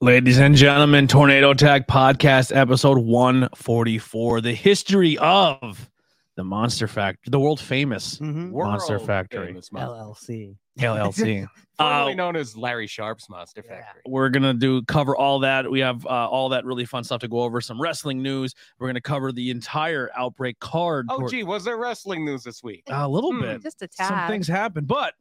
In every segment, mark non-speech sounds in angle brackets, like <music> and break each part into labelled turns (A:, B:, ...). A: Ladies and gentlemen, Tornado Tag Podcast, episode 144, the history of the Monster Factory, the world famous
B: Mhm.
A: Monster
C: World
A: Factory.
C: famous mon-
B: LLC.
C: <laughs>
A: LLC.
C: formerly
A: Uh,
C: known as Larry Sharp's Monster
B: Yeah.
C: Factory.
A: we're gonna do cover all that. We have uh, all that really fun stuff to go over. Some wrestling news. We're gonna cover the entire outbreak card.
C: Oh,
A: Tor-
C: gee, was there wrestling news this week?
A: a little
C: Hmm.
A: bit.
D: Just a tad.
A: Some things happen, but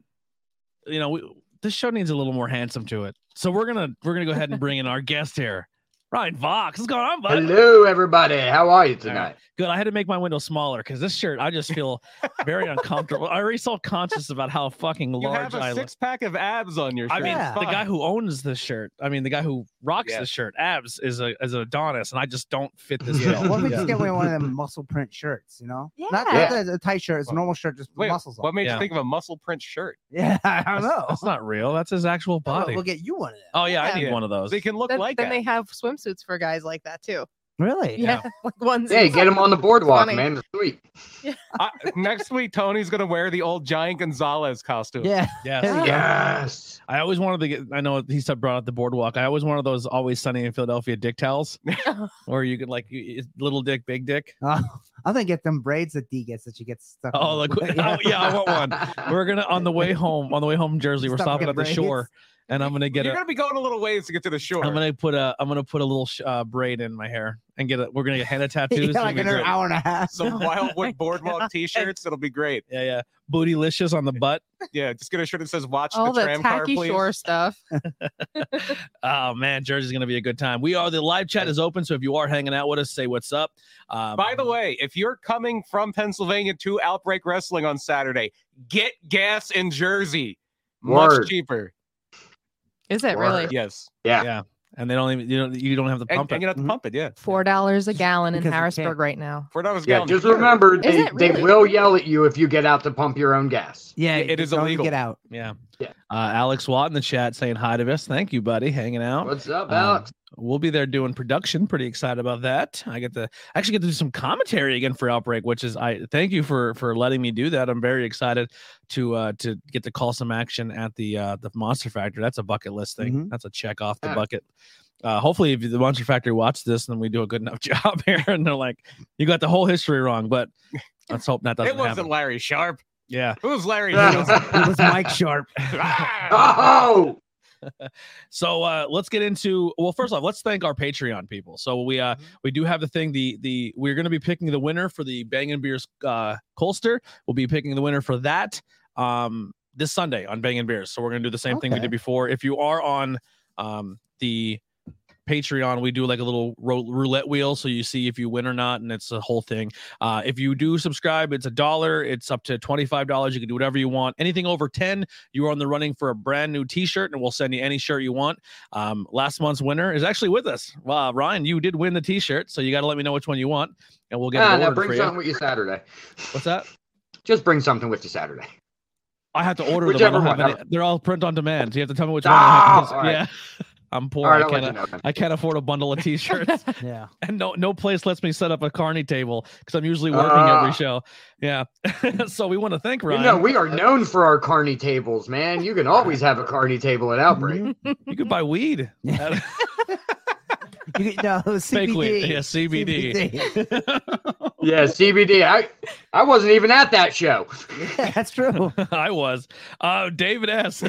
A: you know, we, this show needs a little more handsome to it. So we're gonna we're gonna go ahead and bring in our guest here, Ryan Vox. What's going on, bud?
E: Hello, everybody. How are you tonight?
A: Good. I had to make my window smaller because this shirt, I just feel very uncomfortable. I already self conscious about how fucking
C: You
A: large
C: have
A: I
C: a
A: look.
C: six pack of abs on your shirt.
A: I mean,
B: Yeah.
A: the guy who owns this shirt, I mean, the guy who rocks
C: Yeah.
A: this shirt, Abs, is a is an Adonis, and I just don't fit this
C: Yeah.
A: bill.
B: What if we
E: Yeah.
B: just
E: <laughs>
B: get one of them muscle print shirts, you know? Not,
D: Yeah.
B: not the, the tight shirt, it's a normal shirt, just with
C: Wait,
B: muscles on.
C: what made
A: Yeah.
C: you think of a muscle print shirt?
B: <laughs> yeah, I don't know.
A: That's not real. That's his actual
B: Well,
A: <laughs> body.
B: We'll get you one of them.
A: Oh yeah, I need
C: Yeah.
A: one of those.
C: They can look
D: Then,
C: like
D: then
C: that.
D: they have swimsuits for guys like that too. <laughs>
B: Really?
A: Yeah.
D: like ones.
E: Hey, get him on the boardwalk,
D: Funny.
E: man. It's sweet.
C: I,
D: <laughs>
C: next week, Tony's gonna wear the old Giant Gonzalez costume.
B: <laughs> Yeah.
A: Yes.
B: Yeah.
E: Yes.
A: I always wanted to get. I know he said brought up the boardwalk. I always wanted those always sunny in Philadelphia dick
C: <laughs>
A: towels, where you could like you- it's little dick, big dick.
B: Uh, I'm going to get them braids that D gets that you get stuck
A: Oh,
B: <laughs> in.
A: look! <laughs> Oh, yeah, I want
E: <laughs>
A: one. We're gonna on the way home. On the way home, from Jersey, we're
B: Stuff
A: stopping
B: in
A: at the
B: braids.
A: shore, and I'm gonna get
C: You're
A: a.
C: gonna be going a little ways to get to the shore.
A: I'm gonna put a. I'm gonna put a little sh- uh, braid in my hair and get a. We're gonna get henna tattoos.
B: <laughs> yeah,
A: It's
B: like
A: gonna
B: in
A: be
B: an
A: great.
B: hour and a half.
D: <laughs> Oh
C: Some Wildwood boardwalk t-shirts. It'll be great.
A: yeah, yeah. Bootylicious on the butt.
C: Yeah, just get a shirt that says "Watch
D: all
C: the
D: the,
C: tram car,
D: tacky
C: please."
D: shore stuff.
A: Oh man, Jersey's gonna be a good time. We are the live chat is open, so if you are hanging out with us, say what's up. Um,
C: By the way, if you're coming from Pennsylvania to Outbreak Wrestling on Saturday, get gas in Jersey.
E: Word.
C: Much cheaper.
D: Is it
E: Word.
D: really
C: Yes.
A: and they don't even you don't you don't have to
C: And,
A: pump
C: and
A: it. Mm-hmm.
C: you don't have to
B: Mhm.
C: pump it, yeah.
D: four dollars a gallon in
B: Because you can't.
D: Harrisburg right now?
C: Four dollars a
E: Yeah,
C: gallon.
E: just
C: Yeah.
E: remember they,
D: really?
E: they will yell at you if you get out to pump your own gas.
B: Yeah,
C: It is
B: don't
C: illegal.
A: <laughs>
B: Get out.
A: Yeah.
E: Yeah.
A: Uh, Alex Watt in the chat saying hi to us. Thank you, buddy. Hanging out.
E: What's up,
A: Um,
E: Alex?
A: We'll be there doing production. Pretty excited about that. I get to I actually get to do some commentary again for Outbreak, which is I thank you for for letting me do that. I'm very excited to uh to get to call some action at the uh the Monster Factory. That's a bucket list thing.
C: Mm-hmm.
B: Mhm.
A: That's a check off the
E: Yeah.
A: bucket. Uh, hopefully, if the Monster Factory watch this, then we do a good enough <laughs> job here, and they're like, "You got the whole history wrong." But let's hope that doesn't
C: It wasn't
A: happen.
C: Larry Sharp.
A: yeah.
C: Who's Larry?
E: <laughs>
C: Sharp?
B: <laughs> It was
A: <laughs>
B: Mike Sharp.
C: Ah!
E: oh,
A: So uh, let's get into well. First off, let's thank our Patreon people. So we uh, we do have the thing. The the we're going to be picking the winner for the Bang and Beers uh, Colster. We'll be picking the winner for that um, this Sunday on Bang and Beers. So we're going to do the same thing we
B: Okay.
A: did before. If you are on um, the Patreon, we do like a little ro- roulette wheel, so you see if you win or not, and it's a whole thing. Uh, if you do subscribe, it's a dollar. It's up to twenty five dollars. You can do whatever you want. Anything over ten, you are on the running for a brand new T-shirt, and we'll send you any shirt you want. Um, last month's winner is actually with us. Wow, Ryan, you did win the T-shirt, so you got to let me know which one you want, and we'll get
E: ah,
A: it
E: now
A: ordered
E: bring
A: for
E: something
A: you.
E: with you Saturday.
A: What's that?
E: Just bring something with you Saturday.
A: I have to order them. I
E: Whichever
A: don't have
E: one.
A: any- they're all print on demand. So you have to tell me which
E: Ah,
A: <laughs> one.
E: all
A: I
E: right.
A: have to, yeah, I'm poor.
E: All right,
A: I
E: I'll
A: can't. uh,
E: let you know. then.
A: I can't afford a bundle
E: <laughs>
A: of T-shirts,
B: Yeah.
A: and no no place lets me set up a carny table because I'm usually working every
E: Ah.
A: show. Yeah, <laughs> so we want to thank Ryan.
E: You know, we are known for our carny tables, man. You can always have a carny table at Outbreak.
B: Mhm.
A: You could buy weed.
B: Yeah.
A: at
B: You could, no, <laughs>
A: Fake weed.
B: CBD.
A: Yeah, CBD.
E: yeah, CBD. I I wasn't even at that show.
B: Yeah, <laughs> that's true.
A: <laughs> I was. Uh, David S. <laughs>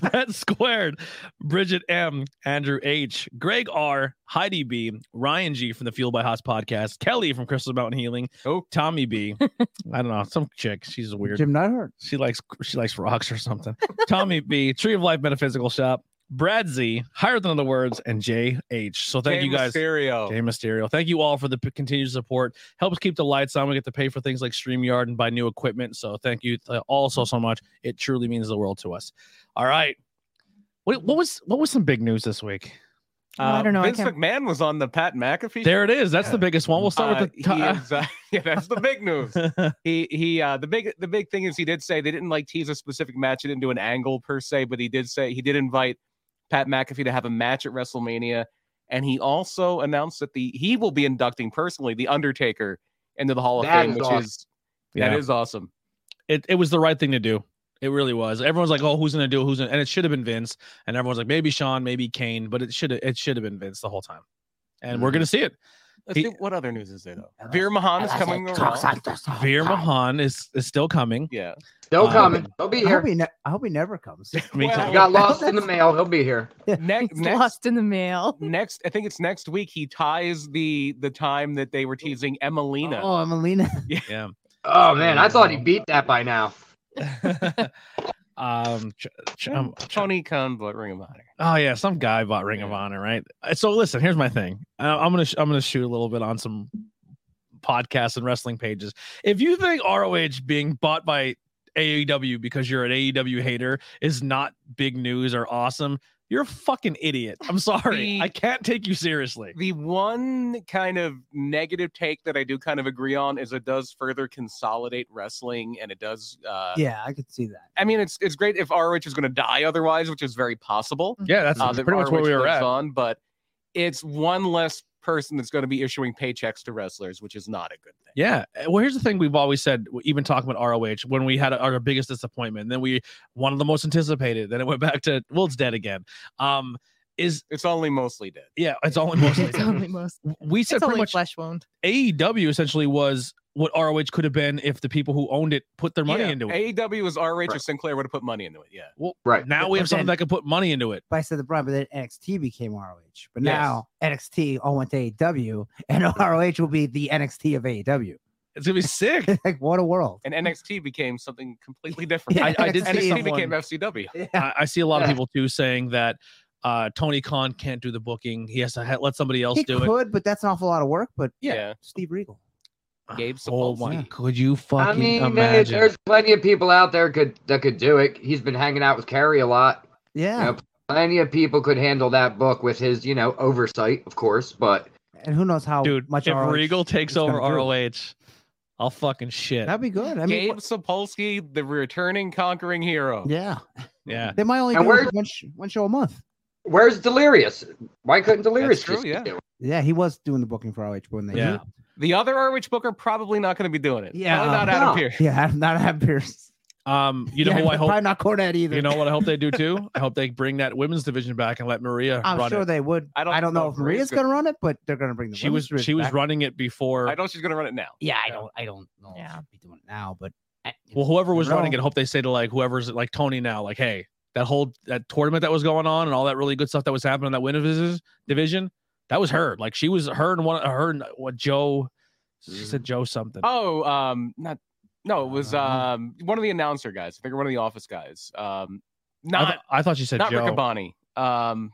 A: Brett Squared. Bridget M. Andrew H. Greg R. Heidi B. Ryan G. from the Fuel by Haas podcast. Kelly from Crystal Mountain Healing.
C: Oh.
A: Tommy B. I don't know. Some chick. She's weird.
B: Jim Nutter.
A: She likes she likes rocks or something. <laughs> Tommy B, Tree of Life Metaphysical Shop, Brad Z, Higher Than Other Words, and J H. So thank
C: Rey
A: you guys.
C: Mysterio. Uh,
A: Jay Mysterio. Thank you all for the p- continued support. Helps keep the lights on. We get to pay for things like StreamYard and buy new equipment. So thank you th- all so so much. It truly means the world to us. All right. What, what was what was some big news this week?
D: Oh, I
C: Uh,
D: don't know, I
C: Vince
D: can't-
C: McMahon was on the Pat McAfee.
A: There it is. That's the biggest one. We'll
C: show.
A: start with
C: Uh,
A: the.
C: he
A: T-
C: is, uh, <laughs> yeah, that's the
A: <laughs>
C: big news. He he. Uh, the big the big thing is he did say they didn't like tease a specific match. He didn't do an angle per se, but he did say he did invite Pat McAfee to have a match at WrestleMania, and he also announced that the he will be inducting personally the Undertaker into the Hall of
E: That
C: Fame,
E: is
C: which
E: awesome.
C: is
A: yeah.
C: that is awesome.
A: it, it was the right thing to do. It really was. Everyone's like, "Oh, who's gonna do? it? Who's?" Gonna? And it should have been Vince. And everyone's like, "Maybe Sean, maybe Kane," but it should have it should have been Vince the whole time. And we're
C: Mm-hmm.
A: gonna see it.
C: Let's
A: He-
C: see, what other news is there though? Veer Mahan is coming around.
A: Veer Mahan is is still coming. <laughs>
C: Yeah.
E: They'll
A: Uh,
E: come. He'll be
B: I hope,
E: here.
D: Oh,
B: he ne- I hope he
A: <laughs>
B: never comes.
A: Me
C: Well,
E: He
A: too.
E: got lost in the mail. He'll be here.
C: Next,
D: It's
C: next,
D: lost in the mail.
C: next, I think it's next week. He ties the the time that they were teasing Emelina.
B: Oh, Emelina.
A: Yeah.
E: Oh man, I thought he beat that by now.
A: <laughs> um, ch- ch- um, ch-
C: Tony Khan, but Ring of Honor.
A: oh yeah, some guy bought Ring of Honor, right? Uh, So listen, here's my thing. I- I'm gonna sh- I'm gonna shoot a little bit on some podcasts and wrestling pages. If you think ROH being bought by AEW because you're an AEW hater is not big news or awesome, you're a fucking idiot. I'm sorry,
C: The-
A: I can't take you seriously.
C: The one kind of negative take that I do kind of agree on is it does further consolidate wrestling, and it does. Uh,
B: <laughs> Yeah, I could see that.
C: I mean, it's it's great if ROH is going to die otherwise, which is very possible.
A: Yeah, that's
C: Uh, that
A: pretty much where
C: ROH
A: we were
C: lives
A: at.
C: on, but it's one less person that's going to be issuing paychecks to wrestlers, which is not a good thing.
A: Yeah. Uh, Well, here's the thing we've always said, w- even talking about ROH, when we had our biggest disappointment, then we one of the most anticipated, then it went back to well, it's dead again. Um, is
C: It's only mostly dead.
A: yeah, it's only mostly.
D: <laughs> It's only most.
A: we said
D: It's
A: pretty
D: only
A: much
D: flesh wound.
A: AEW essentially was what ROH could have been if the people who owned it put their money
C: Yeah,
A: into it.
C: AEW was ROH or
E: Right.
C: Sinclair would have put money into it. Yeah.
A: well,
E: Right.
A: now we
B: But
A: have something
B: then-
A: that could put money into it.
B: But I said the problem, but then NXT became ROH. But
C: Yes.
B: now NXT all went to AEW, and <laughs> ROH will be the NXT of AEW.
A: It's gonna be sick.
B: <laughs> like, what a world.
C: And NXT became something
A: <laughs>
C: completely different.
B: Yeah,
A: I- I
C: <laughs>
A: did see
C: NXT
A: someone-
C: became FCW.
B: Yeah.
A: I, I see a lot of
E: Yeah.
A: people too saying that uh Tony Khan can't do the booking. He has to ha- let somebody else
B: He
A: do it.
B: could, but that's an awful lot of work. But
A: Yeah.
B: Steve Regal.
C: Gabe
A: oh
C: Sapolsky.
A: my! Could you fucking
E: I mean, eh,
A: imagine?
E: there's plenty of people out there could that could do it. He's been hanging out with Kerry a lot.
B: Yeah.
E: Yep. Plenty of people could handle that book with his, you know, oversight, of course. But
B: And who knows how
A: dude.
B: much
A: if
B: ROH
A: Regal takes
B: is gonna
A: over
B: do.
A: ROH, I'll fucking shit.
B: That'd be good. I mean,
C: Gabe Sapolsky, the returning conquering hero.
B: wh- yeah,
A: Yeah,
B: they might only
E: And
B: do
E: where-
B: one, sh- one show a month.
E: where's Delirious? Why couldn't Delirious
C: true,
E: just
C: yeah.
E: do it?
B: Yeah, he was doing the booking for ROH when they
A: Yeah.
C: The other ROH booker probably not going to be doing it.
B: Yeah.
C: Probably not out of
E: No.
C: here.
B: yeah, <laughs> not have Pierce.
A: Um, you know
B: yeah,
A: who I
B: probably
A: hope.
B: not Cornette either.
A: You know what I hope they
B: <laughs>
A: do too. I hope they bring that women's division back and let Maria
B: I'm
A: run
B: sure
A: it.
B: they would. I don't, I don't know if Maria's
C: Maria's gonna-
B: going to run it, but they're going to bring the.
A: she was
B: women's
A: she was
B: back.
A: running it before.
C: I know she's going to run it now.
B: Yeah, I
C: Yeah.
B: don't. I don't know.
D: Yeah.
B: Yeah, be doing it now, but I-
A: well, whoever was
B: No.
A: running it, I hope they say to like whoever's like Tony now, like, hey, that whole that tournament that was going on and all that really good stuff that was happening in that women's division, that was her. Like she was her and one her and what Joe. She said Joe something.
C: Oh, um, not no, it was
B: Uh,
A: Uh-huh.
C: um one of the announcer guys. I think one of the office guys. Um,
A: I,
C: not
A: th- I thought she said
C: not
A: Joe.
C: Riccaboni. Um,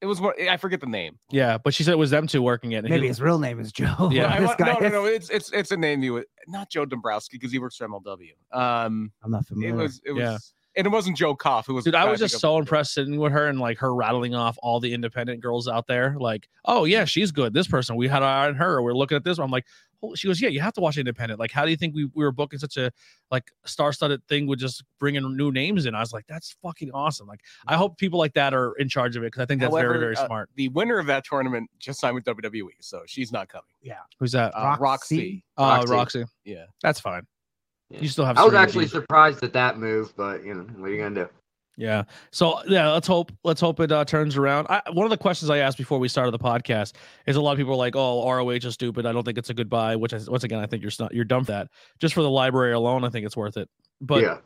C: it was one. I forget the name.
A: Yeah, but she said it was them two working it. and he-
B: maybe his real name is Joe.
A: Yeah.
C: I
B: This
C: want-
B: guy
C: no, no,
B: is-
C: no. It's it's it's a name you would not Joe Dombrowski because he works for MLW. Um,
B: I'm not
C: it
B: familiar.
C: was it was.
A: Yeah.
C: And it wasn't Joe Koff who was.
A: Dude,
C: the
A: I
C: guy
A: was
C: think
A: just
C: of-
A: so impressed sitting with her and like her rattling off all the independent girls out there. Like, oh yeah, she's good. This person we had our eye on her. We're looking at this one. I'm like, oh, she goes, yeah, you have to watch independent. Like, how do you think we, we were booking such a like star-studded thing with just bringing new names in? I was like, that's fucking awesome. Like, I hope people like that are in charge of it because I think that's
C: However,
A: very very
C: uh,
A: smart.
C: The winner of that tournament just signed with WWE, so she's not coming.
A: Who's that?
C: Uh, Roxy.
B: Roxy?
A: Oh,
E: Roxy.
A: Roxy.
C: Yeah.
A: That's fine.
E: Yeah.
A: You still have.
E: I was
A: Serena
E: actually
A: Deeb.
E: surprised at that move, but you know, what are you gonna do?
A: Yeah. So yeah, let's hope let's hope it uh, turns around. I, one of the questions I asked before we started the podcast is a lot of people are like, "Oh, ROH is stupid. I don't think it's a good buy." Which I, once again, I think you're s- you're dumb for that. Just for the library alone, I think it's worth it. But
E: yeah.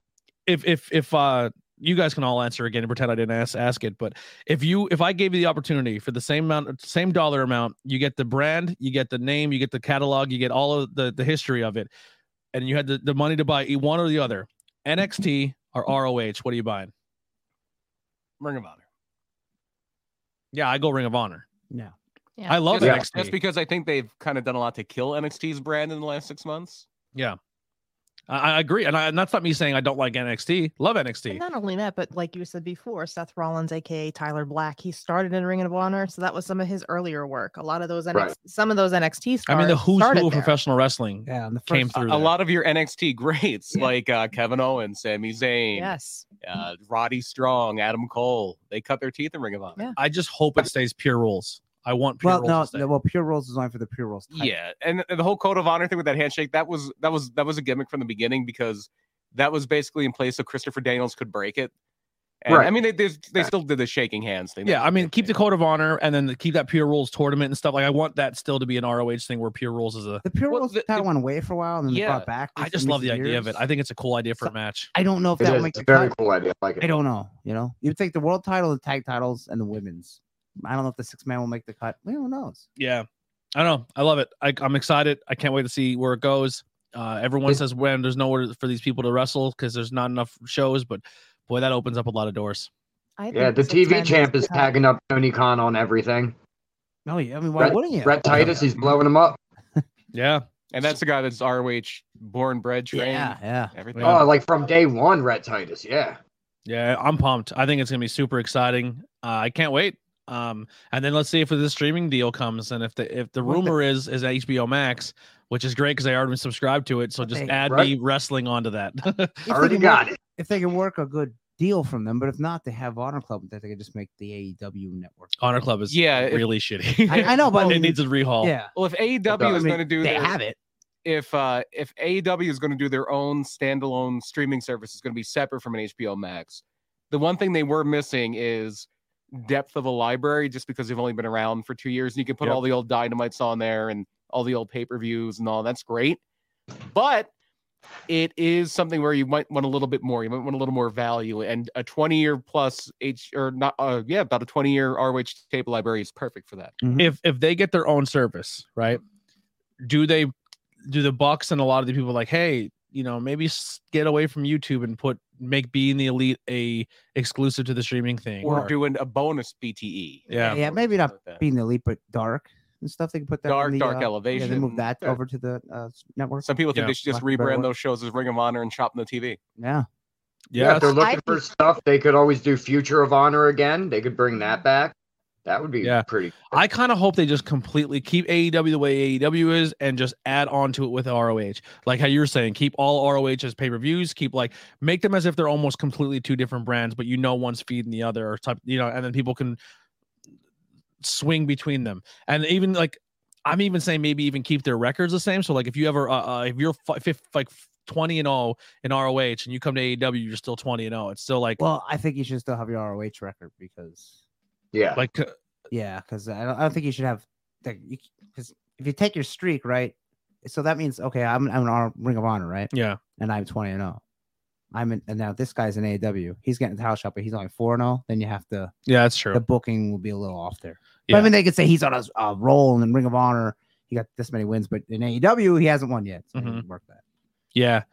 A: if if if uh you guys can all answer again and pretend I didn't ask ask it, but if you if I gave you the opportunity for the same amount same dollar amount, you get the brand, you get the name, you get the catalog, you get all of the the history of it, and you had the, the money to buy e- one or the other, NXT or ROH, what are you buying?
C: Ring of Honor.
A: Yeah, I go Ring of Honor.
B: no.
D: Yeah.
A: I love
C: Just-
A: NXT.
C: Just because I think they've kind of done a lot to kill NXT's brand in the last six months.
A: I, I agree, and, I, and that's not me saying I don't like NXT. Love
D: And
A: NXT.
D: not only that, but like you said before, Seth Rollins, aka Tyler Black, he started in Ring of Honor, so that was some of his earlier work. A lot of those NXT,
E: Right.
D: some of those NXT stars.
A: I mean, the who's
D: started
A: who of
D: there.
A: professional wrestling.
B: Yeah, and the first
A: Came
C: A,
A: through.
C: a
A: there.
C: lot of your NXT greats
D: Yeah.
C: like uh, Kevin Owens, Sami Zayn,
D: Yes,
C: uh, Roddy Strong, Adam Cole, they cut their teeth in Ring of Honor.
D: Yeah.
A: I just hope it stays pure rules. I want pure
B: Well,
A: rules.
B: no,
A: to stay.
B: no, well, Pure Rules is only for the Pure Rules. type.
C: Yeah, and the whole code of honor thing with that handshake that was that was that was a gimmick from the beginning because that was basically in place so Christopher Daniels could break it. And,
E: Right.
C: I mean, they, they they still did the shaking hands thing.
A: Yeah, I mean, keep the code of honor and then the, keep that pure rules tournament and stuff. Like, I want that still to be an ROH thing where pure rules is a.
B: The Pure
C: Well,
B: Rules
C: the-
B: kind
C: the-
B: of went away for a while and then
C: Yeah,
B: they brought back.
A: I
B: in
A: just love the
B: recent
A: idea of it.
B: years.
A: I think it's a cool idea for a
B: So-
A: match.
B: I don't know if
E: It
B: that will
E: is.
B: make
E: It's
B: the
E: a very
B: cut.
E: cool idea. I like
B: I
E: it.
B: don't know. You know, you take the world title, the tag titles, and the women's. I don't know if the six man will make the cut. Well, Who knows?
A: Yeah, I don't know. I love it. I, I'm excited. I can't wait to see where it goes. Uh, everyone
E: Is-
A: says when there's nowhere for these people to wrestle because there's not enough shows, but boy, that opens up a lot of doors.
D: I
E: Yeah,
D: think
E: the
D: six men
E: TV champ
D: makes
E: is
D: the cut.
E: tagging up Tony Khan on everything.
B: No, yeah. I mean, why
E: Brett-
B: wouldn't you?
E: Brett Titus, he's blowing him up.
A: Yeah,
C: and that's the guy that's ROH born bred trained.
B: yeah, yeah.
C: Everything.
A: Yeah.
E: Oh, like from day one, Brett Titus. Yeah.
A: yeah, I'm pumped. I think it's gonna be super exciting. Uh, I can't wait. Um, and then let's see if the streaming deal comes and if the if the
B: What the-
A: rumor is is HBO Max, which is great because I already subscribed to it. So
B: What
A: just
B: the-
A: add me
E: Right.
A: wrestling onto that. <laughs>
B: If they
E: Already
B: can
E: got
B: work-
E: it.
B: If they can work a good deal from them, but if not, they have Honor Club that they could just make the AEW network.
A: Honor Club is
C: Yeah, if-
A: really shitty. <laughs>
B: I, I know, but
A: it needs a rehaul.
B: yeah.
C: Well, if AEW
E: I
C: is
B: mean,
C: going to do
B: They
C: their-
B: have it.
C: if uh if AEW is going to do their own standalone streaming service, it's going to be separate from an HBO Max. The one thing they were missing is depth of a library, just because they've only been around for two years, and you can put
A: Yep.
C: all the old dynamites on there and all the old pay per views and all. That's great, but it is something where you might want a little bit more. You might want a little more value, and a twenty year plus H or not. Uh, yeah, about a twenty year ROH tape library is perfect for that.
A: if if they get their own service, right? Do they do the Bucks and a lot of the people like, hey, you know, maybe s- get away from YouTube and put make being the elite a exclusive to the streaming thing,
C: Or doing a bonus BTE.
A: Yeah.
B: Yeah, maybe not
C: Something like that.
B: Being the elite, but dark and stuff. They can put that
C: Dark,
B: on the,
C: Dark
B: uh, Yeah, they
C: Elevation.
B: move that
C: Sure.
B: over to the uh, s- network.
C: Some people think
A: Yeah.
C: they should just
B: Lack of a better
C: rebrand
B: word.
C: those shows as Ring of Honor and chop them the TV.
B: yeah,
E: Yeah.
A: yeah,
E: if they're
A: that's-
E: looking
D: I-
E: for stuff, they could always do Future of Honor again. They could bring that back. That would be
A: Yeah.
E: pretty.
A: I kind of hope they just completely keep AEW the way AEW is and just add on to it with ROH, like how you were saying, keep all ROH as pay per views, keep like make them as if they're almost completely two different brands, but you know one's feeding the other or type, you know, and then people can swing between them. And even like I'm even saying maybe even keep their records the same. So like if you ever uh, uh if you're fi- fif- like 20 and 0 in ROH and you come to AEW, you're still 20 and 0. It's still like
B: well, I think you should still have your ROH record because
E: Yeah.
A: like uh,
B: Yeah, because I don't, I don't think you should have like because if you take your streak right, so that means okay, I'm I'm an Hon- Ring of Honor right,
A: yeah.
B: and I'm twenty and zero. I'm in, and now this guy's an AW. He's getting the title shot, but he's only four and zero. Then you have to
A: Yeah, that's true.
B: the booking will be a little off there. But I
A: Yeah.
B: mean, they could say he's on a, s- a roll and in Ring of Honor. He got this many wins, but in AEW he hasn't won yet. So maybe
A: Mhm.
B: work that.
A: Yeah.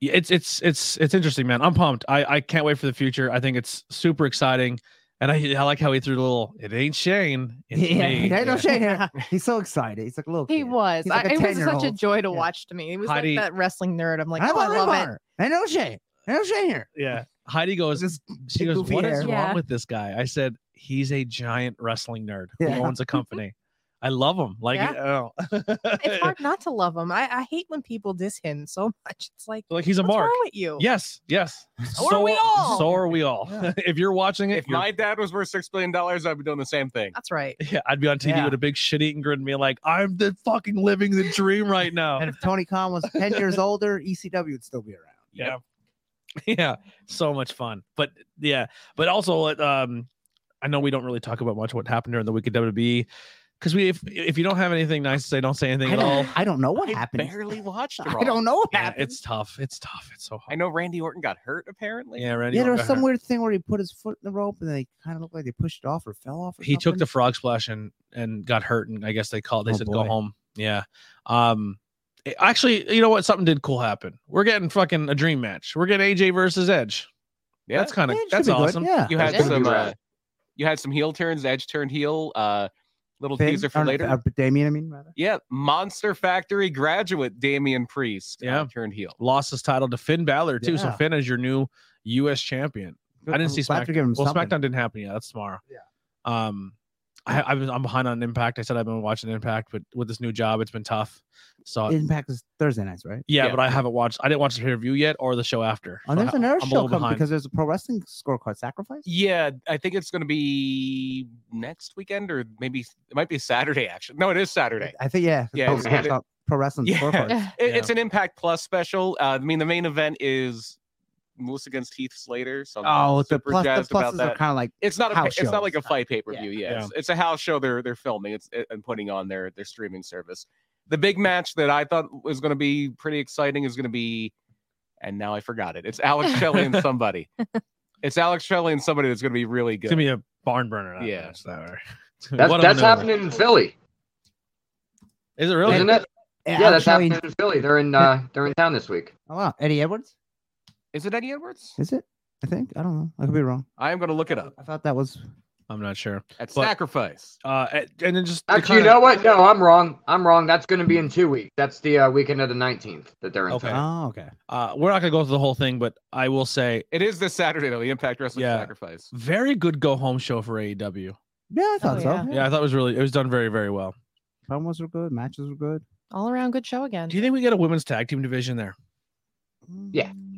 A: Yeah, It's it's it's it's interesting, man. I'm pumped. I I can't wait for the future. I think it's super exciting. And I, I like how he threw the little it ain't Shane. It's
B: <laughs> yeah,
A: me.
B: there ain't no
A: Yeah.
B: shame here. He's so excited. He's like, look,
D: He was.
B: He's like
D: I,
B: a
D: it was such a
B: 10-year-old.
D: joy to
B: Yeah.
D: watch to me. He was
A: Heidi-
D: like that wrestling nerd. I'm like,
B: I'm
D: oh, I
B: on Ring of
D: love it.
B: Honor. Ain't no shame. Ain't no shame here.
A: Yeah. Heidi goes,
B: Just
A: she goes,
B: goofy
A: What is
B: hair.
A: wrong
D: Yeah.
A: with this guy? I said, he's a giant wrestling nerd
B: Yeah.
A: who owns a company. I love him. Like, oh.
D: It's
A: <laughs>
D: hard not to love him. I, I hate when people diss him so <laughs> much. It's like,
A: like he's a
D: what's
A: mark.
D: wrong with you?
A: Yes, yes.
D: So are we all.
A: So are we all.
B: Yeah.
A: <laughs> if you're watching it,
C: If
A: you're-
C: my dad was worth six billion dollars, I'd be doing the same thing.
D: That's right.
A: <laughs> yeah, I'd be on TV
B: Yeah.
A: with a big shit eating grin and be like, I'm the fucking living the dream right now.
B: And if Tony Khan was 10 years older, ECW would still be around.
A: Yeah. <laughs> Yeah. So much fun. But yeah. But also uh, um I know we don't really talk about much what happened during the week at WWE. Because we if if you don't have anything nice to say, don't say anything
B: I
A: at all.
B: don't, I don't know <laughs> what
C: I
B: happened.
C: barely watched. Raw.
B: I don't know what
A: Yeah,
B: happened.
A: it's tough. It's tough. It's so
C: I
A: hard.
C: know Randy Orton got hurt apparently.
A: Yeah, Randy.
B: yeah, there
A: Orton
B: was
A: got
B: some
A: hurt.
B: weird thing where he put his foot in the rope and they kind of looked like they pushed it off or fell off. or
A: he took the
B: something.
A: frog splash and and got hurt and I guess they called they
B: Oh,
A: said go
B: boy.
A: home. Yeah. Um it- actually, you know what? Something did cool happen. We're getting fucking a dream match. We're getting AJ versus Edge.
C: Yeah.
A: That's kind of
B: Yeah, it should
A: that's
B: be good,
A: awesome.
B: Yeah.
C: you had
D: Yeah.
C: some. Uh,
E: Right.
C: you had some heel turns. Edge turned heel. Uh, little
B: Finn-
C: teaser
B: or
C: for
B: no,
C: later.
B: uh, Damien, I mean, rather.
C: yeah, Monster Factory graduate Damian Priest. uh,
A: Yeah.
C: turned heel.
A: lost his title to Finn Balor too. So
B: Yeah.
A: Finn is your new U.S. champion. I didn't see
B: Glad
A: Smack-
B: to give him
A: Well,
B: something.
A: SmackDown didn't happen yet. That's tomorrow.
B: Yeah.
A: Um, I, I was, I'm behind on Impact. I said I've been watching Impact, but with this new job, it's been tough. So yeah,
B: Impact is Thursday nights, right?
C: Yeah.
A: but I haven't watched. I didn't watch the pay per view yet or the show after.
B: And Oh, there's
A: So
B: another
A: I'm a
B: show
A: little
B: coming
A: behind.
B: because there's a pro wrestling scorecard sacrifice.
C: Yeah, I think it's going to be next weekend or maybe it might be Saturday. Actually, no, it is Saturday.
B: I think yeah. 'cause
C: Yeah,
B: that's
E: it's-
B: what pro wrestling
D: <sighs>
C: Yeah.
B: scorecard.
C: <laughs> It-
A: Yeah.
C: It's an Impact Plus special. Uh, I mean, the main event is Melissa against Heath Slater. So I'm
B: Oh, the
C: super
B: plus
C: jazzed
B: the
C: about
B: pluses are
C: that.
B: kind of like
C: It's not a pa-
B: house
C: it's not like a
B: shows.
C: fight pay per view. Yeah, It's, it's a house show they're they're filming. It's and putting on their their streaming service. The big match that I thought was going to be pretty exciting is going to be, and now I forgot it. It's Alex Shelley
B: <laughs>
C: and somebody. It's Alex Shelley and somebody that's going to be really good.
A: It's gonna be a barn burner. that
C: Yeah.
A: match, <laughs> that hour.
E: That's,
A: What a
E: that's
A: maneuver.
E: happening in Philly,
A: Is it really?
E: isn't it?
B: yeah,
E: Yeah, that's
B: actually-
E: happening in Philly. They're in uh, they're in town this week.
B: Oh wow, Eddie Edwards
C: is it Eddie Edwards?
B: is it? I think I don't know. I could be wrong.
C: I am going to look it up
B: I thought that was
A: I'm not sure.
C: at
A: But-
C: Sacrifice.
A: Uh, and- and then just to
E: Actually, you
A: kinda-
E: know what? No, I'm wrong. I'm wrong. That's going to be in two weeks. That's the uh, weekend of the 19th that they're in.
A: Okay.
E: town.
B: oh okay.
A: uh, we're not gonna go through the whole thing, but I will say,
C: It is this Saturday though. The Impact Wrestling
A: Yeah.
C: Sacrifice.
A: very good go home show for AEW.
B: Yeah, I thought so.
D: Oh, yeah.
A: Yeah, I thought it was really it was done very very well.
B: promos were good, matches were good.
D: All around good show again.
A: Do you think we get a women's tag team division there?
E: Yeah.
D: Mm,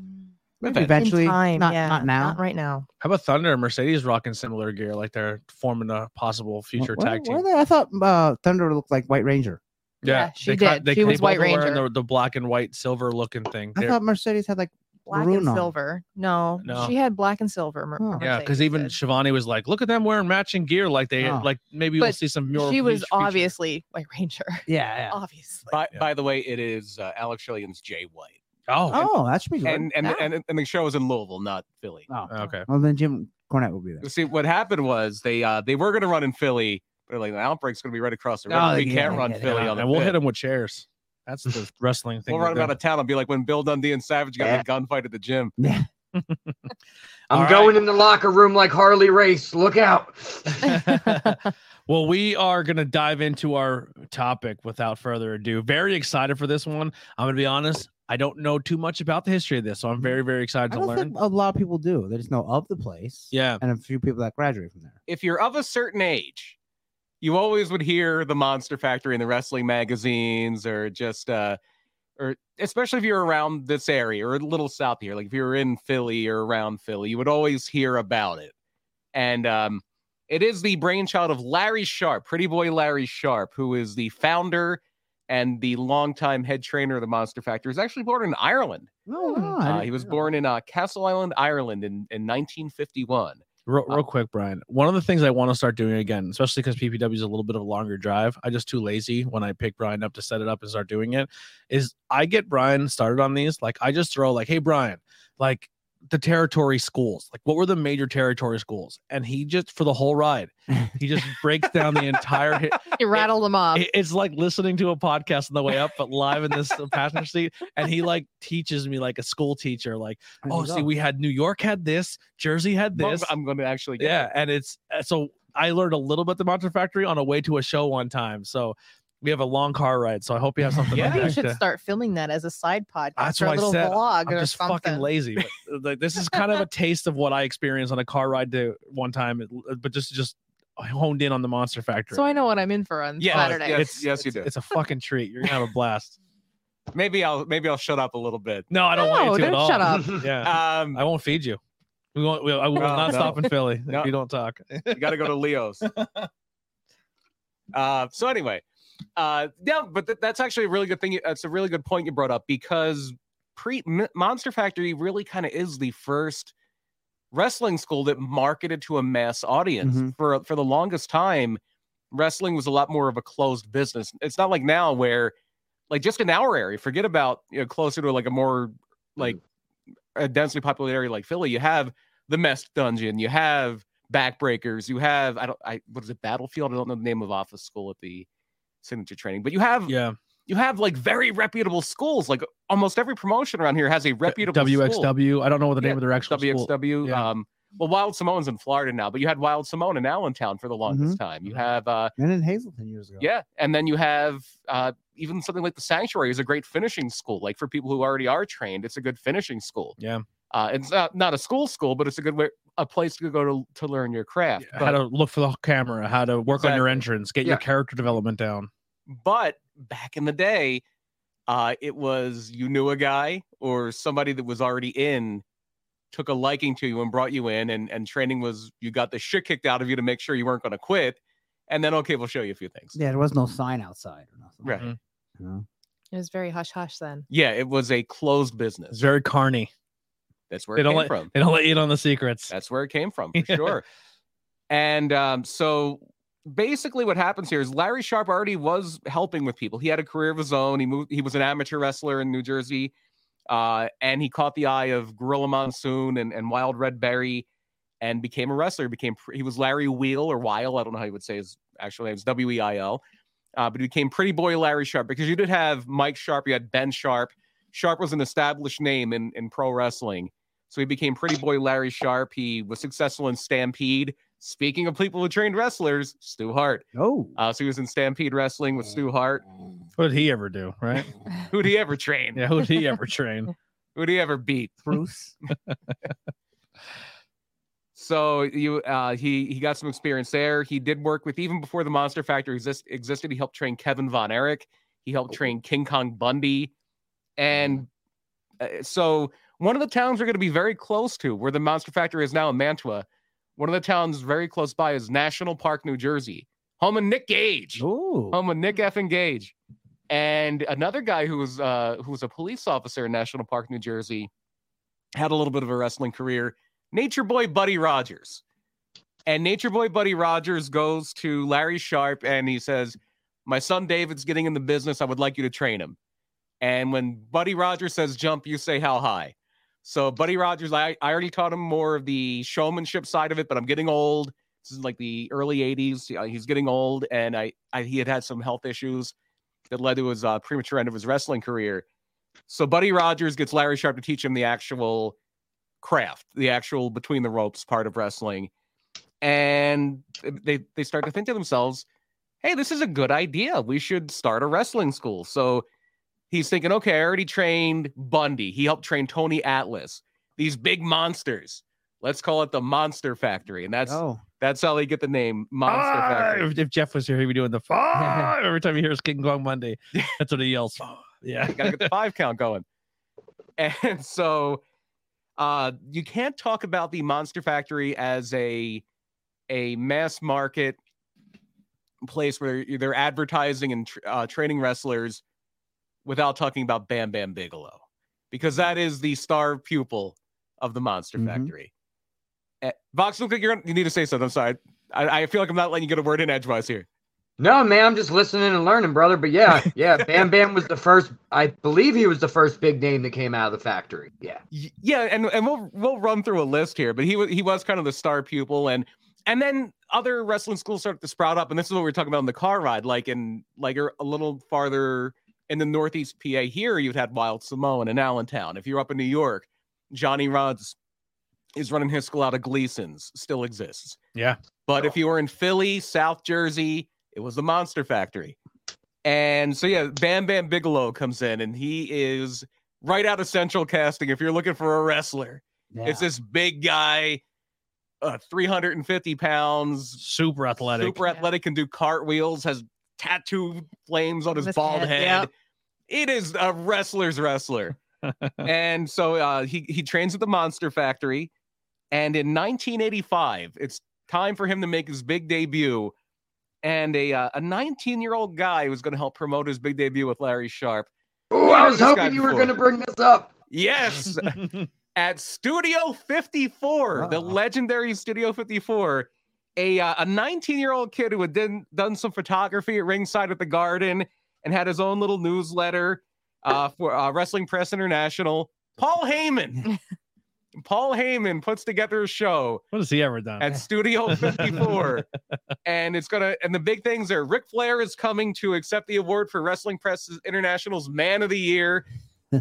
B: Maybe
D: in
B: eventually,
D: time,
B: not
D: yeah,
B: not now.
D: Not right now.
A: How about Thunder and Mercedes rocking similar gear, like they're forming a possible future
B: Were-
A: tag team?
B: were they? I thought uh, Thunder looked like White Ranger.
D: Yeah, she did. She was
A: both
D: White
A: were wearing
D: Ranger.
A: the, the black and white silver looking thing.
B: I
A: They're-
B: thought Mercedes had like
D: Black
B: Maroon
D: and
B: on.
D: silver. No,
A: No.
D: she had black and silver. Mer-
B: Huh.
A: yeah, because
D: Mercedes
A: even
D: did.
A: Shivani was like, "Look at them wearing matching gear, like they
B: Oh.
A: like maybe we'll
D: But
A: see some." mural
D: she was
A: feature-
D: obviously White Ranger.
B: yeah.
D: Oh.
B: yeah.
D: obviously.
C: By,
A: Yeah.
C: by the way, it is uh, Alex Shelley and Jay White.
A: Oh,
B: Oh, that should be good.
C: and and,
D: Yeah.
C: and and the show is in Louisville, not Philly.
B: oh.
A: okay.
B: Well, then Jim Cornette will be there.
C: See, what happened was they uh they were gonna run in Philly, but they're like the outbreak's gonna be right across the river.
B: Oh,
C: we
B: yeah,
C: can't run
B: yeah,
C: Philly
B: yeah.
C: on the.
A: and we'll hit
C: fifth.
A: them with chairs. That's the wrestling thing.
C: We'll
A: we
C: run
A: do.
C: them out of town and be like when Bill Dundee and Savage got in a gunfight at the gym.
E: I'm
A: All
E: going in the locker room like Harley Race. Look out.
A: <laughs> well, we are going to dive into our topic without further ado. Very excited for this one. I'm going to be honest. I don't know too much about the history of this, so I'm very, very excited
B: I
A: to
B: don't
A: learn.
B: think a lot of people do. They just know of the place.
A: yeah.
B: And a few people that graduate from there.
C: If you're of a certain age, you always would hear the Monster Factory in the wrestling magazines, or just uh, or especially if you're around this area or a little south here, like if you're in Philly or around Philly, you would always hear about it. And um, it is the brainchild of Larry Sharp, pretty boy Larry Sharp, who is the founder and the longtime head trainer of the Monster Factory. He's actually born in Ireland.
B: No,
D: Hmm.
B: no, Oh, I
C: Uh,
B: didn't
C: he was
B: know.
C: born in uh, Castle Island, Ireland in, in 1951.
A: Real,
B: Uh,
A: real quick, Brian. One of the things I want to start doing again, especially because PPW is a little bit of a longer drive. I just too lazy when I pick Brian up to set it up and start doing it. Is I get Brian started on these. Like I just throw like, hey Brian, like the territory schools. Like what were the major territory schools? And he just for the whole
B: <laughs>
A: ride, he just breaks down the entire. hi-
D: You rattled them off.
A: it- it's like listening to a podcast on the way up, but live in this uh, passenger seat. And he like teaches me like a school teacher, like,
B: There
A: oh,
B: you
A: see,
B: go.
A: we had New York had this, Jersey had
C: Well,
A: this.
C: I'm going to actually get
A: yeah. And it's uh, so I learned a little bit the Monster Factory on a way to a show one time. So we have a long car ride. So I hope you have something.
C: Yeah.
A: like
D: Maybe you
A: that
D: should
A: to-
D: start filming that as a side podcast
A: That's
D: or a
A: what I
D: little
A: said.
D: vlog
A: I'm
D: or
A: just
D: something.
A: fucking lazy. But, uh, like this is kind
D: <laughs>
A: of a taste of what I experienced on a car ride to one time, it- uh, but just just honed in on the Monster Factory.
D: So I know what I'm in for on
C: Yeah,
D: Saturday.
C: yes, yes, you do.
A: It's a fucking treat. You're
D: <laughs>
A: gonna have a blast.
C: Maybe I'll maybe I'll shut up a little bit.
A: No, I don't want you
D: No,
A: to at
D: don't
A: all.
D: shut up.
A: Yeah,
C: Um,
A: I <laughs> won't feed you. We won't. We, I will
C: No,
A: not
C: no.
A: stop in Philly
C: No.
A: if you don't talk.
C: you got to go to Leo's. Uh, so anyway, uh, yeah, but th- that's actually a really good thing. you- That's a really good point you brought up because pre M- Monster Factory really kind of is the first wrestling school that marketed to a mass audience.
B: Mhm.
C: For for the longest time, wrestling was a lot more of a closed business. It's not like now where, like, just in our area, forget about you know closer to like a more like a densely populated area like Philly. You have the Mess Dungeon. You have backbreakers. You have I don't I what is it Battlefield? I don't know the name of office school at the signature training, but you have
A: Yeah,
C: you have like very reputable schools. Like almost every promotion around here has a reputable school.
A: WXW. I don't know what the
C: Yeah,
A: name of their actual school.
C: WXW.
A: Yeah.
C: Um, well, Wild Simone's in Florida now, but you had Wild Simone in Allentown for the longest
A: Mm-hmm.
C: time. You have uh,
B: And in Hazleton years ago.
C: yeah, and then you have uh, even something like the Sanctuary is a great finishing school. Like for people who already are trained, it's a good finishing school.
A: Yeah.
C: Uh, it's not, not a school school, but it's a good way, a place to go to, to learn your craft.
A: Yeah,
C: But-
A: how to look for the camera, how to work on your
C: Exactly.
A: entrance, get your
E: Yeah.
A: character development down.
C: but back in the day uh it was you knew a guy or somebody that was already in took a liking to you and brought you in and and training was you got the shit kicked out of you to make sure you weren't going to quit and then okay we'll show you a few things
B: Yeah, there was no sign outside or nothing.
C: Right.
B: You know?
D: It was very hush hush then.
C: Yeah, it was a closed
A: It's
C: business.
A: very carny.
C: That's where
A: They
C: it
A: don't
C: came
A: let
C: from.
A: they don't let you in on the secrets.
C: That's where it came from, for
A: Yeah.
C: sure. And um, so basically, what happens here is Larry Sharp already was helping with people. He had a career of his own. He moved. He was an amateur wrestler in New Jersey, uh, and he caught the eye of Gorilla Monsoon and, and Wild Red Berry, and became a wrestler. Became pr- he was Larry Wheel or Weil. I don't know how you would say his actual name. It's W E I L. Uh, but he became Pretty Boy Larry Sharp because you did have Mike Sharp. You had Ben Sharp. Sharp was an established name in, in pro wrestling. So he became Pretty Boy Larry Sharp. He was successful in Stampede. Speaking of people who trained wrestlers, Stu Hart.
B: Oh,
C: Uh, so he was in Stampede Wrestling with Stu Hart.
A: What did he ever do? Right?
C: Who'd he ever train?
A: Yeah. Who did he ever train?
C: Who'd he ever beat?
B: Bruce.
C: So you, uh, he he got some experience there. He did work with even before the Monster Factory exist, existed. He helped train Kevin Von Erich. He helped train King Kong Bundy, and uh, so one of the towns we're going to be very close to, where the Monster Factory is now in Mantua, one of the towns very close by is National Park, New Jersey, home of Nick Gage.
B: Oh,
C: home with Nick F. and Gage. And another guy who was uh, who was a police officer in National Park, New Jersey, had a little bit of a wrestling career. Nature Boy Buddy Rogers, and Nature Boy Buddy Rogers goes to Larry Sharp and he says, "My son David's getting in the business. I would like you to train him." And when Buddy Rogers says jump, you say how high. So Buddy Rogers, I, I already taught him more of the showmanship side of it, but I'm getting old. This is like the early 80s. Uh, He's getting old, and I, I he had had some health issues that led to his uh, premature end of his wrestling career. So Buddy Rogers gets Larry Sharp to teach him the actual craft, the actual between the ropes part of wrestling, and they they start to think to themselves, "Hey, this is a good idea. We should start a wrestling school." So he's thinking, "Okay, I already trained Bundy. He helped train Tony Atlas. These big monsters. Let's call it the Monster Factory." And that's
B: oh,
C: that's how they get the name Monster
A: Five!
C: Factory.
A: If, if Jeff was here, he'd be doing the five every time he hears King Kong Monday. That's what he yells. "Five." Yeah.
C: Gotta get the five count going. <laughs> And so uh, you can't talk about the Monster Factory as a a mass market place where they're advertising and tr- uh, training wrestlers without talking about Bam Bam Bigelow because that is the star pupil of the Monster
B: Mhm.
C: Factory. Uh, Vox, look like you're gonna, you need to say something. I'm sorry. I, I feel like I'm not letting you get a word in edgewise here.
E: <laughs> No, man, I'm just listening and learning, brother. But yeah, yeah, Bam Bam was the first. I believe he was the first big name that came out of the factory. Yeah,
C: Y- yeah and, and we'll we'll run through a list here but he was he was kind of the star pupil and and then other wrestling schools started to sprout up and this is what we were talking about in the car ride like in like a little farther in the northeast pa here you'd had wild samoan in allentown if you're up in new york johnny rods is running his school out of gleason's still exists
A: Yeah.
C: but if you were in philly south jersey it was the monster factory and so yeah bam bam bigelow comes in and he is right out of central casting if you're looking for a wrestler
B: yeah.
C: it's this big guy uh 350 pounds
A: Super athletic.
C: super athletic can do cartwheels has tattoo flames on his
D: His
C: bald
D: head,
C: head
D: yeah.
C: it is a wrestler's wrestler and so uh he he trains at the monster factory and in 1985 it's time for him to make his big debut and a uh, a 19 year old guy who's going to help promote his big debut with larry sharp
E: Oh,
C: Yeah,
E: I
C: I
E: was
C: just got
E: hoping you were
C: before.
E: going to bring
A: <laughs>
E: this up.
C: yes at Studio 54, the
B: Uh-oh.
C: legendary Studio 54, a uh, a 19 year old kid who had done done some photography at ringside at the Garden and had his own little newsletter uh, for uh, Wrestling Press International. Paul Heyman. Paul Heyman puts together a show
A: what has he ever done?
C: at Studio 54. and it's gonna and the big things are Ric Flair is coming to accept the award for Wrestling Press International's Man of the Year.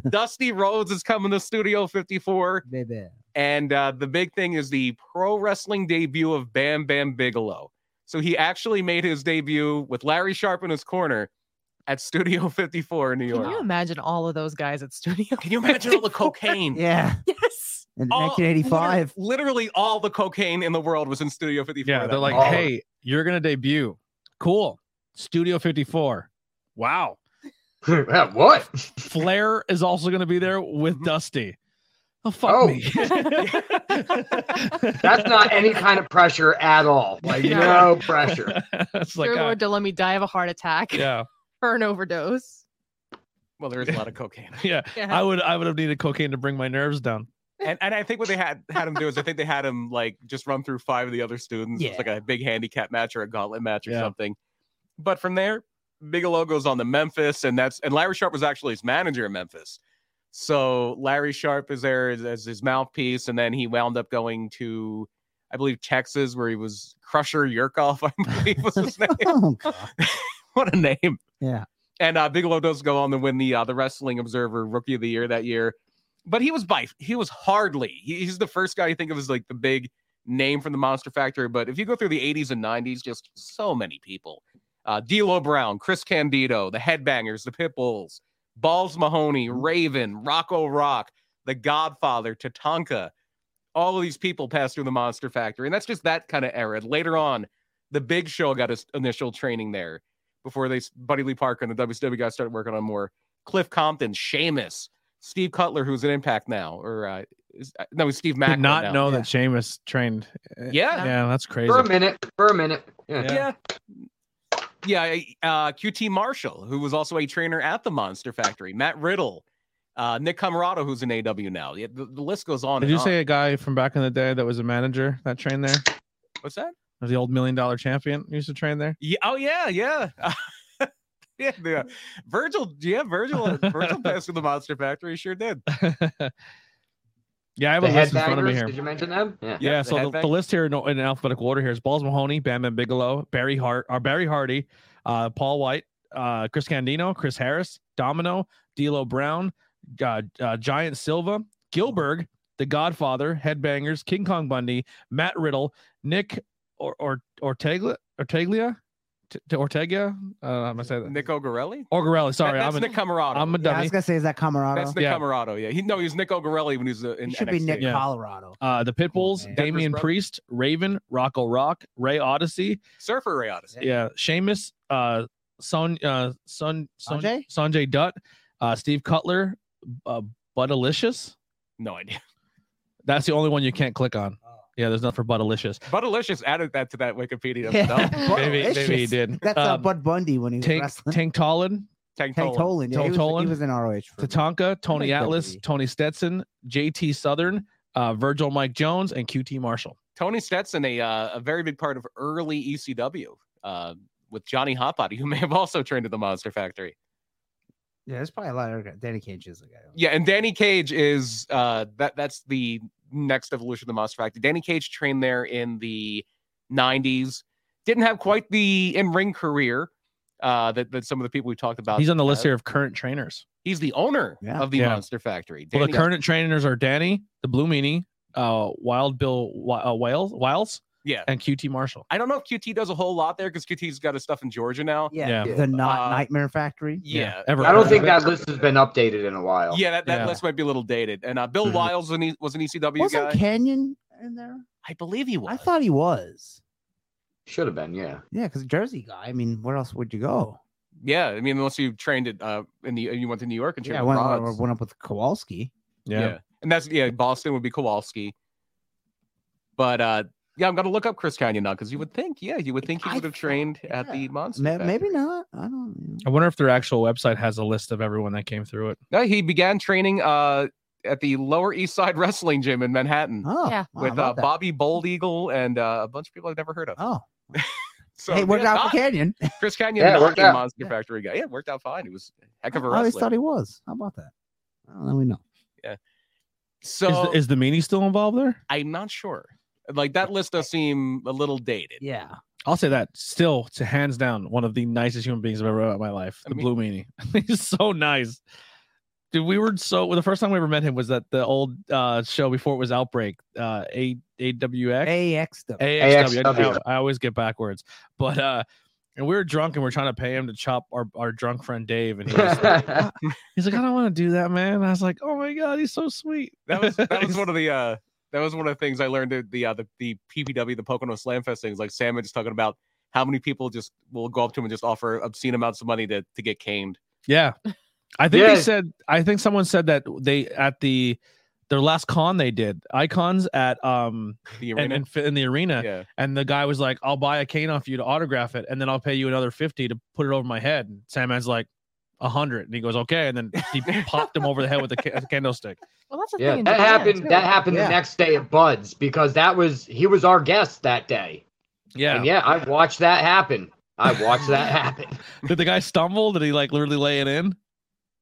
C: Dusty Rhodes is coming to Studio 54.
B: baby.
C: And uh, the big thing is the pro wrestling debut of Bam Bam Bigelow. So he actually made his debut with Larry Sharp in his corner at Studio 54 in New
D: Can you
C: York.
D: imagine all of those guys at studio? <laughs>
C: Can you imagine all the cocaine?
B: Yeah,
D: yes.
B: in
C: All- <laughs>
B: 1985.
C: liter- Literally all the cocaine in the world was in Studio 54.
A: yeah.
C: that
A: They're like,
C: night.
E: Oh.
A: hey, you're gonna debut. Cool. Studio 54. Wow.
E: Yeah, what?
A: Flair is also gonna be there with
C: Mhm.
A: Dusty. Oh fuck
E: Oh.
A: me. <laughs>
E: That's not any kind of pressure at all.
A: <laughs>
E: Like no pressure.
A: it's
D: Dear
A: like,
D: <laughs>
A: uh,
D: Lord, don't let me die of a heart attack
A: yeah.
D: or an overdose.
C: Well, there is a lot of cocaine.
A: Yeah,
D: Yeah.
A: I would I would have needed cocaine to bring my nerves down.
C: and and I think what they had had him do is I think they had him like just run through five of the other students. It's like a big handicap match or a gauntlet match or
A: Yeah.
C: something. But from there, Bigelow goes on to Memphis, and that's and Larry Sharp was actually his manager in Memphis. So Larry Sharp is there as, as his mouthpiece, and then he wound up going to, I believe, Texas, where he was Crusher Yurkov, <laughs> I believe
B: <laughs>
C: was his name.
B: Oh, God.
C: <laughs> what a name!
B: yeah.
C: And uh, Bigelow does go on to win the uh, the Wrestling Observer Rookie of the Year that year, but he was by he was hardly he- he's the first guy you think of as like the big name from the Monster Factory. But if you go through the '80s and '90s, just so many people: uh, D'Lo Brown, Chris Candido, the Headbangers, the Pitbulls, Balls Mahoney,
A: Mm-hmm.
C: Raven, Rocco Rock, The Godfather, Tatanka. All of these people passed through the Monster Factory, and that's just that kind of era. Later on, the Big Show got his initial training there before they Buddy Lee Parker and the WCW guys started working on more. Cliff Compton, Sheamus, Steve Cutler, who's an Impact now, or uh, is, no, he's Steve Mack.
A: Did not
C: now.
A: know
B: Yeah.
A: that Seamus trained.
C: Yeah.
A: Yeah, that's crazy.
E: For a minute. For a minute. Yeah.
C: Yeah. Yeah. Uh, QT Marshall, who was also a trainer at the Monster Factory, Matt Riddle, uh, Nick Camarado, who's an AW now. Yeah, the, the list goes on.
A: Did
C: and
A: you
C: on.
A: say a guy from back in the day that was a manager that trained there?
C: what's that?
A: Was the old million dollar champion who used to train there?
C: Yeah. Oh, yeah. Yeah. <laughs> yeah. yeah. Virgil. Yeah. Virgil. Virgil passed through the Monster Factory. he
A: <laughs>
C: Sure did.
A: yeah, I have
E: The
A: a list in front of me
E: Headbangers,
A: here.
E: Did you mention them? Yeah.
A: Yeah,
C: Yeah, the
A: so the, the
C: headbang.
A: list here in, in alphabetical order here is Balls Mahoney, Bam Bam Bigelow, Barry Hart, or Barry Hardy, uh, Paul White, uh, Chris Candino, Chris Harris, Domino, D'Lo Brown, uh, uh, Giant Silva, Gilbert, The Godfather, Headbangers, King Kong Bundy, Matt Riddle, Nick or or Orteglia, Orteglia, T- T- Ortega. Uh, I'm gonna say that.
C: Nick O'Gorelli.
A: Orgarelli. Sorry,
C: That-
A: I'm
C: that's
A: an,
C: Nick Camarado.
A: I'm a
B: yeah. I
A: dummy.
B: was gonna say, is that Camarado?
C: that's Nick
A: Yeah.
C: Camarado. Yeah. He no, he was Nick O'Gorelli when he was uh, in.
B: It should be
C: NXT.
B: Nick
A: Yeah.
B: Colorado.
A: Uh, the Pitbulls, Damian
B: man.
C: Denver's
A: Damien
C: brother.
A: Priest, Raven, Rocco Rock, Ray Odyssey,
C: Surfer Ray Odyssey.
A: yeah, Seamus, uh, Son, uh, Son, Son,
B: Sanjay?
A: Sanjay Dutt, uh, Steve Cutler, uh, Buttalicious.
C: No idea.
A: That's the only one you can't click on.
B: Oh.
A: Yeah, there's nothing for Buttalicious.
C: Buttalicious added that to that Wikipedia.
B: Yeah. <laughs>
C: stuff.
A: Maybe, maybe he
B: Buttalicious. <laughs>
A: did.
B: That's uh,
A: Um,
B: Bud Bundy when he was
A: Tank,
B: wrestling.
A: Tank Tollin,
C: Tank
B: Tank
C: Tolan.
B: Tolan. Yeah, he, was,
A: Tolan.
B: he was in ROH. For
A: Tatanka, Tony
B: like
A: Atlas,
B: WWE.
A: Tony Stetson, JT Southern, uh, Virgil Mike Jones, and QT Marshall.
C: Tony Stetson, a uh, a very big part of early ECW uh, with Johnny Hotbody, <laughs> who may have also trained at the Monster Factory.
B: yeah, there's probably a lot of Danny Cage is the guy.
C: Yeah, and Danny Cage is uh, that that's the next evolution of the Monster Factory. Danny Cage trained there in the '90s. Didn't have quite the in ring career uh, that that some of the people we talked about.
A: He's on the list
C: have.
A: here of current trainers.
C: He's the owner
B: Yeah.
C: of the
A: Yeah.
C: Monster Factory.
A: Well, the
C: Danny-
A: current trainers are Danny, the Blue Meanie, uh, Wild Bill Wi- uh, Wales, Wiles,
C: yeah.
A: and QT Marshall.
C: I don't know if QT does a whole lot there because QT's got his stuff in Georgia now.
A: Yeah.
B: Yeah, the not
C: Uh,
B: Nightmare Factory.
C: Yeah.
A: ever.
E: I don't
A: heard
E: think
A: of it?
E: that list has been updated in a while.
C: Yeah, that, that
A: Yeah.
C: list might be a little dated. And uh, Bill
A: Mhm.
C: Wiles was an, E- was an ECW
B: Mm-hmm. Wasn't
C: guy.
B: Canyon in there?
C: I believe he was.
B: I thought he was.
E: Should have been.
A: <laughs>
E: Yeah.
B: Yeah, because Jersey guy. I mean, where else would you go?
C: Yeah, I mean, unless you trained it uh, in the you went to New York and trained
B: Yeah, I
C: with
B: went,
C: Rods.
B: went up with Kowalski.
A: Yeah.
C: and that's yeah, Boston would be Kowalski. But uh, yeah, I'm gonna look up Chris Canyon now because you would think, yeah, you would think he
B: I
C: would have
B: thought-
C: trained at
B: yeah.
C: the Monster.
B: Ma- Maybe
C: Factory.
B: not. I don't.
A: I wonder if their actual website has a list of everyone that came through it.
C: No, he began training uh at the Lower East Side Wrestling Gym in Manhattan
B: Oh,
D: Yeah.
B: wow, I
C: with uh,
B: love that.
C: Bobby Bold Eagle and uh, a bunch of people I've never heard of.
B: Oh,
C: So
B: hey, worked
C: Oh, yeah,
B: out
C: not-
B: for Canyon.
C: Chris Canyon,
E: Yeah, it
C: not
E: worked
C: the
E: out.
C: Monster Factory guy. Yeah, it worked out fine. He was a heck
B: I
C: of a
B: always
C: wrestler.
B: thought he was. How about that? Well, now we know.
C: so
A: is, the, is the meanie still involved there?
C: I'm not sure. Like that list does seem a little dated.
B: Yeah.
A: I'll say that still, to hands down, one of the nicest human beings I've ever met in my life.
C: I
A: The
C: mean-
A: blue meanie. <laughs> He's so nice. Dude, we were so well, the first time we ever met him was at the old uh show before it was Outbreak, uh A AWX.
B: AX
A: AXW.
E: AXW.
A: I, I always get backwards. But uh and we were drunk and we are trying to pay him to chop our, our drunk friend Dave. And he
B: <laughs>
A: was like, he's like, I don't want to do that, man. And I was like, oh my God, he's so sweet.
C: That
A: <laughs>
C: was that was
A: He's-
C: one of the uh that was one of the things I learned at the uh, the, the PPW the Pocono Slam Fest things. Like Sam was just talking about how many people just will go up to him and just offer obscene amounts of money to to get caned.
A: Yeah. I think they
E: Yeah.
A: said I think someone said that they at the their last con they did icons at um
C: The
A: and,
C: arena.
A: and uh, fit in the arena
C: yeah.
A: and the guy was like I'll buy a cane off you to autograph it and then I'll pay you another 50 to put it over my head and Sandman's like hundred, and he goes, "Okay," and then
C: <laughs>
A: he popped him over the head with a, ca- a candlestick.
D: Well, that's a
E: <laughs> Yeah,
D: thing. in
E: that
D: Japan,
E: happened.
D: too.
E: That happened
B: Yeah.
E: the next day at Buds because that was he was our guest that day.
A: Yeah.
E: And yeah, I watched that happen. I
A: <laughs>
E: watched that happen.
A: Did the guy stumble? Did he like literally lay it in?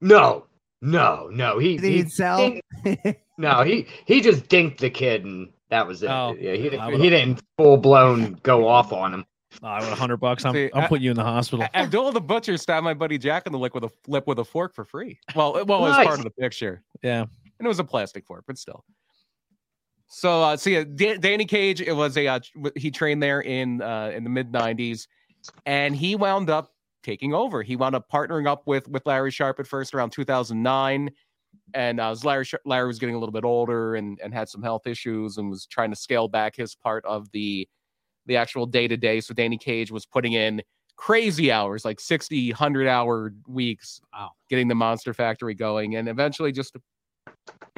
E: No, no, no. He,
B: Did he
E: he
B: sell? <laughs>
E: dink- no he he just dinked the kid and that was it.
A: Oh,
E: yeah, he,
A: I
E: didn't-
A: would've-
E: he didn't full blown go off on him.
A: Oh, I want a hundred bucks. I'm,
C: See,
A: I'm
C: I-
A: putting you in the hospital.
C: A- Abdullah the butcher stabbed my buddy Jack in the lip with a lip with a fork for free. Well, it- well, it was
E: Nice.
C: part of the picture,
A: Yeah.
C: and it was a plastic fork, but still. So, uh, so yeah, Da- Danny Cage. It was a uh, w- he trained there in uh, in the mid '90s, and he wound up taking over. He wound up partnering up with with Larry Sharp at first around 2009, and uh, as Larry Sh- Larry was getting a little bit older and and had some health issues and was trying to scale back his part of the the actual day to day. So Danny Cage was putting in crazy hours, like 60, 100 hour weeks,
A: Wow.
C: getting the Monster Factory going, and eventually just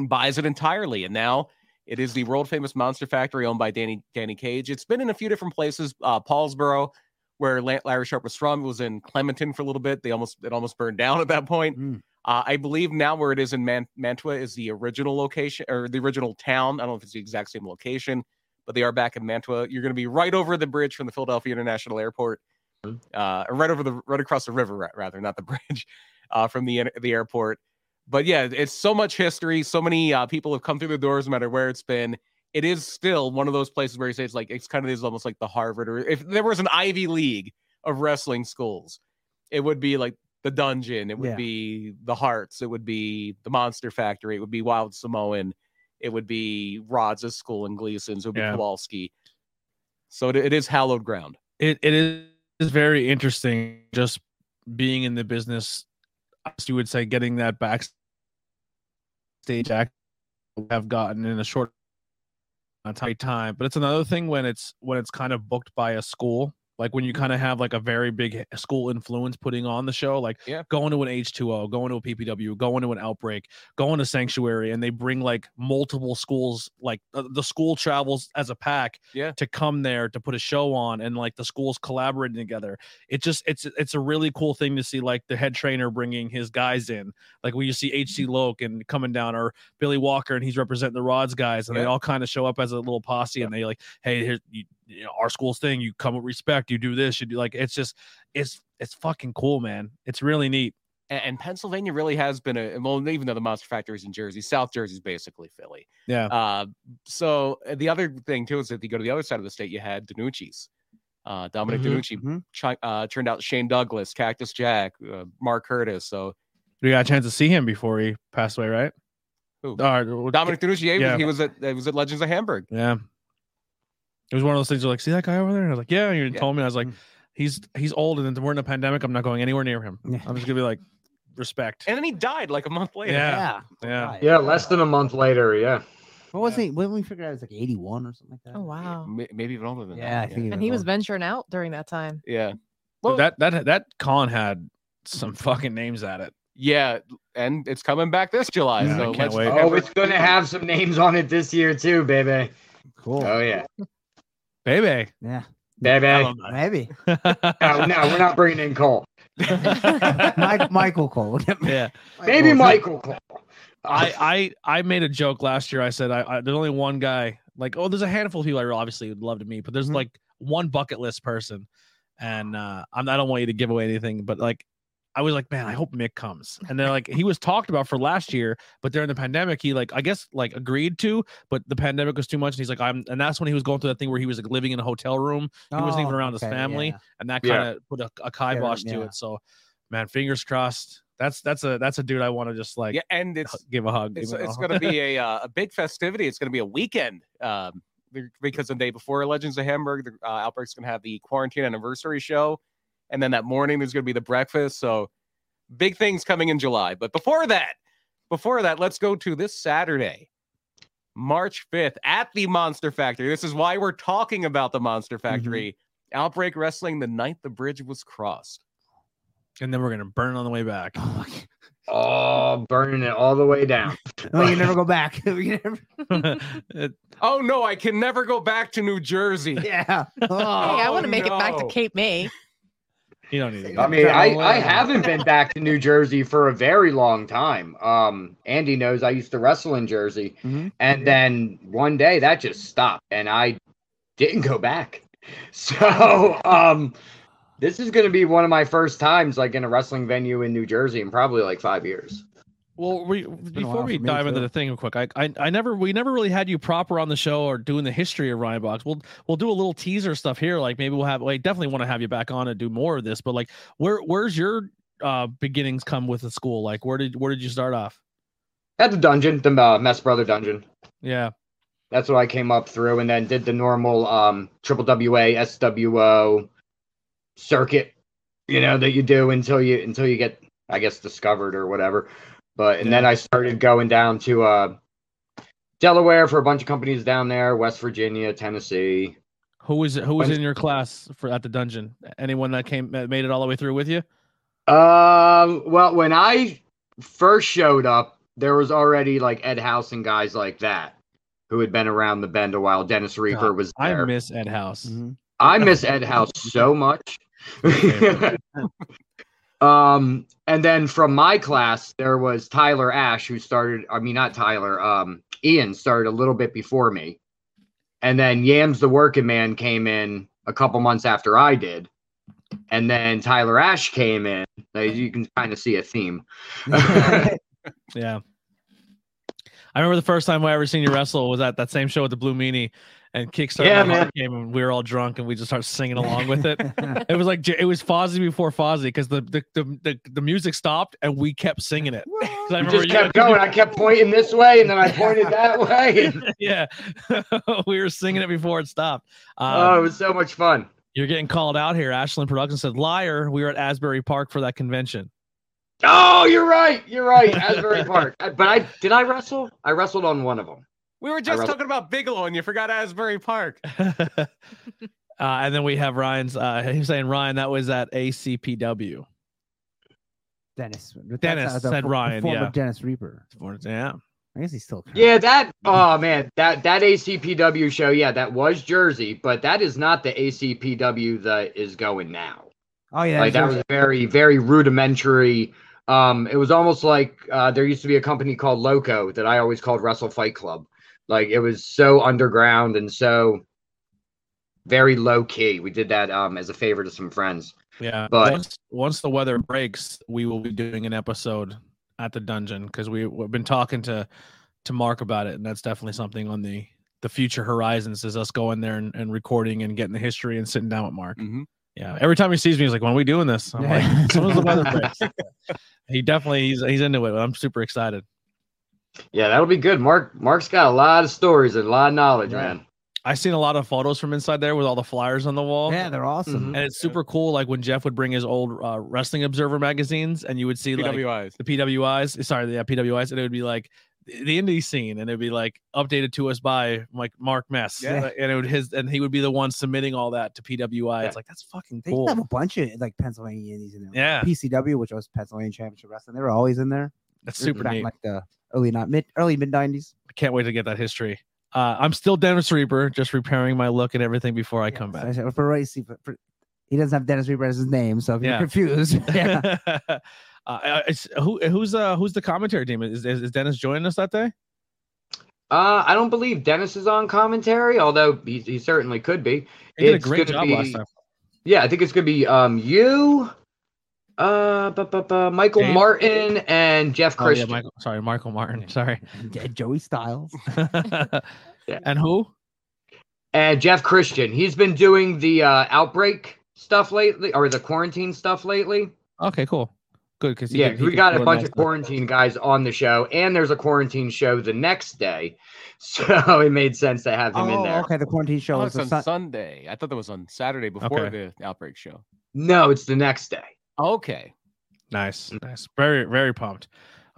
C: buys it entirely. And now it is the world famous Monster Factory owned by Danny Danny Cage. It's been in a few different places, uh, Paulsboro, where La- Larry Sharp was from. It was in Clementon for a little bit. They almost it almost burned down <laughs> at that point.
B: Mm.
C: Uh, I believe now where it is in Man- Mantua is the original location or the original town. I don't know if it's the exact same location, but they are back in Mantua. You're going to be right over the bridge from the Philadelphia International Airport, uh, or right over the right across the river, ra- rather not the <laughs> bridge, uh, from the the airport. But yeah, it's so much history. So many uh, people have come through the doors, no matter where it's been. It is still one of those places where you say it's like it's kind of is almost like the Harvard or if there was an Ivy League of wrestling schools, it would be like the Dungeon, it would
B: Yeah.
C: be the Hearts, it would be the Monster Factory, it would be Wild Samoan, it would be Rod's school and Gleason's, it would be
A: Yeah.
C: Kowalski. So it, it is hallowed ground.
A: it, it is- is very interesting just being in the business as you would say getting that backstage act have gotten in a short amount of time but it's another thing when it's when it's kind of booked by a school like when you kind of have like a very big school influence putting on the show like
C: Yeah.
A: going to an h2o going to a ppw going to an outbreak going to sanctuary and they bring like multiple schools like uh, the school travels as a pack to come there to put a show on and like the schools collaborating together it just it's it's a really cool thing to see like the head trainer bringing his guys in like when you see
C: Mm-hmm.
A: hc loke and coming down or billy walker and he's representing the rods guys and they
C: Yeah.
A: all kind of show up as a little posse and they like hey here's you, you know, our school's thing you come with respect you do this you do like it's just it's it's fucking cool man it's really neat
C: And, and Pennsylvania really has been a well, even though the Monster Factory is in Jersey, South Jersey's basically Philly.
A: yeah
C: Uh, so uh, the other thing too is if you go to the other side of the state, you had Danucci's. Uh, Dominic
A: Mm-hmm,
E: Mhm,
C: Danucci
B: mhm.
C: chi- uh, turned out Shane Douglas, Cactus Jack, uh, Mark Curtis. So
A: we got a chance to see him before he passed away right
C: Who?
A: All right,
C: Dominic Danucci, yeah, he was-
A: Yeah.
C: he was at he was at Legends of Hamburg.
A: Yeah. It was one of those things where like, see that guy over there? And I was like, Yeah, and you
C: Yeah.
A: told me. I was like,
B: Mm.
A: he's he's old and we're in a pandemic. I'm not going anywhere near him.
B: Yeah.
A: I'm just gonna be like, respect.
C: And then he died like a month later.
A: Yeah. yeah.
B: Right.
E: Yeah, less than a month later. Yeah,
B: What was he? When we figured out, it was like eighty-one or something like that.
D: Oh
C: Yeah,
D: wow.
C: may- maybe even older than
B: Yeah, I
C: that.
B: think.
D: And he was
B: older.
D: venturing out during that time.
C: yeah.
A: But that that that con had some fucking names at it.
C: Yeah, and it's coming back this July.
A: Yeah, I
C: so
A: can't
C: Legends of
A: wait.
E: oh,
C: Hamburg-
E: it's gonna have some names on it this year too, baby.
B: cool.
E: Oh yeah,
A: Baby. <laughs>
B: Yeah,
E: baby.
B: maybe
E: No, no, we're not bringing in Cole.
B: <laughs> Mike, Michael Cole.
A: yeah.
E: Maybe
B: Cole.
E: Michael Cole. I,
A: I, I I made a joke last year. I said I, I there's only one guy. Like, oh, there's a handful of people I really obviously would love to meet, but there's
B: Mhm.
C: Mm-hmm.
A: like one bucket list person, and uh, I'm I don't want you to give away anything, but like, I was like, man, I hope Mick comes, and then like he was talked about for last year, but during the pandemic, he like I guess like agreed to, but the pandemic was too much, and he's like I'm, and that's when he was going through that thing where he was like living in a hotel room, He wasn't even around his family.
B: Oh, yeah.
A: and that
E: Yeah.
A: kind of put a, a kibosh to
B: yeah.
A: it. So, man, fingers crossed. That's that's a that's a dude I want to just like
C: yeah, and it's
A: hu- give a hug.
C: it's,
A: give a
C: it's
A: hug.
C: going to
A: <laughs>
C: be a uh, a big festivity. It's going to be a weekend um, be- because the day before Legends of Hamburg, the uh, Outbreak's going to have the quarantine anniversary show, and then that morning there's going to be the breakfast. So big things coming in July. But before that, before that, let's go to this Saturday, March fifth at the Monster Factory. This is why we're talking about the Monster
A: Mm-hmm.
C: Factory. Outbreak Wrestling, the night the bridge was crossed.
A: and then we're gonna burn it on the way back.
E: oh, burning it all the way down.
A: <laughs>
B: Oh, you never go back. <laughs> You never-
A: It-
C: Oh no, I can
A: <laughs>
C: never go back to New Jersey.
B: yeah. Oh.
D: hey, I want
C: Oh,
D: to make it back to
C: no.
D: Cape May. <laughs>
A: You don't need to.
E: I
A: Go.
E: mean, I,
B: Travel
E: I
B: away.
E: haven't been back to New Jersey for a very long time. Um, Andy knows I used to wrestle in Jersey,
B: Mhm.
E: and then one day that just stopped, and I didn't go back. <laughs> So, um, this is going to be one of my first times like in a wrestling venue in New Jersey in probably like five years.
A: Well, we,
B: been a
A: before
B: while
A: we
B: for me,
A: dive into
B: too.
A: the thing real quick, I, I I never we never really had you proper on the show or doing the history of Ryan Box. We'll we'll do a little teaser stuff here. Like maybe we'll have like definitely want to have you back on and do more of this. But like where where's your uh beginnings come with the school? Like where did where did you start off?
E: At the dungeon, the uh, Mess Brother Dungeon.
A: Yeah.
E: That's what I came up through, and then did the normal um, triple WA SWO circuit, you know, that you do until you until you get, I guess, discovered or whatever. But and then I started going down to uh, Delaware for a bunch of companies down there, West Virginia, Tennessee.
A: Who was it? Who was
E: When's-
A: in your class for at the dungeon? Anyone that came that made it all the way through with you?
E: Um, well, when I first showed up, there was already like Ed House and guys like that who had been around the bend a while. Dennis Reaper was
A: I
E: there. Mm-hmm.
A: miss Ed House.
E: <laughs>
B: Mhm.
E: I miss Ed House so much.
A: favorite.
E: um, and then from my class, there was Tyler Ash, who started, I mean, not Tyler, um, Ian started a little bit before me. And then Yams the Working Man came in a couple months after I did. And then Tyler Ash came in. Now, You can kind of see a theme.
A: Yeah. I remember the first time I ever seen you wrestle was at that same show with the Blue Meanie, and Kickstarter
E: Yeah,
A: My Heart came, and we were all drunk, and we just started
E: <laughs>
A: singing along with
B: <laughs>
A: it. It was like it was Fozzy before Fozzy because the the, the the the music stopped and we kept singing
E: <laughs>
A: it. 'Cause I
E: You
A: remember
E: just
A: you-
E: kept going. I kept pointing this way, and then I pointed that way.
A: yeah, <laughs> we were singing it before it stopped. Um,
E: Oh, it was so much fun.
A: You're getting called out here. Ashland Productions said, "Liar, we were at Asbury Park for that convention."
E: Oh, you're right. You're right. Asbury <laughs> Park. I- But I did I wrestle? I wrestled on one of them.
C: We were just
E: rather-
C: talking about Bigelow and you forgot
A: <laughs>
C: Asbury Park.
A: uh, and then we have Ryan's. Uh, he's saying Ryan that was at ACPW.
B: Dennis.
A: Dennis
B: That's,
A: said
B: fo-
A: Ryan,
B: Former
A: yeah.
B: Dennis Reaper.
A: Yeah.
B: I guess he's still.
E: Yeah, that. Oh man, that that ACPW show. Yeah, that was Jersey, but that is not the ACPW that is going now.
B: Oh yeah.
E: like that
B: that's
E: was very very rudimentary. Um, it was almost like uh, there used to be a company called Loco that I always called Wrestle Fight Club. Like it was so underground and so very low key. We did that um as a favor to some friends.
A: Yeah.
E: But-
A: once, once the weather breaks, we will be doing an episode at the dungeon because we, we've been talking to to Mark about it, and that's definitely something on the the future horizons is us going there and, and recording and getting the history and sitting down with Mark.
C: <laughs>
A: Yeah. Every time he sees me, he's like, "When are we doing this?" I'm like, "As soon as the weather breaks." He definitely he's he's into it. I'm super excited.
E: Yeah, that'll be good. Mark Mark's got a lot of stories and a lot of knowledge,
B: Yeah.
E: man.
A: I've seen a lot of photos from inside there with all the flyers on the wall.
B: Yeah, they're awesome.
A: And it's super cool. Like when Jeff would bring his old uh, Wrestling Observer magazines, and you would see like
C: PWIs.
A: the PWIs, sorry, the yeah, PWIs, and it would be like the the indie scene, and it'd be like updated to us by like Mark Mess,
C: Yeah.
A: like, and it would his, and he would be the one submitting all that to PWI. It's
E: Yeah.
A: like that's fucking
B: They used
A: cool.
B: to have a bunch of like Pennsylvania indies in there.
A: Yeah,
B: PCW, which was Pennsylvania Championship Wrestling, they were always in there.
A: that's
B: This is
A: super
B: back
A: neat.
B: in, like the early not mid early mid nineties.
A: I can't wait to get that history. Uh, I'm still Dennis Reaper, just repairing my look and everything before I come <laughs>
B: I
A: back.
B: said, for race, for, for- he doesn't have Dennis Reaper as his name, so if
A: Yeah.
B: you're
A: <laughs>
B: confused, yeah.
A: uh, I- it's- who who's uh who's the commentary team? Is, is is Dennis joining us that day?
E: Uh, I don't believe Dennis is on commentary, although he, he certainly could be.
A: He did a
E: It's
A: great
E: gonna
A: job last
E: be-
A: time. Oh,
E: Yeah, I think it's gonna be um you, uh, bu- bu- bu- Michael
A: Dave?
E: Martin and Jeff
A: Oh, yeah,
E: Christian.
A: Michael, sorry, Michael Martin. Sorry. <laughs>
B: Yeah, Joey Styles.
A: And who?
E: and Jeff Christian. He's been doing the uh, outbreak stuff lately, or the quarantine stuff lately.
A: Okay, cool. Good because
E: yeah, we got a bunch of quarantine guys on the show, and there's a quarantine show the next day, <laughs> so it made sense to have him in
B: Oh,
E: there.
B: okay. The quarantine show
C: Oh,
B: is
C: it's
B: the
C: on
B: sun-
C: Sunday. I thought that was on Saturday before the outbreak show.
E: No, it's the next day.
C: Okay.
A: Nice, nice. Very, very pumped.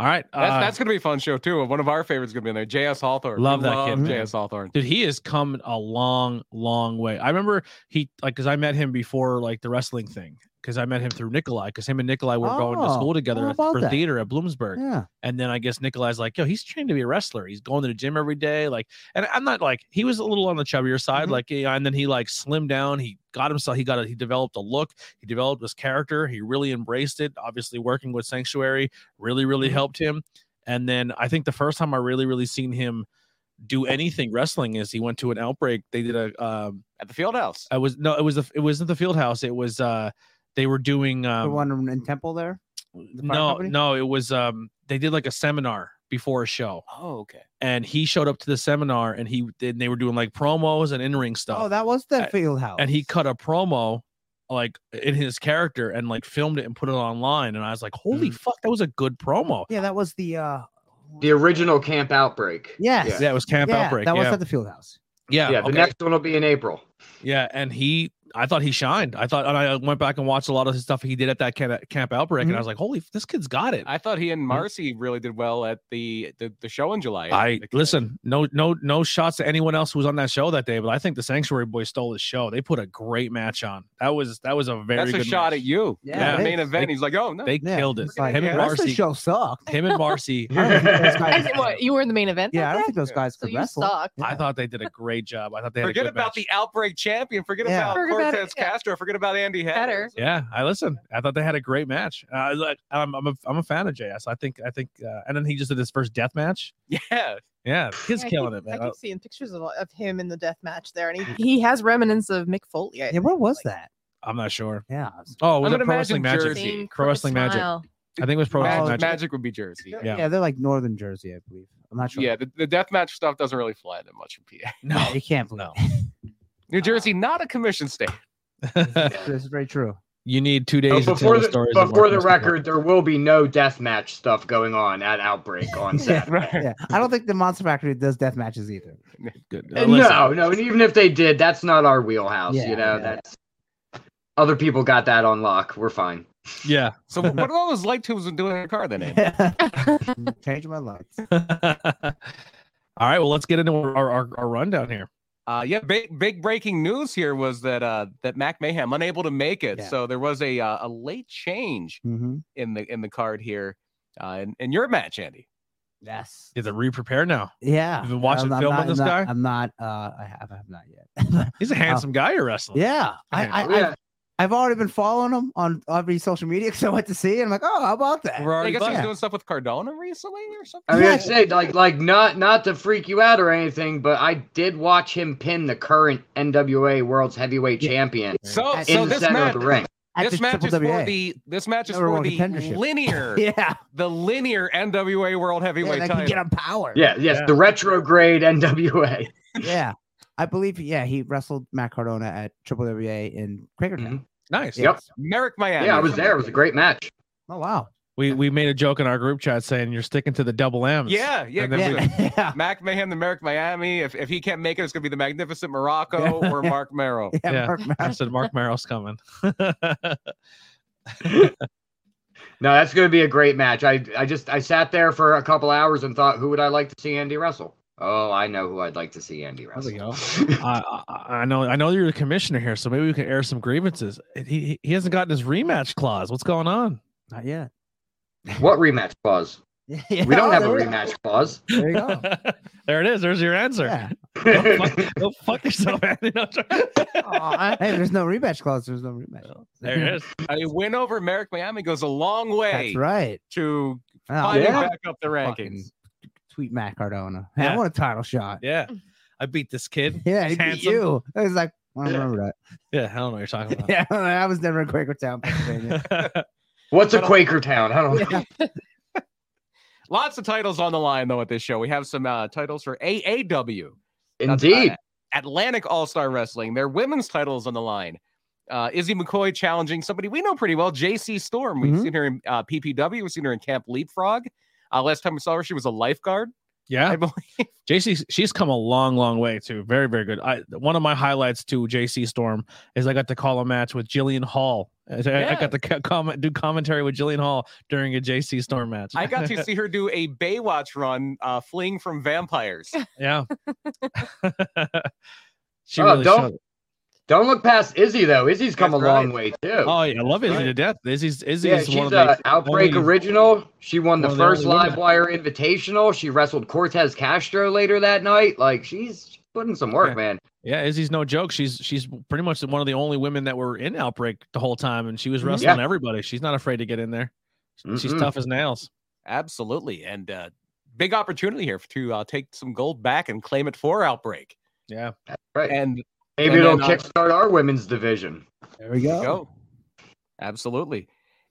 A: All right,
C: That's,
A: uh,
C: that's going to be a fun show, too. One of our favorites going to be in there. J.S. Hawthorne.
A: Love
C: We
A: that kid, man.
C: J.S. Hawthorne.
A: dude. He has come a long, long way. I remember he like because I met him before like the wrestling thing, because I met him through Nikolai because him and Nikolai were going to
B: Oh,
A: school together
B: how
A: at-
B: about
A: for
B: that?
A: theater at Bloomsburg.
B: Yeah.
A: And then I guess Nikolai's like, yo, he's trained to be a wrestler. He's going to the gym every day. Like, and I'm not like he was a little on the chubbier side.
B: Mhm.
A: Like, yeah, and then he like slimmed down. He got himself. He got a, he developed a look. He developed his character. He really embraced it. Obviously, working with Sanctuary really
B: Mm-hmm.
A: really helped him. And then I think the first time I really really seen him do anything wrestling is he went to an outbreak. They did a um,
C: at the field house.
A: I was no, it was the it wasn't the field house. It was uh they were doing
B: the
A: um
B: one in Temple there. the fire
A: no
B: company?
A: no it was um they did like a seminar before a show
C: Oh, okay.
A: and he showed up to the seminar and he and they were doing like promos and in ring stuff
B: Oh, that was the
A: I-
B: field house.
A: and he cut a promo like in his character and like filmed it and put it online and I was like holy fuck that was a good promo
B: Mm-hmm. Yeah, that was the. uh
E: The original Camp Outbreak.
B: Yes.
A: yeah it was camp
B: yeah,
A: outbreak
B: That was
A: yeah
B: at the field house.
A: yeah,
E: Yeah, the
A: okay.
E: next one will be in April.
A: yeah and he I thought he shined I thought and I went back and watched a lot of his stuff he did at that camp, camp outbreak and I
B: Mhm.
A: was like holy this kid's got it
C: I thought he and Marcy really did well at the the, the show in July.
A: Mm-hmm.
C: uh,
A: I
C: The convention.
A: listen, no, no, no shots to anyone else who was on that show that day, but I think the Sanctuary Boys stole the show. They put a great match on. That was that was a very
C: That's
A: good
C: a shot
A: match.
C: at you.
B: Yeah,
C: Yeah,
A: it
C: main
A: is.
C: event.
A: They-
C: He's like, oh no.
A: They killed it.
B: It's like,
A: him
B: yeah,
A: and
B: wrestling
A: Marcy,
B: show sucked.
A: him and
E: <laughs>
A: Marcy.
B: I don't think those
D: I
B: guys-
D: said, what, you were in the main event.
B: yeah, I
D: Okay.
B: don't think those guys
D: so
B: could
D: you
B: wrestle.
D: suck.
A: I thought they did a great job. I thought they had
C: forget
A: a good
C: about
A: match.
C: the outbreak champion. Forget
B: Yeah.
C: about
D: Forget about
C: Cortez
D: it, yeah.
C: Castro. Forget about Andy
D: Better.
C: Heather.
A: Yeah, I listen. I thought they had a great match. Uh, I like, I'm I'm a, I'm a fan of JS. I think I think, uh, and then he just did his first death match.
C: <laughs> Yeah.
A: Yeah, he's
D: Yeah, I
A: killing
D: keep-
A: it, man.
D: I keep seeing pictures of, of him in the death match there, and he, he has remnants of Mick Foley. I
B: Yeah, what was that?
A: I'm not sure.
B: Yeah. it was-
A: Oh, was
C: I'm
A: it
C: gonna
A: pro wrestling
C: imagine
A: magic?
C: Jersey.
D: Same
A: Pro
D: crooked
A: Wrestling magic.
D: smile.
A: I think it was pro
C: Mag-
A: wrestling
C: magic.
A: magic.
C: would be Jersey.
A: Yeah.
B: Yeah. they're like northern Jersey, I believe. I'm not sure. <laughs>
C: Yeah, the, the deathmatch stuff doesn't really fly that much in PA.
A: No,
B: you can't believe.
A: no.
C: New Jersey,
B: Ah.
C: not a commission state.
A: <laughs>
B: it. <laughs> This is very
C: <laughs>
B: true.
A: you need two
E: But
A: days to tell
E: before
A: the,
E: the,
A: stories.
E: but
A: of
E: for
A: Marcus
E: the
A: Nicole.
E: record, there will be no deathmatch stuff going on at Outbreak on
A: <laughs>
E: Saturday.
B: <laughs>
C: Right.
B: Yeah, I don't think the Monster Factory does death matches
C: <laughs>
B: either.
A: Good.
E: Uh,
A: Uh, listen,
E: <laughs> no, no, and even if they did, that's not our wheelhouse.
B: Yeah,
E: you know,
B: yeah.
E: that's other people got that on lock. We're fine.
A: Yeah.
C: So what
B: <laughs>
C: what all those light tubes were doing in your car then? Andy?
B: Change my lights.
A: All right. Well, let's get into our, our, our rundown here.
C: Uh, yeah, big big breaking news here was that uh, that Mac Mayhem unable to make it,
B: Yeah.
C: so there was a uh, a late change
B: Mhm.
C: in the in the card here, uh, in, in your match, Andy.
B: Yes.
A: You have to re prepare now.
B: Yeah.
A: You've been watching film on
B: not,
A: this
B: not-
A: guy?
B: I'm not. Uh, I have. I have not yet. <laughs>
A: He's a handsome guy you're wrestling.
B: yeah. I.
A: Yeah.
B: I,
E: Oh, yeah.
B: I I've already been following him on every social media <laughs> because I went to see it. I'm like, oh, how about that?
A: We're
C: I
A: already
C: guess he was
A: back.
C: doing stuff with Cardona recently or
E: I
C: something.
E: mean,
B: Yeah.
E: I'd say like like not not to freak you out or anything, but I did watch him pin the current NWA World's Heavyweight
B: Yeah.
E: Champion
C: So
B: In
E: in
C: so
E: the
C: this
E: center
C: match
E: of the ring.
B: At
C: this
B: the
C: match is
B: Triple
C: for
B: WA.
C: the this match is
B: Number
C: for
B: one
C: the
B: contendership.
C: linear
B: <laughs>
C: <laughs>
B: Yeah.
C: the linear NWA World
B: Yeah,
C: Heavyweight
B: they can
C: Title.
B: get him power.
E: Yeah, yes,
A: Yeah.
E: the retrograde NWA.
B: <laughs> Yeah. I believe. Yeah, he wrestled Matt Cardona at Triple WA in Quakertown.
E: Mhm.
C: Mm-hmm.
A: Nice.
E: Yep.
B: Yes.
C: Merrick Miami.
E: Yeah, I was there. It was a great match.
B: Oh wow.
A: We we made a joke in our group chat saying you're sticking to the double M's.
C: Yeah, yeah.
A: And then
C: yeah.
A: we-
B: Yeah. <laughs> yeah.
C: <laughs> Mac Mayhem, the Merrick Miami. If, if he can't make it, it's going to be the Magnificent Morocco or Mark Merrill.
A: Yeah.
B: Mark Mar-
A: I said Mark Merrill's coming. <laughs>
E: No, that's going to be a great match. I I just I sat there for a couple hours and thought, who would I like to see Andy wrestle? Oh, I know who I'd like to see Andy
A: we
E: wrestle.
A: I, I I know I know you're the commissioner here, so maybe we can air some grievances. He- He he hasn't gotten his rematch clause. What's going on?
B: Not yet.
E: <laughs> what rematch clause?
B: <laughs> Yeah, <laughs>
E: We don't have a
B: there you go.
E: rematch clause.
B: There you go.
A: <laughs> there it is. There's your answer.
B: Oh.
A: Go,
B: Yeah.
E: <laughs>
A: fuck, go fuck yourself, <laughs> Andy. No, I'm trying-
B: Aw, hey, there's no rematch clause. There's no rematch. Clause.
A: there it is.
C: A win over Merrick Miami goes a long way
B: <laughs> That's right.
C: to
B: Oh,
C: climbing
E: yeah.
C: back up the
B: fucking
C: rankings.
B: tweet Matt Cardona. Hey,
A: Yeah.
B: I want a title shot.
A: Yeah. I beat this kid.
B: Yeah,
A: He's
B: he beat
A: handsome.
B: you. I was like, I don't remember
A: Yeah, I don't know what you're talking
B: that.
A: about.
B: Yeah, <laughs> I was never in Quakertown,
A: <laughs>
B: <laughs> Pennsylvania.
E: What's a Quaker town? I don't know.
B: <laughs> yeah.
C: Lots of titles on the line, though, at this show. We have some uh, titles for AAW,
E: Indeed.
C: uh, Atlantic All Star Wrestling. Their women's titles on the line. Uh, Izzy McCoy challenging somebody we know pretty well, JC Storm. We've
B: Mhm.
C: seen her in uh, PPW. We've seen her in Camp Leapfrog. Uh, last time we saw her, she was a lifeguard,
A: yeah.
C: I believe.
A: JC, she's come a long, long way too. Very, very good. I one of my highlights to JC Storm is I got to call a match with Jillian Hall. As I, I
C: Yeah.
A: got to co- comment, do commentary with Jillian Hall during a JC Storm match.
C: I
A: <laughs>
C: got to see her do a Baywatch run, uh, fleeing <laughs> from vampires.
A: yeah. she
E: Oh,
A: really
E: don't-
A: showed it.
E: Don't look past Izzy though. Izzy's come
C: That's
E: a long way too.
A: Oh yeah, I love Izzy
E: Right.
A: to death. Izzy's Izzy
E: yeah,
A: is one
E: she's
A: of
E: an
A: my
E: Outbreak
A: only-
E: original. She won the
A: one of the only
E: first
A: women.
E: Live Wire Invitational. She wrestled Cortez Castro later that night. Like she's putting some work,
A: Yeah.
E: man.
A: Yeah, Izzy's no joke. She's she's pretty much one of the only women that were in outbreak the whole time, and she was
D: Mhm.
C: Mm-hmm.
A: wrestling everybody. She's not afraid to get in there. She's
E: Mm-mm.
A: tough as nails.
C: Absolutely. And uh, big opportunity here to uh, take some gold back and claim it for Outbreak.
A: Yeah,
E: Right.
C: And
E: Maybe
C: and
E: it'll
C: then, uh,
E: kickstart our women's division.
B: There we
C: there you go. Absolutely.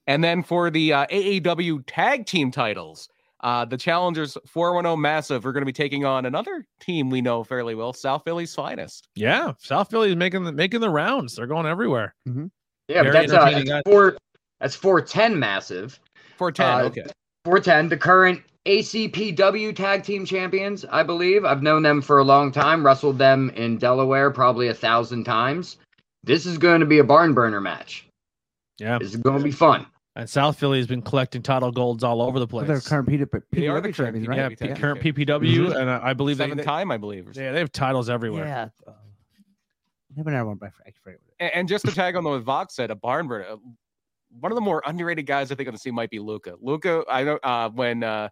C: And then for the uh, AAW tag team titles, uh, the challengers 410 Massive are going to be taking on another team we know fairly well, South Philly's Finest.
A: yeah. South Philly is making the making the rounds. They're going everywhere.
E: Yeah, but
A: Very
E: that's, uh,
A: entertaining,
E: that's four. That's four ten massive.
C: 410.
E: Uh,
C: okay.
E: Four ten. The current ACPW Tag Team Champions, I believe. I've known them for a long time. Wrestled them in Delaware probably a thousand times. This is going to be a barn burner match.
A: Yeah,
E: This is going to be fun.
A: and South Philly has been collecting title golds all over the place.
B: They're current Peter, Peter
C: They are the current
B: champions,
A: yeah,
B: right? Mm-hmm.
C: PPW
A: p-
C: Yeah.
A: current PPW, and I I believe they,
C: Seventh
A: they-
C: time, I believe. or
A: yeah they have titles everywhere.
B: Yeah. Uh, never never went by I forget what it-
C: A- and, just to tag on what Vox said, a barn burner. uh, One of the more underrated guys I think on the scene might be Luca. Luca, I know uh, when uh,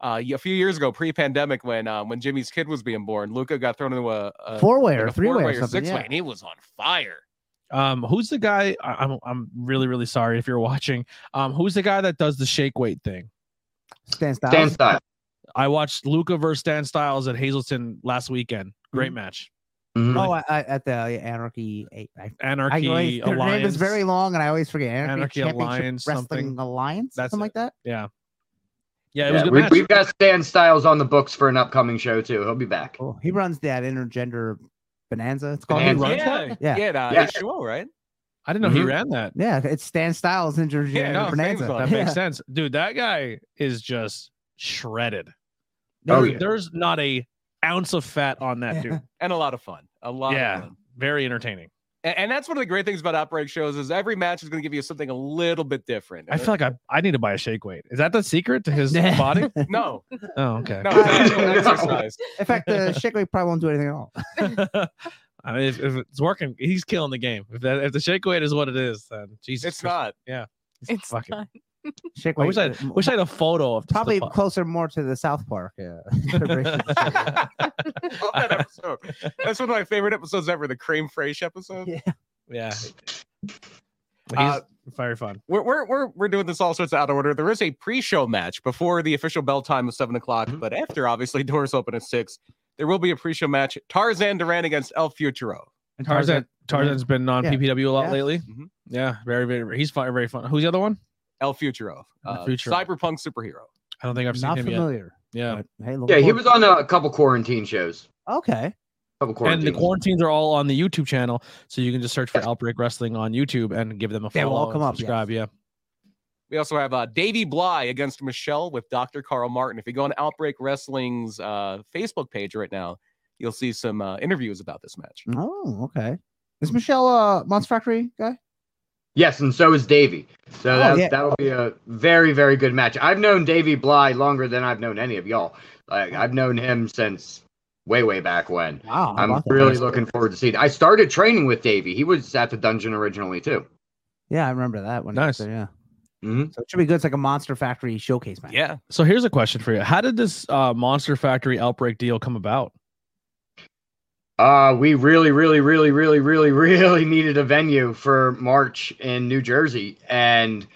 C: uh, a few years ago, pre-pandemic, when uh, when Jimmy's kid was being born, Luca got thrown into a, a
B: Four way
C: Uh, like
B: or
C: a
B: three way
C: four-way
B: or something.
C: six-way,
B: Yeah.
C: and he was on fire.
A: Um, who's the guy? I, I'm I'm really really sorry if you're watching. Um, who's the guy that does the shake weight thing?
B: Stan Styles.
E: Stand style.
A: I watched Luca versus Dan Styles at Hazelton last weekend. Great
B: Mm-hmm.
A: match.
E: Mhm.
B: Oh, I, I, at the Anarchy. I, I, I
A: Anarchy
B: always, their
A: Alliance.
B: name is very long, and I always forget.
A: Anarchy
B: Anarchy, Championship
A: Alliance,
B: Wrestling
A: something.
B: Alliance,
A: That's
B: something like that.
A: yeah, yeah. It
E: Yeah,
A: was a good
E: we,
A: match.
E: we've got Stan Styles on the books for an upcoming show too. He'll be back.
B: Oh, he runs that intergender bonanza. It's
A: Oh,
B: called.
A: he
E: Bonanza.
A: runs
C: yeah,
A: that?
B: Yeah.
C: yeah, uh,
E: Yeah.
C: HUO, right?
A: I didn't know he
B: Mm-hmm.
E: Mhm.
A: ran that.
B: Yeah, it's Stan Styles intergender
C: Yeah, no,
B: bonanza.
C: famous one.
A: That
B: yeah.
A: makes sense, dude. That guy is just shredded.
B: No,
E: Oh,
A: There-
E: yeah.
A: There's not a ounce of fat on that <laughs> dude.
C: And a lot of fun. A lot.
A: Yeah.
C: Of fun.
A: Very entertaining.
C: A- And, that's one of the great things about outbreak shows is every match is going to give you something a little bit different.
A: I feel like I, I need to buy a shake weight. Is that the secret to <laughs> his
B: Yeah.
A: body?
C: no,
B: <laughs>
A: Oh, okay.
C: no, it's actual exercise.
B: In fact, the shake weight probably won't do anything at all.
A: <laughs>
B: <laughs>
A: I mean, if, if it's working, he's killing the game. If that if the shake weight is what it is, then Jesus,
C: It's
A: Christ,
C: not.
A: he's
D: It's
A: fucking.
D: not-
B: Shake
A: I
B: weight.
A: wish I
B: uh,
A: wish I had a photo of just the
B: probably
A: fu-
B: closer more to the South Park. uh, <laughs> Yeah.
A: <laughs>
C: <laughs> Love that episode. That's one of my favorite episodes ever. The cream fraiche episode.
A: yeah, he's
C: Uh,
A: very fun.
C: we're, we're we're we're doing this all sorts of out of order. There is a pre-show match before the official bell time of seven o'clock,
A: Mm-hmm.
C: but after obviously doors open at six, there will be a pre-show match. Tarzan Duran against El Futuro.
B: And
A: Tarzan Tarzan's been on
B: Mm-hmm. Yeah.
A: PPW a lot
B: Yeah.
A: lately.
E: Mm-hmm.
C: Mhm.
A: Yeah, very very. He's fun, very fun. Who's the other one?
C: El Futuro,
A: El
C: uh,
A: Futuro.
C: cyberpunk superhero.
A: I don't think I've seen
B: not
A: him
B: familiar.
A: yet.
B: but, hey,
E: Yeah,
B: looking
E: he
B: forward-
E: was on a, a couple quarantine shows.
B: Okay.
E: couple
A: Yeah, and
E: quarantine.
A: the quarantines are all on the YouTube channel, so you can just search for Outbreak Wrestling on YouTube and give them a follow.
B: They will all
A: and
B: come up, yes.
A: Subscribe, yeah.
C: We also have uh, Davey Bly against Michelle with Dr. Carl Martin. If you go on Outbreak Wrestling's uh, Facebook page right now, you'll see some uh, interviews about this match.
B: Oh, okay. Is Michelle uh, Monster Factory guy?
E: yes, and so is Davey. So
B: Oh,
E: that,
B: yeah.
E: that'll be a very, very good match. I've known Davey Bly longer than I've known any of y'all. Like I've known him since way, way back when.
B: Wow.
E: I'm
B: about that.
E: really looking forward to seeing. I started training with Davey. He was at the dungeon originally too.
B: Yeah, I remember that one.
A: Nice.
B: So, yeah.
E: Mhm.
B: So it should be good. It's like a Monster Factory showcase match.
C: Yeah.
A: So here's a question for you: How did this uh, Monster Factory Outbreak deal come about?
E: Uh, we really, really, really, really, really, really <laughs> needed a venue for March in New Jersey, and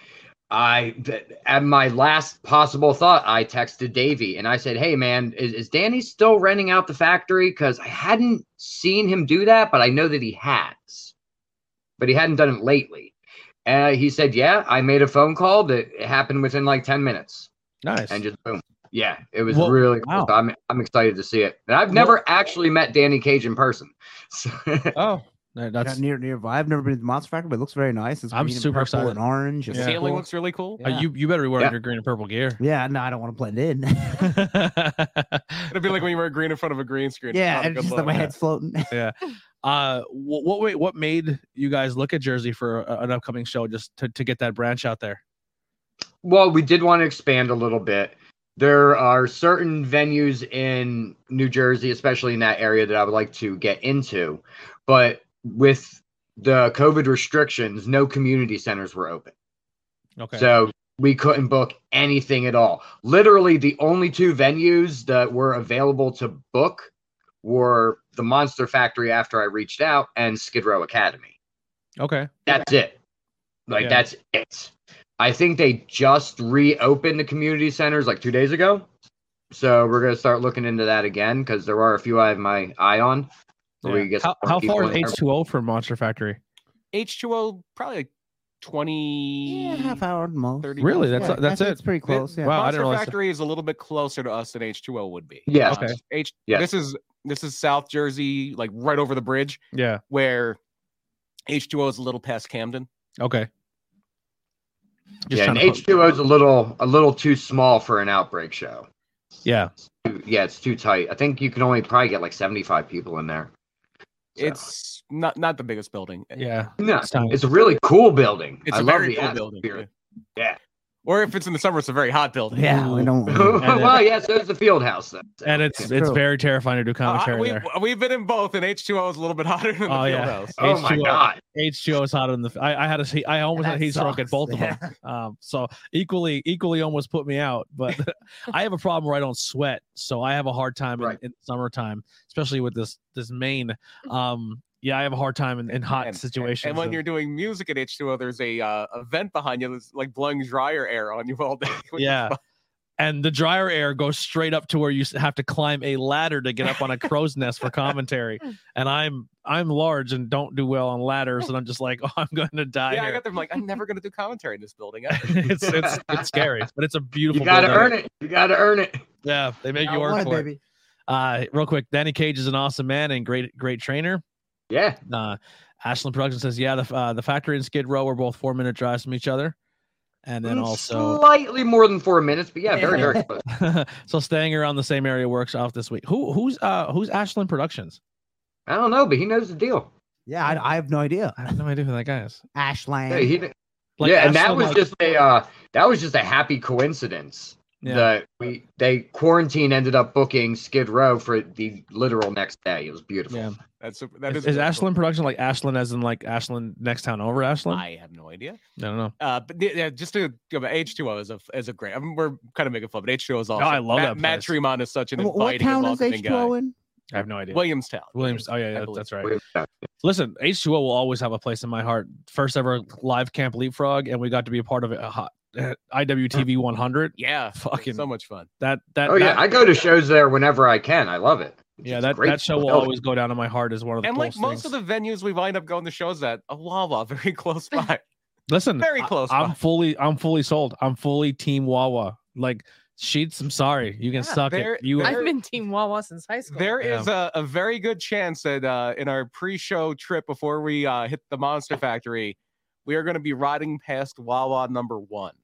E: I, th- at my last possible thought, I texted Davey and I said, "Hey, man, is, is Danny still renting out the factory? Because I hadn't seen him do that, but I know that he has, but he hadn't done it lately." And he said, "Yeah." I made a phone call that happened within like ten minutes.
A: Nice.
E: and just boom. Yeah, it was
A: Well,
E: really cool.
B: wow.
E: So I'm I'm excited to see it. And I've never actually met Danny Cage in person. <laughs> So
A: oh, that-
B: Got
A: that's
B: near nearby. I've never been to the Monster Factory, but it looks very nice. It's
A: I'm
B: green and
A: super
B: purple
A: excited.
B: and orange.
C: The
B: It's
A: Yeah.
C: ceiling
B: cool.
C: looks really cool.
A: uh, you. You better be wearing
E: Yeah.
A: your green and purple gear.
B: Yeah, no, I don't want to blend in.
C: It'll be like when you wear green in front of a green
B: <laughs>
C: screen.
B: yeah,
C: Not a
B: and
C: good
B: just
C: look.
B: like my head's floating.
A: <laughs> uh, wh- what wait, what made you guys look at Jersey for a- an upcoming show just to, to get that branch out there?
E: well, we did want to expand a little bit. There are certain venues in New Jersey, especially in that area, that I would like to get into, but with the COVID restrictions, no community centers were open.
A: Okay.
E: So we couldn't book anything at all. Literally, the only two venues that were available to book were the Monster Factory after I reached out and Skid Row Academy.
A: okay.
E: That's it. Like,
A: Yeah.
E: that's it. I think they just reopened the community centers like two days ago. So we're going to start looking into that again because there are a few I have my eye on. where we
A: Yeah.
E: can get
A: How,
E: some
A: how
E: people
A: far
E: in there.
A: is H2O from Monster Factory?
C: H2O probably like 20
B: Yeah, half hour at most.
C: 30
A: Really?
C: minutes.
A: That's
B: Yeah, I
A: that's
B: think
A: it.
B: It's pretty close. Yeah.
A: Wow, I
C: Monster
A: didn't realize that.
C: Factory is a little bit closer to us than H2O would be. Uh,
E: Yeah.
A: Okay.
C: H
E: Yes.
C: this is this is South Jersey, like right over the bridge
A: Yeah.
C: where H2O is a little past Camden.
A: Okay. Just
E: yeah,
A: trying
E: and
A: to put-
E: H two O is a little a little too small for an outbreak show.
A: yeah.
E: Yeah, it's too tight. I think you can only probably get like seventy five people in there. So-
C: It's not not the biggest building.
A: Yeah.
E: no,
A: It's time.
E: it's a really cool building.
C: It's
E: I
C: a
E: love
C: very
E: the
C: cool
E: atmosphere.
C: building.
E: Yeah.
C: Or if it's in the summer, it's a very hot building.
B: Yeah, we <laughs> don't.
A: And it-
E: <laughs> well, yeah, so it's the field house then. So,
A: And it's
E: yeah.
A: it's
B: True.
A: very terrifying to do
C: Uh,
A: commentary
C: we,
A: there.
C: we've been in both, and H2O is a little bit <laughs> hotter than the
A: Oh,
C: Fieldhouse.
A: yeah.
E: oh my
A: H2O.
E: god,
A: H2O is hotter than the. I, I had a. heat- I almost
B: That
A: had a heat stroke at
B: sucks.
A: both of them.
B: Yeah.
A: Um, so equally, equally almost put me out. But <laughs> I have a problem where I don't sweat, so I have a hard time in-
E: Right.
A: in, summertime, especially with this this Maine. Um, yeah, I have a hard time in, in hot
C: And-
A: situations.
C: And when you're doing music at H2O, there's a uh, a vent behind you that's like blowing dryer air on you
A: <laughs>
C: all day. which is
A: yeah.
C: fun.
A: and the dryer air goes straight up to where you s- have to climb a ladder to get up on a crow's nest for commentary. And I'm I'm large and don't do well on ladders, and I'm just like, <laughs> oh, I'm going to die.
C: Yeah, I
A: here." <laughs>
C: got them like I'm never gonna do commentary in this building.
A: it's, it's it's scary, but it's a beautiful.
E: you got to
A: building.
E: earn it. You got to earn it.
A: Yeah, they make you earn
B: One,
A: for it.
B: baby.
A: Uh, real quick, Danny Cage is an awesome man and great, great trainer.
E: Yeah,
A: Uh, Ashland Production says, yeah, the uh, the factory and Skid Row were both four minute drives from each other, and then
E: Mm,
A: also,
E: slightly more than four minutes, but yeah, very very close.
A: <laughs> so staying around the same area works off this week. Who who's uh who's Ashland Productions?
E: I don't know, but he knows the deal.
B: Yeah, I, I have no idea.
A: I have no idea who that guy is.
B: Ashland.
E: Yeah, he, yeah, and that
A: Ashland,
E: was
A: like-
E: just a uh, that was just a happy coincidence.
A: yeah.
E: that we they quarantine ended up booking Skid Row for the literal next day. It was beautiful.
A: Yeah.
C: That's super, that
A: is,
C: is,
A: is
C: really cool.
A: Ashland production like Ashland as in like Ashland next town over Ashland? I,
C: I have no idea.
A: don't know.
C: Uh, but th- yeah, just to go back, H2O is a is a great. I mean, we're kind of making fun, but H2O is awesome.
A: Oh, I love
C: Matt,
A: that
C: Matt
A: place.
C: Tremont is such an
B: Wh-
C: inviting
B: what town
C: and
B: is
C: welcoming
B: H2O in?
A: I have no
C: guy.
A: idea.
C: Williamstown.
A: Williams. Oh yeah,
C: I
A: yeah
C: believe.
A: that's right.
E: We-
A: Listen, H2O will always have a place in my heart. First ever live camp leapfrog, and we got to be a part of it. uh, hot- uh, IWTV 100.
C: Yeah,
A: Fucking-
C: so much fun.
A: That that
E: Oh yeah,
A: that-
E: I go to shows there whenever I can. I love it. It's
A: yeah
E: a
A: that,
E: great Oh.
A: that show will
E: building.
A: always go down in my heart as one of the
C: And like
A: coolest
C: most
A: things.
C: of the venues we wind up going to shows at, a Wawa <laughs> very close by.
A: Listen,
C: very close
A: I, am
C: by.
A: fully I'm fully sold. I'm fully Team Wawa. Like Sheets, I'm sorry, you can
C: Yeah,
A: suck
C: there-
A: it. You
C: there-
A: are
C: There-
D: I've been Team Wawa since high school.
C: There
A: Yeah.
C: is a, a very good chance that uh, in our pre-show trip before we uh, hit the Monster Factory, we are going to be riding past Wawa number one,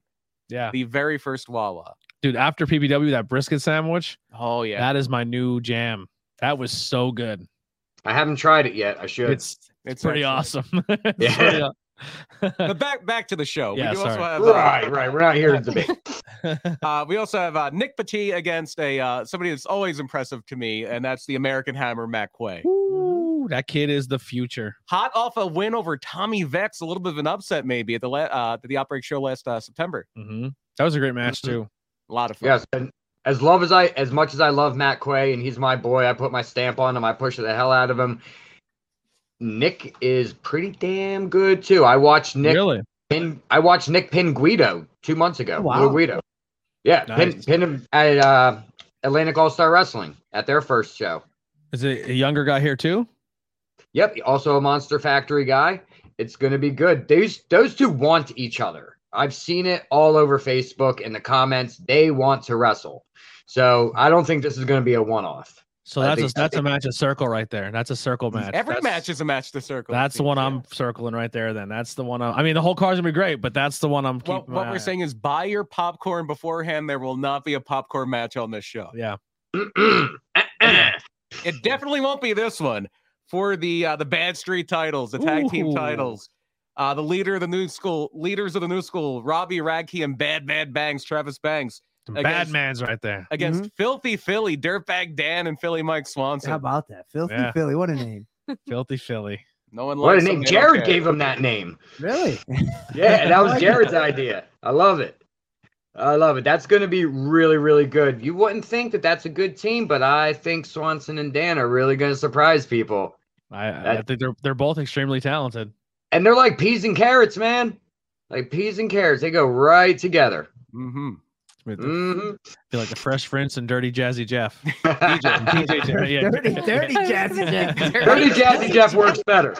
A: yeah,
C: the very first Wawa.
A: dude. After PPW, that brisket sandwich,
C: Oh yeah,
A: that is my new jam. That was so good.
E: I haven't tried it yet. I should.
A: It's it's pretty
C: excellent.
A: awesome. <laughs> It's
E: Yeah.
A: pretty aw-
C: But back back to the show.
A: Yeah,
C: we do also
A: sorry.
C: have uh,
E: right, right. We're not here
A: <laughs>
E: to debate.
C: <laughs> uh, we also have uh, Nick Petit against a uh, somebody that's always impressive to me, and that's the American Hammer Mac Quay.
A: Ooh, that kid is the future.
C: Hot off a win over Tommy Vex, a little bit of an upset maybe at the la- uh, at the Outbreak show last uh, September.
A: hmm That was a great
C: Mm-hmm.
A: match too.
C: A lot of fun.
E: Yes, and as love as I, as much as I love Matt Quay, and he's my boy, I put my stamp on him. I push the hell out of him. Nick is pretty damn good too. I watched Nick
A: Really?
E: Pin, I watched Nick Pin Guido two months ago.
B: Oh, wow.
E: Blue Guido. Yeah, Pin,
A: Nice.
E: Pin him at uh, Atlantic All Star Wrestling at their first show.
A: Is it a younger guy here too?
E: Yep, also a Monster Factory guy. It's going to be good. Those those two want each other. I've seen it all over Facebook in the comments. They want to wrestle. So I don't think this is going to be a one <clears throat> off.
A: So
E: I
A: that's
E: think
A: a,
E: so.
A: that's a match at circle right there. That's a circle match.
C: Every
A: That's-
C: match is a match to circle. it
A: That's the
C: seems,
A: one
C: yeah.
A: I'm circling right there. Then that's the one. I'm, I mean, the whole car's gonna be great, but that's the one I'm keeping.
C: Well, what
A: my eye
C: we're
A: on.
C: saying is buy your popcorn beforehand. There will not be a popcorn match on this show.
A: Yeah. <laughs>
C: It definitely won't be this one for the uh, the Bad Street titles, the tag team
A: Ooh.
C: titles. Uh, the leader of the new school, leaders of the new school, Robbie Radke and Bad Bad Bangs, Travis Banks,
A: Some
C: I
A: bad
C: guess-
A: man's right
C: <laughs>
A: there.
C: against Filthy Philly, Dirtbag Dan, and Philly Mike Swanson.
B: How about that? Filthy
A: Yeah.
B: Philly. What a name.
A: Filthy Philly.
C: No one
E: What a
C: likes him,
E: name!
C: they don't
E: Jared
C: care.
E: gave him that name.
B: Really?
E: Yeah, that was
B: Like-
E: Jared's idea. I love it. I love it. That's going to be really, really good. You wouldn't think that that's a good team, but I think Swanson and Dan are really going to surprise people.
A: I, I
E: That-
A: think they're they're both extremely talented.
E: And they're like peas and carrots, man. Like peas and carrots, they go right together.
C: Mhm.
A: I mean, they're-
E: hmm
A: they're like the Fresh Prince and Dirty Jazzy
C: <laughs>
A: Jeff.
E: <laughs> Dirty
A: DJ Jeff. Yeah,
B: <laughs> Dirty,
A: yeah, <laughs>
B: dirty Jazzy <laughs> Jeff.
E: Jazzy Jeff works better.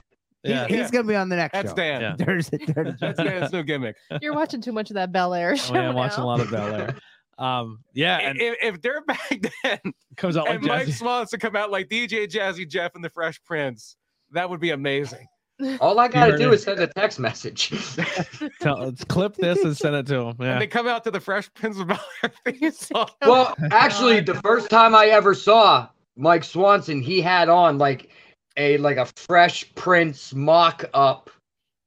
A: yeah.
B: He's gonna be on the next
C: That's
B: show.
C: Dan.
A: Yeah.
B: Dirty, dirty
C: <laughs> That's
B: Jazzy.
C: Dan's new gimmick.
D: You're watching too much of that Bel Air
A: Oh,
D: show.
A: yeah, I'm watching a
D: now.
A: lot of Bel
C: <laughs>
A: Air. Um, yeah, <laughs> and
C: if, if they're back then
A: comes out <laughs> like
C: and Mike
A: Jazzy.
C: Swanson come out like DJ Jazzy Jeff and the Fresh Prince, that would be amazing.
E: All I got to
A: heard
E: do
A: it.
E: is send a text message.
A: <laughs>
B: <laughs>
A: Tell, clip this and send it to him.
C: And
A: Yeah.
C: they come out to the Fresh Prince of <laughs> Bel Air theme song.
E: well, actually, the first time I ever saw Mike Swanson, he had on like a like a Fresh Prince mock up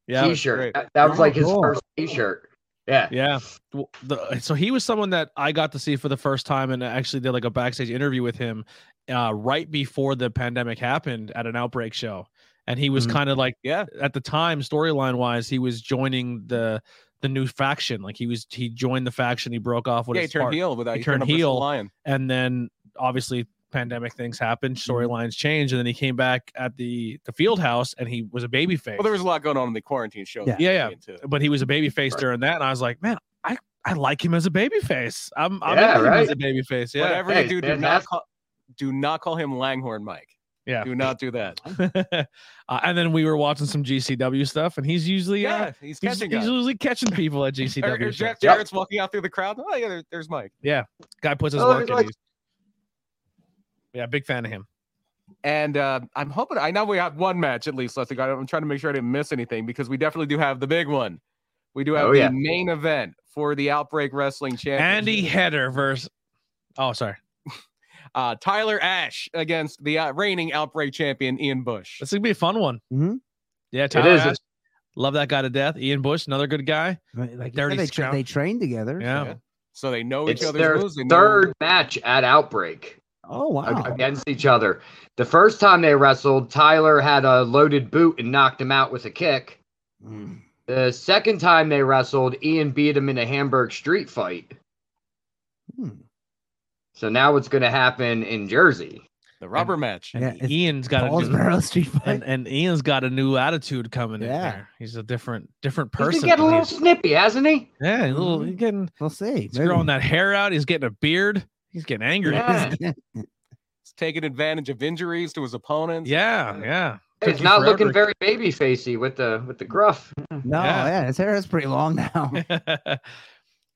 A: Yeah.
E: t-shirt.
C: great.
E: That, that was
B: Oh,
E: like his
B: cool.
E: first t-shirt. Yeah.
A: Yeah. Well, the- so he was someone that I got to see for the first time and actually did like a backstage interview with him uh, right before the pandemic happened at an outbreak show. And he was
C: Mm-hmm.
E: Mhm.
A: kind of like,
C: Yeah.
A: at the time, storyline wise, he was joining the the new faction. Like he was, he joined the faction. He broke off with
C: Yeah, he
A: his
C: turned
A: part.
C: heel without
A: He
C: you
A: turned
C: turning up
A: heel.
C: Bristol Lion.
A: and then obviously pandemic things happened
C: Mm-hmm.
A: storylines changed and then he came back at the the field house and he was a baby face
C: Well, there was a lot going on in the quarantine show.
B: Yeah.
A: Yeah, yeah.
C: Too.
A: but he was a baby face during that and i was like man i i like him as a baby face i'm, I'm
E: Yeah,
A: into him as
E: right.
A: a baby face yeah
C: Whatever
E: Hey,
C: you do, do not,
E: fantastic.
C: call, do not call him Langhorn Mike.
A: Yeah.
C: Do not do that.
A: <laughs> uh, and then we were watching some gcw stuff and he's usually
C: Yeah,
A: uh, He's,
C: he's catching
A: he's
C: guys.
A: usually catching people at
C: <laughs> Or- or
A: GCW. show.
C: Jeff Jarrett's walking out through the crowd. Oh, yeah, there- there's Mike.
A: Guy puts his
E: Oh,
A: work
E: he's
A: in.
E: like-
A: He's- Yeah, big fan of him.
C: And uh, I'm hoping I know we have one match at least, Leslie. I'm trying to make sure I didn't miss anything because we definitely do have the big one. We do have
E: Oh,
C: the
E: yeah.
C: main event for the Outbreak Wrestling Championship.
A: Andy Header versus. Oh, sorry.
C: uh, Tyler Ash against the uh, reigning Outbreak Champion Ian Bush.
A: This is gonna be a fun one.
B: Mhm.
A: Yeah, Tyler
E: is.
A: Ash, love that guy to death. Ian Bush, another good guy.
B: Like you
A: Dirty
B: said, they, tra-
A: Scout.
B: they train together.
A: Yeah.
C: Yeah. So they know each
E: It's
C: other's
E: their
C: moves. They know-
E: third match at Outbreak
B: Oh
E: a-
B: wow.
E: against each other. The first time they wrestled, Tyler had a loaded boot and knocked him out with a kick.
B: Mm.
E: The second time they wrestled, Ian beat him in a Hamburg street fight.
B: Hmm.
E: So now what's going to happen in Jersey?
C: the rubber match.
B: Yeah, it's
A: Ian's got
B: Paul's
A: a new, <laughs>
B: Barrow Street Fight.
A: and, and Ian's got a new attitude coming in
B: Yeah.
A: there. He's a different different
E: He's
A: person.
E: been getting a
A: than
E: little
A: he-
E: snippy, hasn't he?
A: yeah, a little,
B: Mhm.
A: he's getting
B: We'll see.
A: he's growing that hair out. He's getting a beard. He's getting angry. Yeah,
E: Yeah.
B: Yeah.
C: He's taking advantage of injuries to his opponents.
A: yeah. Took
E: It's
A: you
E: not looking
A: forever.
E: very baby facey with the with the gruff.
B: <laughs> No,
A: Yeah.
B: yeah. his hair is pretty long now.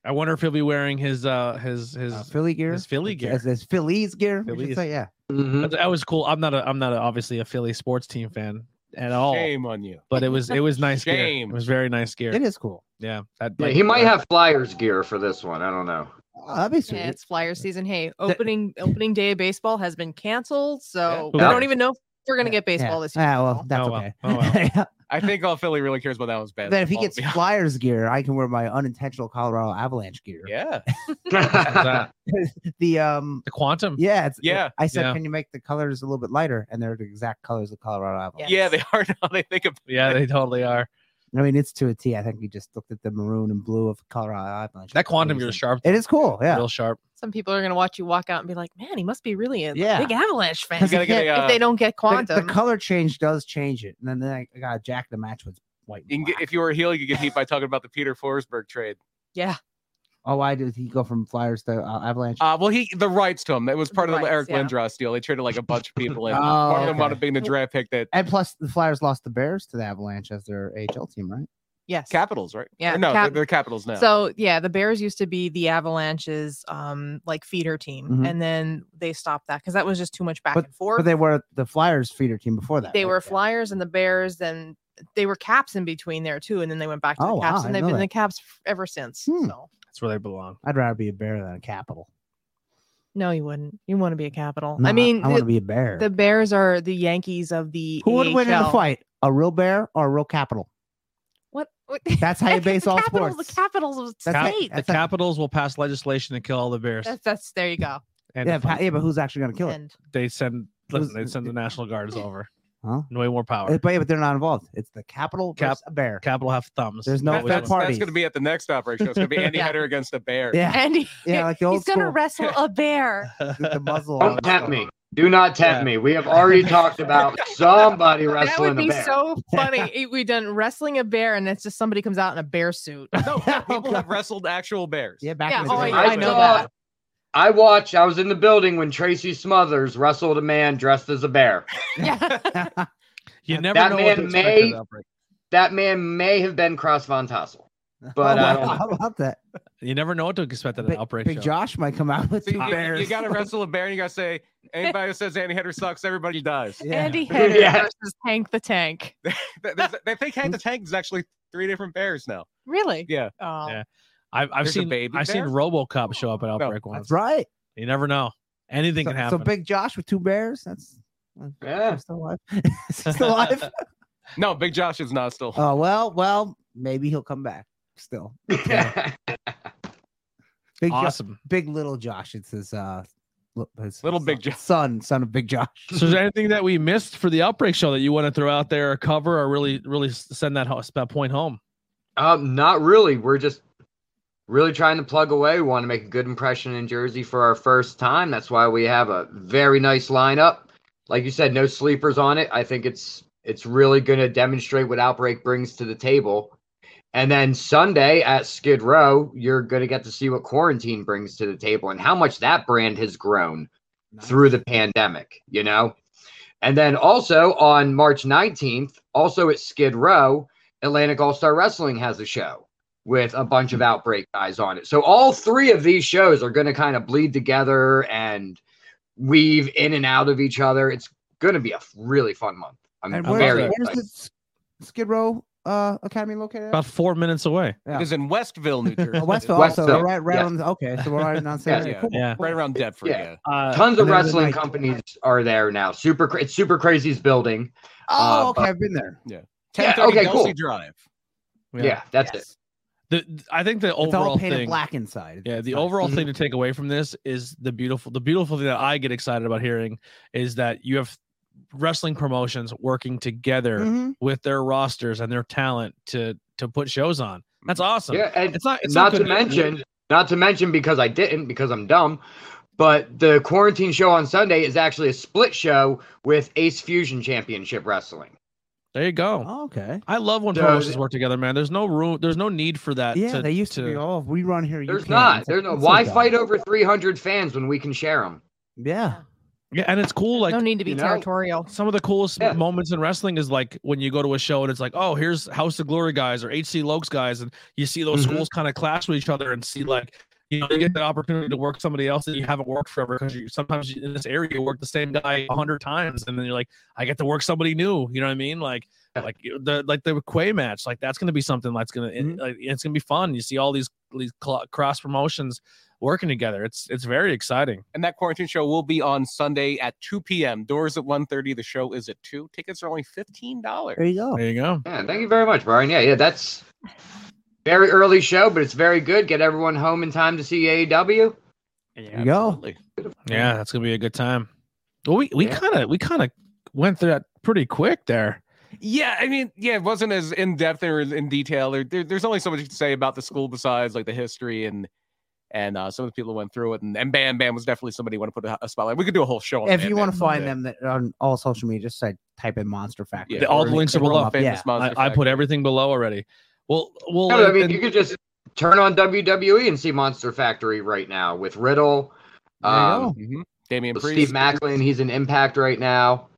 A: I wonder if he'll be wearing his uh his <laughs> his.
B: Uh, Philly gear.
A: his Philly gear.
B: His, his Phillies gear. we
A: Phillies.
B: should say, yeah.
E: Mhm.
F: Mm-hmm.
A: that- that was cool. I'm not a I'm not a, obviously a Philly sports team fan at all,
C: Shame on you.
A: but it was it was nice gear.
C: Shame.
A: It was very nice gear.
B: It is cool.
A: Yeah, that,
E: Yeah,
A: like,
E: he might
A: uh,
E: have Flyers gear for this one. I don't know.
B: Oh, that'd be sweet.
D: Yeah, it's flyer season. Hey, opening opening day of baseball has been canceled, so
A: Yeah.
D: we don't even know if we're gonna get baseball this year.
B: Yeah, Ah, well, that's
A: Oh, well.
B: okay.
A: Oh, well.
B: <laughs> Yeah.
C: I think all Philly really cares about that was bad.
B: Then if he gets Flyers gear, I can wear my unintentional Colorado Avalanche gear.
C: yeah,
A: that?
B: The um,
A: the quantum.
B: yeah, it's,
C: Yeah.
B: I said,
A: Hmm. Yeah.
B: can you make the colors a little bit lighter? And they're the exact colors of Colorado Avalanche.
C: yeah, they are now. They think of
A: Yeah, they totally are.
B: I mean, it's to a T. I think we just looked at the maroon and blue of Colorado Avalanche.
A: That
B: It's
A: quantum gear
B: amazing.
A: is sharp.
B: It is cool. Yeah.
A: Real sharp.
D: Some people are gonna watch you walk out and be like, "Man, he must be really a
B: Yeah.
D: big Avalanche fan."
C: you gotta get a,
D: <laughs> if
C: uh,
D: they don't get
B: The,
D: quantum,
B: the color change does change it. And then, then I I got a jack the match with white. and
C: you can get,
B: black.
C: if you were a heel, you could get heat by talking about the Peter Forsberg trade.
D: yeah,
B: oh, why did he go from Flyers to uh, Avalanche?
C: Uh, well, he the rights to him. That was part of the
D: Rights,
C: Eric
D: yeah.
C: Lindros deal. They traded like a bunch of people
B: <laughs>
C: in.
B: Oh,
C: Part of them
B: okay.
C: wound up being the draft pick that
B: and plus, the Flyers lost the Bears to the Avalanche as their AHL team, right?
D: yes.
C: Capitals, right?
D: Yeah,
C: Or no,
D: Cap-
C: they're, they're Capitals now.
D: So yeah, the Bears used to be the Avalanche's um like feeder team,
B: Mhm.
D: and then they stopped that because that was just too much back and forth.
B: But they were the Flyers feeder team before that.
D: they
B: right?
D: were
B: Yeah.
D: Flyers and the Bears, and they were Caps in between there too, and then they went back to
B: Oh,
D: the
B: wow,
D: Caps,
B: I
D: and they've
B: know
D: been
B: that.
D: the Caps f- ever since.
B: Hmm.
D: So
A: That's where they belong.
B: I'd rather be a bear than a capital.
D: no, you wouldn't. You want to be a Capital.
B: No,
D: I mean,
B: I, want
D: the,
B: to be a bear.
D: the Bears are the Yankees of the. E
B: Who would win in a
D: AHL.
B: fight, a real bear or a real capital?
D: What? what <laughs>
B: That's how you base
D: the
B: all
D: Capitals-
B: sports.
D: The Capitals of
A: Cap-
B: That's right,
D: state.
A: the
B: that's right.
A: Capitals will pass legislation to kill all the Bears.
D: That's, that's there you go.
A: and
B: Yeah,
A: if
B: pa- yeah, but who's actually going to kill it?
D: And
A: they send
B: who's-
A: listen, they send the National Guards over.
B: Huh?
A: Way more power.
B: Uh, But, yeah, but they're not involved. It's the capital
A: Cap-
B: versus
A: <laughs>
B: a bear.
A: Capital have thumbs.
B: There's no
A: Which
B: third
A: one's-
C: that's,
B: parties.
C: that's going to be at the next operation. It's going to be Andy
D: Yeah.
C: Header against a bear.
B: yeah,
F: And he,
B: <laughs> yeah, like the old
F: he's going to
B: school-
F: wrestle
B: <laughs>
F: a bear.
B: the, the muzzle. on
E: <laughs> Don't
B: it.
E: tempt me. Do not tempt
A: Yeah.
E: me. We have already talked
F: <laughs>
E: about somebody
F: that would
E: wrestling a
F: be
B: <laughs>
E: bear.
F: so funny. if we done wrestling a bear, and it's just somebody comes out in a
B: <laughs>
F: bear suit.
C: <laughs> No, people
B: Oh, God.
C: have wrestled actual bears.
B: Yeah, back
F: Yeah,
B: in the
F: oh,
B: day. <laughs>
F: yeah, I know that.
E: I watched. I was in the building when Tracy Smothers wrestled a man dressed as a bear.
F: Yeah.
A: You never
E: That
A: know what to
E: man
A: expect
E: may-
A: at an outbreak.
E: That man may have been Cross Von Tassel. But
B: how
E: I
B: about,
E: don't-
B: how about uh, that?
A: You never know what to expect at an
B: Big,
A: outbreak.
B: Big
A: show.
B: Josh might come out with
C: So you,
B: the
C: you-
B: bears.
C: you
E: <laughs>
C: got to wrestle a bear, and you got to say anybody who says Andy Header sucks, everybody dies.
B: <laughs> yeah.
F: Andy Header
E: Yeah.
F: versus Hank the Tank.
C: Th- there's- they think Hank the Tank is actually three different bears now.
F: Really?
C: Yeah.
F: Oh.
A: Yeah. I've, I've
C: There's a
A: seen
C: baby
A: I've seen
C: bear?
A: RoboCop show up at outbreak once.
B: That's right.
A: You never know. Anything
B: So,
A: can
B: so
A: happen.
B: Big Josh with two bears. That's
E: Yeah.
B: I'm
E: <laughs>
B: still alive. <laughs> Is he still <laughs> alive.
C: No, Big Josh is not still.
B: Oh well, well, maybe he'll come back. Still, Big Jo-
A: awesome.
B: Big Little Josh. It's his uh, li- his
C: Little
B: son,
C: Big Josh.
B: son, son of Big Josh.
A: So, is there anything that we missed for the outbreak show that you want to throw out there or cover or really, really s- send that, ho- that point home?
E: Um, not really. We're just really trying to plug away. We want to make a good impression in Jersey for our first time. That's why we have a very nice lineup. Like you said, no sleepers on it. I think it's it's really going to demonstrate what Outbreak brings to the table. And then Sunday at Skid Row, you're going to get to see what Quarantine brings to the table and how much that brand has grown through the pandemic, you know? And then also on March 19th, also at Skid Row, Atlantic All Star Wrestling has a show with a bunch
B: Hmm.
E: of Outbreak guys on it. So all three of these shows are going to kind of bleed together and weave in and out of each other. It's going to be a f- really fun month. I'm
B: And
A: I'm
B: where-
E: very
B: where's
E: excited.
B: the S- Skid Row uh, Academy located? At?
A: About four minutes away.
B: Yeah.
C: It is in Westville, New Jersey.
B: <laughs>
E: <laughs>
B: Oh, Westville.
E: Westville,
B: Also, right, right
E: yes.
B: on. The, okay, so we're right on San
E: <laughs> Yeah,
B: Diego.
C: yeah.
B: Cool,
A: Yeah.
B: cool.
C: Right around Deptford.
E: Yeah.
C: yeah.
A: Uh,
E: Tons
B: And
E: of
B: then there's,
E: wrestling
B: like-
E: companies are there now. Super, Cra- it's Super Crazy's building.
B: Oh,
E: Uh,
B: okay, I've been there.
E: Yeah,
C: 1030
E: okay,
C: Dulcie
E: cool.
C: Drive.
E: Yeah, that's it.
A: The, I think the
B: It's all
A: overall
B: painted
A: thing.
B: black inside. It's-
A: Yeah,
B: it's
A: the
B: nice.
A: overall thing to take away from this is the beautiful the beautiful thing that I get excited about hearing is that you have wrestling promotions working together
B: Mhm.
A: with their rosters and their talent to to put shows on. That's awesome.
E: Yeah, and
A: It's not it's
E: not to
A: good-
E: mention, not to mention because I didn't because I'm dumb, but the quarantine show on Sunday is actually a split show with Ace Fusion Championship Wrestling.
A: There you go.
B: Oh, okay.
A: I love when
E: So
A: promotions
E: th-
A: work together, man. There's no room there's no need for that.
B: Yeah,
A: Uh, to,
B: they used to, be. Oh, if we run here. you
E: There's
B: can't."
E: not.
B: It's like,
E: There's no.
B: that's
E: Why
B: dumb.
E: fight over 300 fans when we can share them?
B: Yeah.
A: Yeah, and it's cool like
F: no need to be
E: you know-
F: territorial.
A: some of the coolest
E: Yeah.
A: moments in wrestling is like when you go to a show and it's like, oh, here's House of Glory guys or HC Lokes guys, and you see those
E: Mhm.
A: schools kind of clash with each other and see like, you know, you get the opportunity to work somebody else that you haven't worked forever because you sometimes you, in this area you work the same guy a hundred times and then you're like, I get to work somebody new. You know what I mean? Like,
E: Yeah.
A: like you- the like the Quay match, like that's gonna be something that's gonna
E: Mm-hmm.
A: it- like, it's gonna be fun. You see all these these cl- cross promotions working together. It's it's very exciting.
C: And that quarantine show will be on Sunday at 2 p.m. Doors at 1.30. The show is at 2. Tickets are only $15.
B: There you
E: Oh.
B: go.
A: There you go.
E: Yeah. Thank you very much, Brian. Yeah, yeah. That's very early show, but it's very good. Get everyone home in time to see E AEW.
B: There you go.
A: Yeah, that's gonna be a good time. Well, we we
E: Yeah.
A: kind of we kind of went through that pretty quick there.
C: Yeah, I mean, yeah, it wasn't as in depth or in detail. Or there, there's only so much you can say about the school besides like the history and and uh, some of the people who went through it. And, and Bam Bam was definitely somebody you want to put a, a spotlight. We could do a whole show. On
B: If
C: Bam
B: you want to
C: Bam
B: find
C: someday.
B: them that on all social media, just say type in Monster Factory.
C: Yeah,
A: all
B: or
A: the links are
B: they come
A: below.
B: up,
C: Famous
B: Yeah.
C: Monster
A: I, I put
C: Factory.
A: everything below already. Well, well,
E: No, I mean,
A: and-
E: you could just turn on WWE and see Monster Factory right now with Riddle.
B: There you
E: Um,
B: go.
C: Mhm. Damian Priest.
E: Steve Macklin, he's in Impact right now.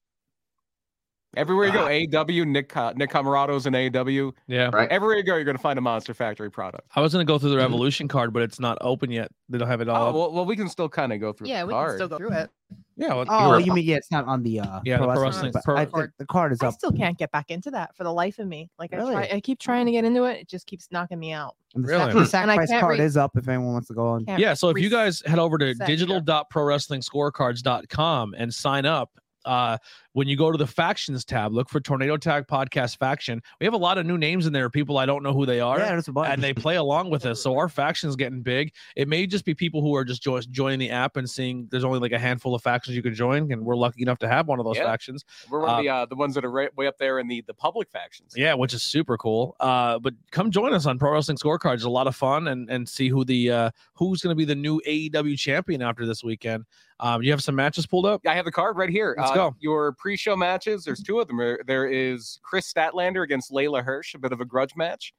C: Everywhere you go, AW, Nick Co- Nick Camarado's in AW.
A: yeah,
E: Right.
C: Everywhere you go, you're going to find a Monster Factory product.
A: I was gonna go through the Revolution card, but it's not open yet. They don't have it all.
C: Oh,
A: up.
C: well, well, we can still kind of go through.
F: Yeah,
C: the
F: we
C: card.
F: can still go through it.
A: yeah, well,
B: Oh,
E: were-
B: you mean yeah? It's not on the uh,
A: Yeah, the pro
F: wrestling
B: but
A: pro-
B: I think the card is
F: I
B: up.
F: still can't get back into that for the life of me. Like
B: Really?
F: I try, I keep trying to get into it. It just keeps knocking me out.
B: And the,
A: Really?
B: sac-
A: Hmm.
B: the
F: And I
B: sacrifice
F: can't
B: card
F: read-
B: is up if anyone wants to go on.
F: Can't
A: yeah. So if you
F: reset-
A: guys head over to
F: reset here.
A: digital.prowrestlingscorecards.com and sign up, uh, when you go to the factions tab, look for Tornado Tag Podcast Faction. We have a lot of new names in there, people I don't know who they are.
B: yeah, there's a bunch.
A: and they play along with us. So our faction's getting big. It may just be people who are just jo- joining the app and seeing there's only like a handful of factions you can join, and we're lucky enough to have one of those
C: Yeah.
A: factions.
C: We're one of the uh, the ones that are right way up there in the the public factions.
A: Yeah, which is super cool. Uh, but come join us on Pro Wrestling Scorecards. It's a lot of fun, and and see who the uh, who's going to be the new AEW champion after this weekend. Um, you have some matches pulled up.
C: I have the card right here. uh,
A: Let's go.
C: Your pre-show matches. There's two of them. There- There is Chris Statlander against Layla Hirsch, a bit of a grudge match,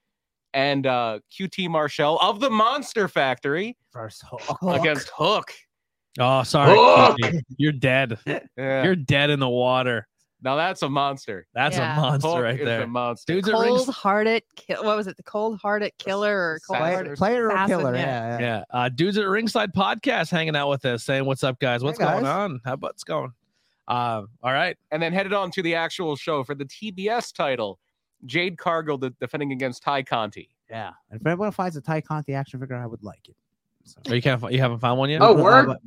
C: and uh, QT Marshall of the Monster Factory
B: first.
A: <laughs>
C: against Hook.
A: Oh, sorry,
E: Hook!
A: Kiki. you're dead.
C: Yeah.
A: You're dead in the water.
C: Now that's a monster.
A: That's
D: Yeah.
A: a monster
C: Hook
A: right
C: is a
A: there.
C: monster.
A: Dudes are rings.
D: Cold hearted kill. What was it? The cold hearted killer or cold
C: Assassin.
B: Player,
D: hearted?
B: player or
D: Assassin,
B: killer?
D: yeah.
B: Yeah. yeah.
A: Yeah. Uh, dudes at Ringside Podcast hanging out with us, saying, What's up, guys? What's going
B: guys.
A: on? How about it's going? Uh, all right.
C: and then headed on to the actual show for the TBS title. Jade Cargill de- defending against Ty Conti.
B: yeah. And if anyone finds a Ty Conti action figure, I would like it. So.
A: Oh, you can't fi- you haven't found one yet?
E: Oh,
B: Uh,
E: word?
B: but-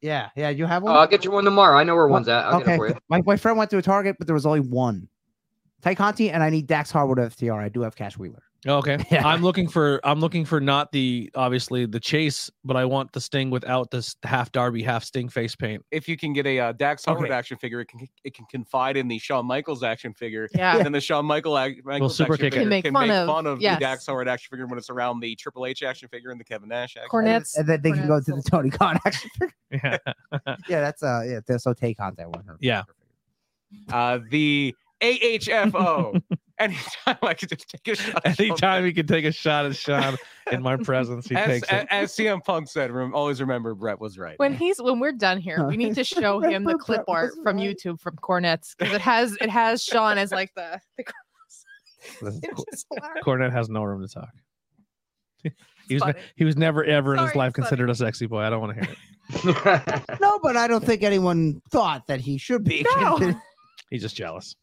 B: Yeah, yeah. You have
E: Oh,
B: one.
E: I'll get you one tomorrow. I know where one's at. I'll get
B: okay. <laughs>
E: it for you. <laughs>
B: My, my friend went to a Target, but there was only one. Ty Conti, and I need Dax Harwood of FTR. I do have Cash Wheeler.
A: Oh, okay.
B: Yeah.
A: I'm looking for I'm looking for not the obviously the chase, but I want the sting without this half Darby, half sting face paint.
C: If you can get a uh, Dax Harwood
B: Okay.
C: action figure, it can it can confide in the Shawn Michaels action figure.
D: Yeah.
C: And then the Shawn Michael ac- Michaels
A: super
C: action
A: kick it.
C: figure
D: Can make fun of, yes.
C: the Dax Howard action figure when it's around the Triple H action figure and the Kevin Nash action.
B: And-
D: Cornets.
B: And then they can go
D: Cornette's
B: to the Tony Khan action <laughs> figure.
A: Yeah.
B: yeah, that's uh, yeah. that's- So Tay Conti won her.
A: Yeah.
C: Uh, the
A: <laughs>
C: AHFO. Anytime I could just take a shot. at Shawn
A: <laughs> Anytime he can take a shot at Sean in my presence, he
C: As,
A: takes it.
C: a- as CM Punk said, rem- always remember Brett was right.
F: When he's when we're done here, we need
B: <laughs>
F: to show him the clip art from YouTube from Cornets because it has it has Sean as like the, the <laughs> it's just hilarious.
A: Cornette has no room to talk. He was,
F: It's
A: ne-
F: funny.
A: he was never ever in his
F: Sorry,
A: life
F: it's funny.
A: considered a sexy boy. I don't want to hear it.
B: No, but I don't think anyone thought that he should be. <laughs>
F: <laughs> No.
A: He's just jealous.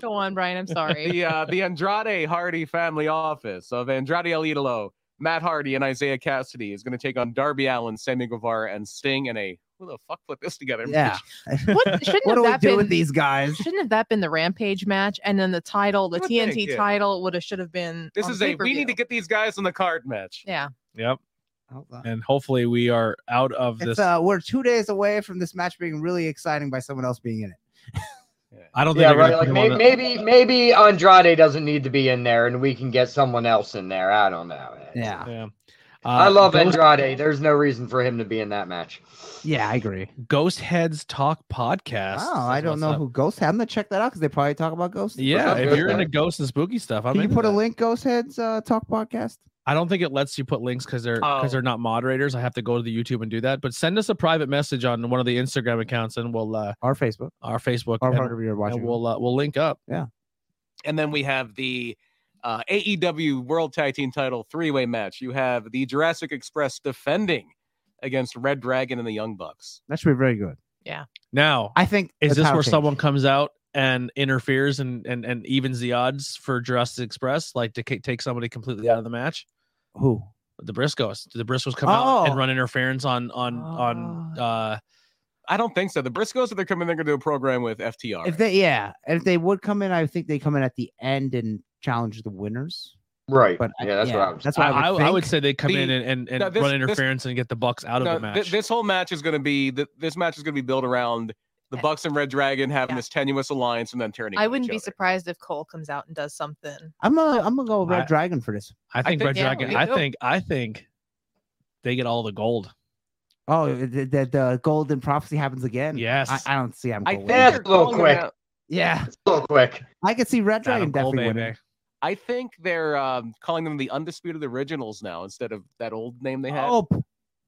F: Go on, Brian.
A: <laughs>
F: I'm sorry.
C: the uh, the Andrade Hardy family office of Andrade El Idolo, Matt Hardy, and Isaiah Cassidy is going to take on Darby Allen, Sammy Guevara, and Sting in a who the fuck put this together?
B: yeah.
A: <laughs>
F: What shouldn't
B: What do we
F: have that
B: do
F: been
B: with these guys?
F: Shouldn't have that been the Rampage match? And then the title, the
C: I would
F: TNT
C: think, yeah.
F: title, would have should have been.
C: <laughs> This
F: on
C: is a we need
F: pay-per-view.
C: to get these guys on the card match. <laughs>
F: Yeah,
A: Yep.
B: Hold on.
A: And hopefully we are out of
B: It's,
A: this.
B: uh, we're two days away from this match being really exciting by someone else being in it.
A: I don't think
E: yeah,
A: they're gonna
E: right. Like
A: put him on
E: maybe,
A: the-
E: maybe maybe Andrade doesn't need to be in there, and we can get someone else in there. I don't know.
B: Yeah,
A: Yeah.
E: I
A: Uh,
E: love
A: Ghost,
E: Andrade. There's no reason for him to be in that match.
B: yeah, I agree.
A: Ghost Heads Talk podcast.
B: Oh, I
A: That's
B: don't
A: what's
B: know
A: up.
B: who Ghost. I'm gonna check that out because they probably talk about ghosts.
A: Yeah,
E: What's up,
A: if
E: Ghost
A: you're into
E: Heads?
A: ghosts and spooky stuff, I'm
B: Can you
A: into
B: put a
A: that.
B: link, Ghost Heads uh, Talk Podcast?
A: I don't think it lets you put links because they're because
C: Oh.
A: they're not moderators. I have to go to the YouTube and do that. But send us a private message on one of the Instagram accounts, and we'll uh,
B: Or Facebook,
A: our Facebook,
B: or
A: and,
B: whatever you're watching.
A: and we'll uh, we'll link up.
C: And then we have the uh, AEW World Tag Team Title three way match. You have the Jurassic Express defending against Red Dragon and the Young Bucks.
B: that should be very good.
A: Now,
B: I think.
A: is
B: the
A: this
B: title
A: where
B: change-
A: someone comes out and interferes and and and evens the odds for Jurassic Express, like to ca- take somebody completely out of the match?
B: who?
A: The Briscoes, do the Briscoes come out
B: Oh. Ah.
A: and run interference on on on
D: Oh.
A: uh
C: I don't think so. The Briscoes are they're coming. They're going to do a program with FTR.
B: If they, yeah, and if they would come in, I think they come in at the end and challenge the winners.
E: Right.
B: But I-
E: yeah, that's what I was.
B: That's what
A: I,
B: I,
A: I,
B: would
A: would I would
B: think.
A: say they come
C: The-
A: in and, and, and
C: No, this-
A: run
C: this-
A: interference and get the Bucks out of
C: No,
A: the
C: thi-
A: match.
C: this whole match is going to be th- this match is going to be built around the
F: Yeah.
C: Bucks and Red Dragon having
F: Yeah.
C: this tenuous alliance and then turning.
F: I
C: on
F: wouldn't
C: each
F: be
C: other.
F: surprised if Cole comes out and does
C: <laughs>
F: something.
B: I'm gonna, I'm gonna go with Red
A: I-
B: Dragon for this.
A: I think
C: think-
A: Red
F: yeah,
A: Dragon.
F: me
A: I
F: too.
A: think I think they get all the gold.
B: Oh, the, the, the Golden Prophecy happens again.
A: Yes.
B: I, I don't see. I'm.
C: I
B: going
C: think
B: with
E: That's
C: they're
B: it.
E: a little
C: calling it
E: quick.
C: out-
B: Yeah,
E: It's <laughs> a little quick.
B: I could see Red Dragon
A: Adam Cole,
B: definitely winning.
A: baby.
C: I think they're um, calling them the Undisputed Originals now instead of that old name they had.
B: Oh, p-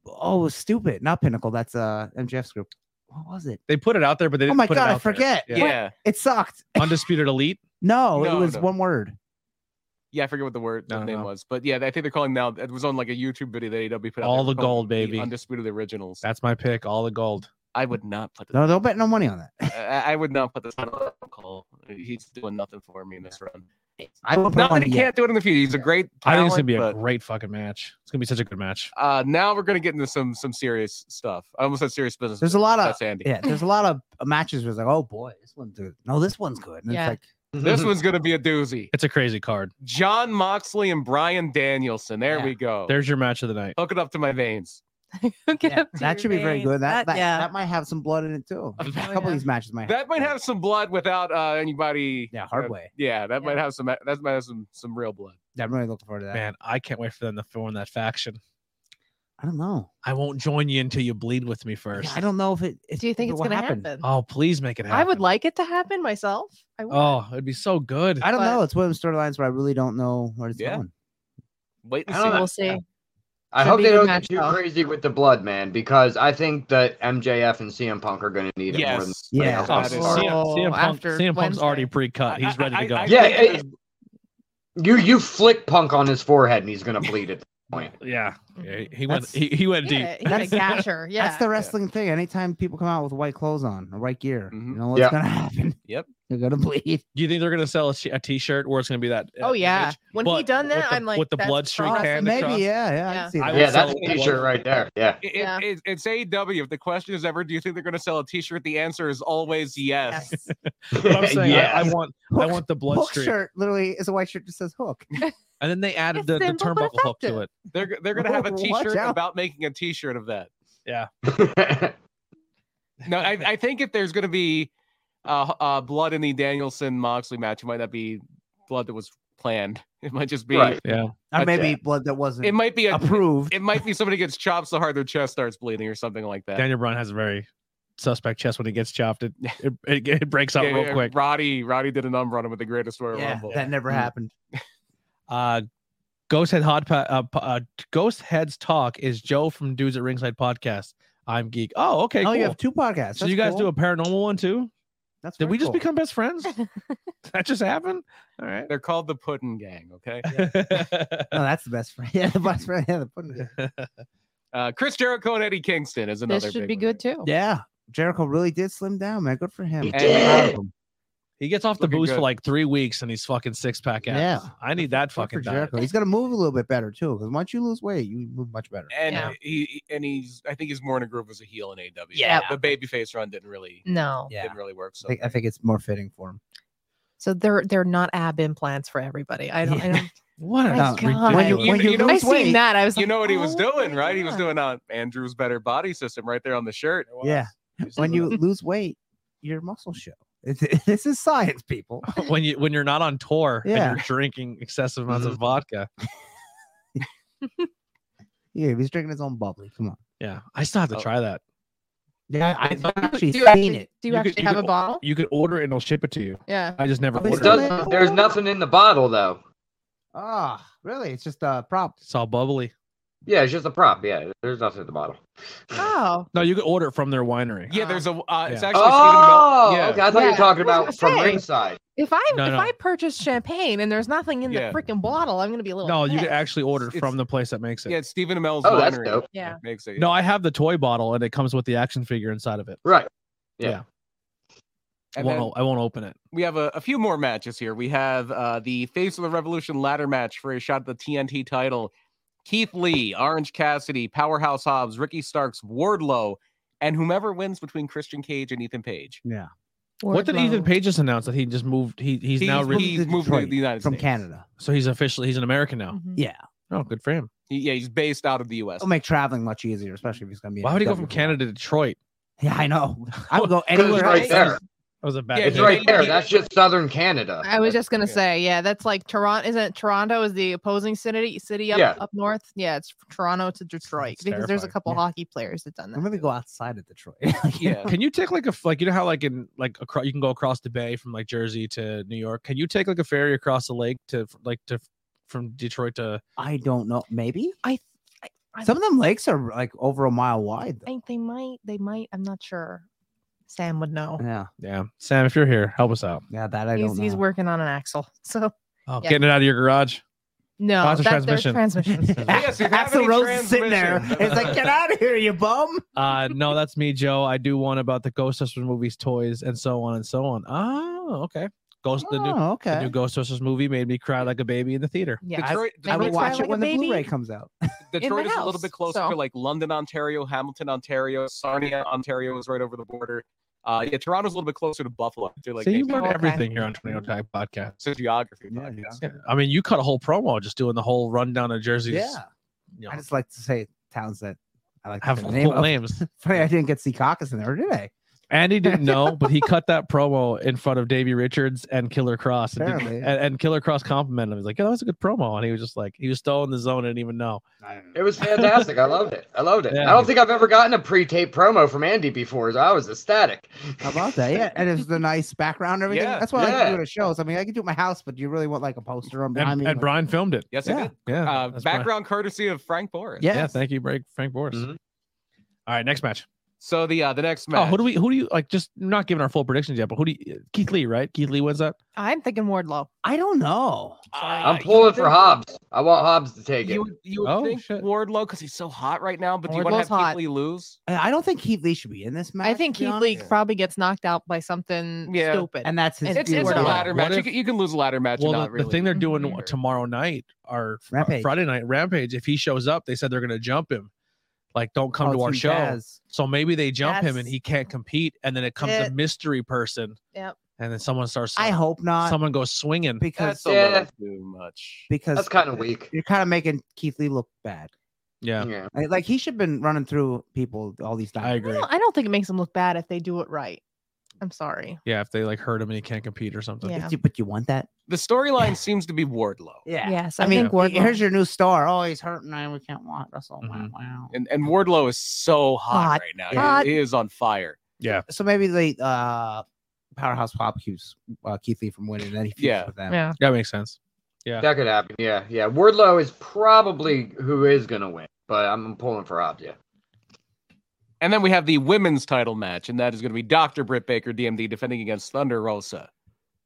B: oh, stupid! Not Pinnacle. That's uh MJF's group. What was it?
A: They put it out there, but they didn't
B: Oh my
A: put it
B: god, I
A: out there.
B: forget.
A: Yeah.
C: yeah. yeah,
B: It sucked.
A: Undisputed Elite.
B: No,
C: No,
B: it was
C: no.
B: one word.
C: I forget what the word the
A: No,
C: name
A: no.
C: was, but yeah, I think they're calling now. It was on like a YouTube video that AW put out.
A: All
C: They were
A: the
C: calling
A: gold,
C: them the
A: baby.
C: Undisputed Originals.
A: That's my pick. All the gold.
C: I would not put. The,
B: No, don't bet no money on that.
C: I, I would not put the title on Cole. He's doing nothing for me in this run.
B: I would
C: Not
B: on
C: that he can't do it in the future. He's a great.
A: I think
C: Talent,
A: it's gonna be a
C: but,
A: great fucking match. It's gonna be such a good match.
C: uh, now we're gonna get into some some serious stuff. I almost said serious business.
B: There's a lot of-
C: that's Andy.
B: Yeah, there's a lot of matches where it's like, oh boy, this one's good. No, this one's good. And
F: Yeah. <laughs>
B: it's
E: <laughs>
C: This one's gonna be a doozy.
A: It's a crazy card.
C: John Moxley and Brian Danielson. There
B: Yeah.
C: we go.
A: There's your match of the night.
C: Hook it up to my veins.
B: like yeah, that should be very good. That that,
D: yeah.
B: that might have some blood in it
C: <laughs>
B: too. A couple of
F: yeah.
B: these matches might
C: That might have some blood without uh, anybody.
B: yeah, hard
C: uh,
B: way.
C: Yeah, that
F: Yeah.
C: might have some. That might have some some real blood.
B: Yeah, I'm really looking forward to that.
A: Man, I can't wait for them to form that faction.
B: I don't know.
A: I won't join you until you bleed with me
B: Yeah,
A: first.
B: I don't know if it. If
F: Do you think
B: it
F: it's
B: will
F: going to happen?
A: Oh, please make it happen.
F: I would like it to happen myself. I would.
A: Oh, it'd be so good.
B: I don't
F: but-
B: know. It's one of those storylines where I really don't know where it's
C: Yeah.
B: going.
C: Wait and
E: I don't
C: see.
E: know.
F: We'll see.
E: I
F: Should
E: hope
F: be
E: they
F: a good
E: don't
F: match,
E: get too
F: though.
E: crazy with the blood, man, because I think that MJF and CM Punk are going to need it more than
C: Yes.
B: Yeah.
E: else.
A: Oh,
C: that is-
A: CM, CM Punk,
F: after
A: CM Punk's already
F: Wednesday.
A: pre-cut. He's ready to go.
C: I- I- I
E: Yeah,
C: think
E: it-
C: there's-
E: You you flick Punk on his forehead and he's going to bleed at that point.
A: yeah. yeah, he- he went.
B: That's-
A: He, he went deep.
F: Yeah, he's a
B: <laughs>
F: gasher. Yeah.
B: Mm-hmm. That's the wrestling thing. Anytime people come out with white clothes on or white gear,
C: Mhm.
B: you know what's
E: Yeah.
B: gonna <laughs> happen.
C: Yep.
B: You're gonna bleed.
A: Do you think they're gonna sell a t- a T-shirt where it's gonna be that? uh,
F: oh yeah.
A: image?
F: When he
A: but
F: done
A: with
F: that,
A: the-
F: I'm like
A: with the
F: that's
A: blood streak
F: cross-
A: hand
B: Maybe, yeah,
A: across.
B: yeah.
F: Yeah.
B: I can
A: I
B: see that.
A: would
E: Yeah, that's
A: sell
E: a
A: it.
E: t-shirt right there. Yeah.
C: It,
F: Yeah.
C: it, it, it's AEW. If the question is ever, do you think they're going to sell a T-shirt? The answer is always yes.
F: Yes.
A: But
E: <laughs>
A: I'm saying
E: yeah.
A: I, I want. I
B: Hook-
A: want the blood
B: hook
A: streak,
B: shirt literally is a white shirt that says hook.
A: and then they added
F: It's
A: the, the
F: simple but
A: turnbuckle hook to
F: effective.
A: it.
C: They're g- they're going to have a
B: Watch
C: T-shirt
B: out.
C: about making a T-shirt of that.
E: <laughs>
C: No, I, I think if there's going to be uh, h- uh, blood in the Danielson Moxley match, it might not be blood that was planned. It might just be.
E: Right.
A: Yeah.
B: Or
C: But,
B: maybe blood that wasn't
C: It might be a.
B: approved.
C: It might be somebody gets chopped so hard their chest starts bleeding or something like that.
A: Daniel Bryan has a very suspect chest when he gets chopped. It it, it, it breaks out
C: Yeah,
A: real
C: yeah,
A: quick.
C: Roddy Roddy did a number on him with the greatest Royal
B: yeah,
C: Rumble.
B: that never
A: Mm.
B: happened.
A: Uh, Ghost Head Hot pa- uh, po- uh, Ghost Heads Talk is Joe from Dudes at Ringside podcast. I'm geek. Oh, okay.
B: oh,
A: cool.
B: you have two podcasts.
A: so you guys do a paranormal one too?
B: That's
A: Did
B: very
A: we just
B: cool.
A: become best friends? that just happened. All right.
C: They're called the Puddin' Gang. Okay.
A: <laughs>
B: No, that's the best friend. <laughs> Yeah, the best friend. Yeah, the pudding.
C: Uh, Chris Jericho and Eddie Kingston is another.
F: this should
C: big
F: be
C: one.
F: good too.
B: yeah, Jericho really did slim down, man. Good for him.
E: He
B: I'm
E: did.
B: proud of him.
A: he gets off the
C: Looking
A: booze for
C: good.
A: like three weeks and he's fucking six pack out.
B: Yeah.
A: I need that
B: Good for
A: fucking diet.
B: Jericho. He's gonna move a little bit better too, because once you lose weight, you move much better.
C: And
F: Yeah.
C: he and he's I think he's more in a groove as a heel in AW.
F: Yeah.
C: The babyface run didn't really
F: No.
B: Yeah,
C: didn't really work.
B: I
C: So
B: think, I think it's more fitting for him.
F: So they're they're not ab implants for everybody. I don't. I
B: Yeah.
F: don't
A: What?
F: My
A: a
B: No,
F: God.
B: When you,
C: You-
B: when
C: you
B: you,
C: know-
F: I
B: lose
F: seen
B: weight,
F: that. I was.
C: you
F: like,
C: know what he was
F: "Oh
C: doing,
F: my
C: right? He was
F: God."
C: doing on Andrew's better body system right there on the shirt.
B: yeah,
C: He was
B: when
C: doing
B: you lose weight, your muscle show. <laughs> It's- this is science, people.
A: <laughs> when you when you're not on tour
B: Yeah.
A: and you're drinking excessive amounts of vodka.
B: Yeah, he's drinking his own bubbly. Come on.
A: Yeah. I still have to
C: Oh.
A: try that.
B: Yeah, I've actually
F: Do
B: seen
F: you actually,
B: it.
F: do you
A: You could-
F: actually
A: you
F: have
A: could-
F: a bottle?
B: <laughs>
A: You could order it and they'll ship it to you.
F: Yeah.
A: I just never
B: Oh, it's
A: ordered
E: it
B: done.
A: it.
E: doesn't, there's nothing in the bottle though.
B: Ah, really? It's just a prop.
A: It's all bubbly.
E: Yeah, it's just a prop. Yeah, there's nothing in the bottle.
F: Oh.
A: No, you could order it from their
C: the-
A: winery.
C: yeah, there's a uh, it's
A: Yeah.
C: actually
E: Oh,
C: Stephen Mel- yeah.
E: okay. I thought you
F: Yeah.
E: were talking
F: I was
E: about
F: gonna
E: from
F: say.
E: ringside.
F: If I
A: No,
F: if
A: no.
F: I purchase champagne and there's nothing in
C: Yeah.
F: the freaking bottle, I'm gonna be a little.
A: No, you
F: pissed.
A: could actually order
C: It's-
A: from the place that makes it.
C: Yeah, it's Stephen Amell's
E: Oh,
C: winery.
E: that's dope.
F: Yeah.
C: Makes it.
A: No, I have the toy bottle and it comes with the action figure inside of it.
E: Right.
A: I
C: And
A: won't,
C: then-
A: o- I won't open it.
C: we have a, a few more matches here. We have uh, the Face of the Revolution ladder match for a shot at the TNT title. Keith Lee, Orange Cassidy, Powerhouse Hobbs, Ricky Starks, Wardlow, and whomever wins between Christian Cage and Ethan Page.
A: What did Ethan
F: Wardlow.
A: Page just announce that he just moved? He he's, now re-
B: moved
C: he's
B: to
C: moved to
B: Detroit
C: the United
B: from
C: States.
B: Canada.
A: so he's officially he's an American now.
F: Mhm.
B: Yeah,
A: Oh, good for him.
C: He- yeah, he's based out of the U.S.
B: it'll make traveling much easier, especially if he's gonna be. in
A: Why would he go from
B: WWE.
A: Canada to Detroit?
B: Yeah, I know. <laughs> I would go
E: Because
B: anywhere.
E: it's right
B: else.
E: there.
A: That was a bad.
C: Yeah,
E: It's
A: pick.
E: right there. That's just southern Canada.
F: I was just gonna
C: yeah.
F: say, yeah, that's like Toronto. Isn't Toronto is the opposing city city up
E: Yeah.
F: up north? Yeah, it's from Toronto to Detroit
A: It's
F: because there's a
A: terrifying.
F: couple
B: Yeah.
F: hockey players that done
B: Or
F: that.
B: maybe go outside of Detroit. <laughs> Like, you
C: Yeah.
B: know,
A: Can you take like a f- like you know how like in like across you can go across the bay from like Jersey to New York? Can you take like a ferry across the lake to like to from Detroit to?
B: I don't know. Maybe
F: I, I, I
B: some of them lakes are like over a mile wide. Though.
F: think they might. They might. I'm not sure. Sam would know.
B: Yeah,
A: Yeah, Sam, if you're here, help us out.
B: yeah, that I
F: he's,
B: don't know.
F: he's working on an axle, so
A: Oh,
F: Yeah.
A: getting it out of your garage.
F: no,
A: Lots of
F: that's
A: transmission.
F: their transmission.
A: <laughs>
C: Yes, if you have
B: Axel
C: any
B: Rose is sitting there.
C: transmission-
B: It's like, get out of here, you bum.
A: Uh, no, that's me, Joe. I do one about the Ghostbusters movies, toys, and so on and so on. Oh, okay. Ghost, the new,
B: Oh,
A: the new
B: okay.
A: Ghostbusters movie made me cry like a baby in the theater.
F: Yeah. I-
B: I
C: Detroit,
F: Make
B: will
F: it
C: Detroit's,
B: watch
F: sound
B: it
F: like
B: when
F: a
B: the
F: baby.
B: Blu-ray comes out.
C: Detroit is a little
F: house,
C: bit closer
F: so-
C: to like London, Ontario, Hamilton, Ontario, Sarnia, Ontario is right over the border. Uh, yeah, Toronto's a little bit closer to Buffalo. To like
A: so you
C: maybe-
A: learn
F: Okay.
A: everything here on Twenty Tag Podcast.
C: it's a geography.
B: Yeah,
C: podcast.
A: Yeah,
B: yeah.
A: I mean, you cut a whole promo just doing the whole rundown of jerseys.
B: Yeah,
A: you know,
B: I just like to say towns that I like. to
A: have
B: say
A: cool
B: the name of.
A: names.
B: Funny, I didn't get Secaucus in there, did I?
A: Andy
B: <laughs>
A: didn't know, but he cut that promo in front of Davy Richards and Killer Cross. And, did-
B: Apparently.
A: and, and Killer Cross complimented him. He's like, "Yeah, that was a good promo," and he was just like, he was still in the zone, and didn't even know.
E: It was fantastic. I loved it. I loved it.
A: Yeah.
E: I don't think I've ever gotten a pre-tape promo from Andy before. So I was ecstatic.
B: How about that? Yeah, and it's the nice background and everything.
C: Yeah,
B: That's why I like to
E: yeah.
B: do it at shows. I mean, I can do it at my house, but do you really want like a poster on
A: And,
B: behind me?
A: and
B: like,
A: Brian filmed it.
C: Yes, I
B: Yeah.
C: did.
A: <laughs> Yeah,
C: Uh,
A: that's Brian.
C: background courtesy of Frank Boris.
A: Yeah,
B: yes.
A: thank you, Frank Frank Boris.
E: Mhm.
A: All right, next match.
C: So the uh, the Mm-hmm. next match.
A: Oh, who do we? Who do you like? Just not giving our full predictions yet, but who do you? Keith Lee, right? Keith Lee wins that.
F: I'm thinking Wardlow.
B: I don't know.
E: <laughs> I'm pulling for Hobbs. I want Hobbs to take it.
C: You would, you would
A: Oh,
C: think
A: shit.
C: Wardlow because he's so hot right now, but do you want to
F: Wardlow's
C: have
F: hot.
C: Keith Lee lose?
B: I I don't think Keith Lee should be in this match.
F: I think
B: to be
F: Keith
B: honest.
F: Lee probably gets knocked out by something
C: Yeah.
F: stupid.
B: and that's his.
F: It's-
C: It's,
F: do
B: feud
C: it's a
B: with
A: Wardlow.
C: ladder
A: What
C: match. You
A: if-
C: can, you can lose a ladder match
A: well,
C: and
A: the,
C: not really.
A: the thing they're doing
F: Mhm.
A: tomorrow night or fr-
B: Rampage.
A: Friday night rampage. If he shows up, they said they're gonna jump him. Like, don't come
B: Oh,
A: to our
B: through
A: show.
B: Jazz.
A: So maybe they jump him and
F: Yes.
A: he can't compete, and then it comes a
F: It-
A: mystery person.
F: Yep.
A: And then someone starts.
B: I hope not
A: someone goes swinging.
B: because
C: That's a
E: Yeah.
C: little too much.
B: because
E: That's kind of weak.
B: you're kind of making Keith Lee look bad.
A: Yeah,
E: Yeah.
B: Like- Like he should have been running through people all these times.
A: I
F: I
A: agree.
F: don't, I don't think it makes him look bad if they do it right. I'm sorry.
A: Yeah, if they like hurt him and he can't compete or something.
F: Yeah.
B: But you- But you want that?
C: The storyline seems to be Wardlow.
F: Yes,
B: I,
F: I,
B: mean,
F: think Wardlow.
B: here's your new star. Oh, he's hurting. I we can't want Russell. Wow,
A: Mhm.
B: wow.
C: And, and Wardlow is so hot,
F: Hot.
C: right now.
F: Hot.
C: He, he is on fire.
B: So maybe the uh, powerhouse pop keeps uh, Keith Lee from winning, and then he feuds
C: Yeah.
B: with them.
F: yeah.
A: That makes sense.
E: That could happen. Yeah. Yeah. Wardlow is probably who is going to win, but I'm pulling for Hobbs. Yeah.
C: And then we have the women's title match, and that is going to be Dr. Britt Baker, DMD, defending against Thunder Rosa.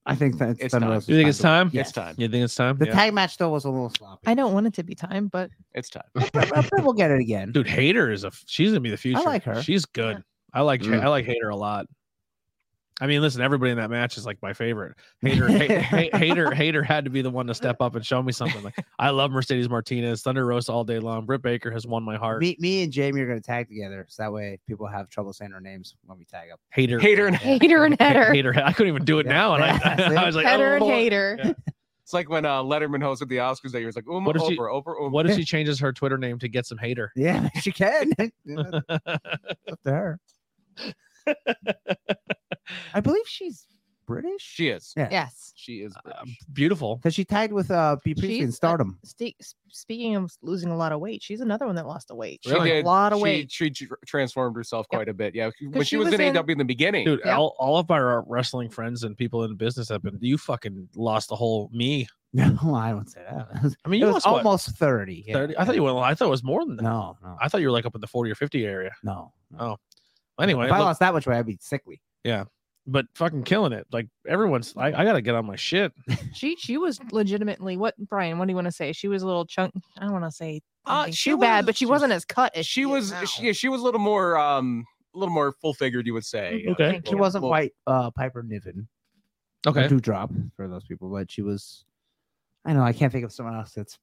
B: I think that
C: It's
B: Thunder
C: time.
B: Rosa's
A: You think it's time?
B: Yes.
C: It's time.
A: You think it's time?
B: The
A: Yeah.
B: tag match though was a little sloppy.
F: I don't want it to be time, but
C: It's time.
B: but, but- but we'll get it again.
A: Dude, Hater is a f- she's gonna be the future.
B: like her.
A: She's good. I like
E: Mm.
A: I like Hater a lot. I mean, listen, everybody in that match is like my favorite. Hater,
B: <laughs>
A: ha- ha- Hater, Hater had to be the one to step up and show me something. Like I love Mercedes Martinez, Thunder Rosa all day long. Britt Baker has won my heart.
B: Me, me and Jamie are gonna tag together, so that way people have trouble saying our names when we tag up.
A: Hater,
C: Hater and
F: hater and
A: Ha-
F: header.
A: Hater. I couldn't even do it
B: Yeah.
A: now, and <laughs> I, I was <laughs> like,
F: header and
A: oh,
F: hater.
A: Yeah.
C: It's like when uh, Letterman hosted the Oscars that year. It's like, Uma,
A: What
C: what
A: if
C: Oprah,
A: she-
C: Oprah, Oprah.
A: What if she changes her Twitter name to get some hater?
B: Yeah, <laughs>
A: <laughs>
B: she can. It's up to her. I believe she's British.
C: She is.
B: Yeah.
F: Yes.
C: She is.
A: Uh,
C: British.
A: beautiful.
B: Because she tagged with uh B Priestley
F: She's
B: and
F: a-
B: Stardom. <laughs>
F: Ste- s- speaking of losing a lot of weight, she's another one that lost a weight. She
A: Really?
F: lost a lot of weight.
C: She, she tr- transformed herself
F: Yep.
C: quite a bit. Yeah. When she,
F: she
C: was,
F: was
C: in,
F: in-
C: AW in the beginning.
A: Dude,
F: Yeah.
A: all, all of our uh, wrestling friends and people in business have been. You fucking lost the whole me.
B: No, I don't say that. <laughs>
A: I mean, you
B: it was
A: lost what,
B: almost thirty. yeah.
A: 30? I thought you went. I thought it was more than that.
B: No, no,
A: I thought you were like up in the forty or fifty area.
B: no. no.
A: Oh, Anyway,
B: if I
A: look-
B: lost that much weight, I'd be sickly.
A: but fucking killing it. Like everyone's. I, I gotta get on my shit.
F: She she was legitimately what Brian? What do you want to say? She was a little chunk. I don't want to say
C: Uh,
F: anything
C: she
F: too bad,
C: was-
F: but she
C: she
F: wasn't as cut as she,
C: she
F: is
C: was
F: now.
C: she, she was a little more um a little more full figured you would say
F: Mhm.
A: Okay.
F: Thank
B: She
F: you.
B: wasn't
C: Well-
B: quite uh Piper Niven.
A: Okay.
B: Two drop for those people, but she was. I know I can't think of someone else that's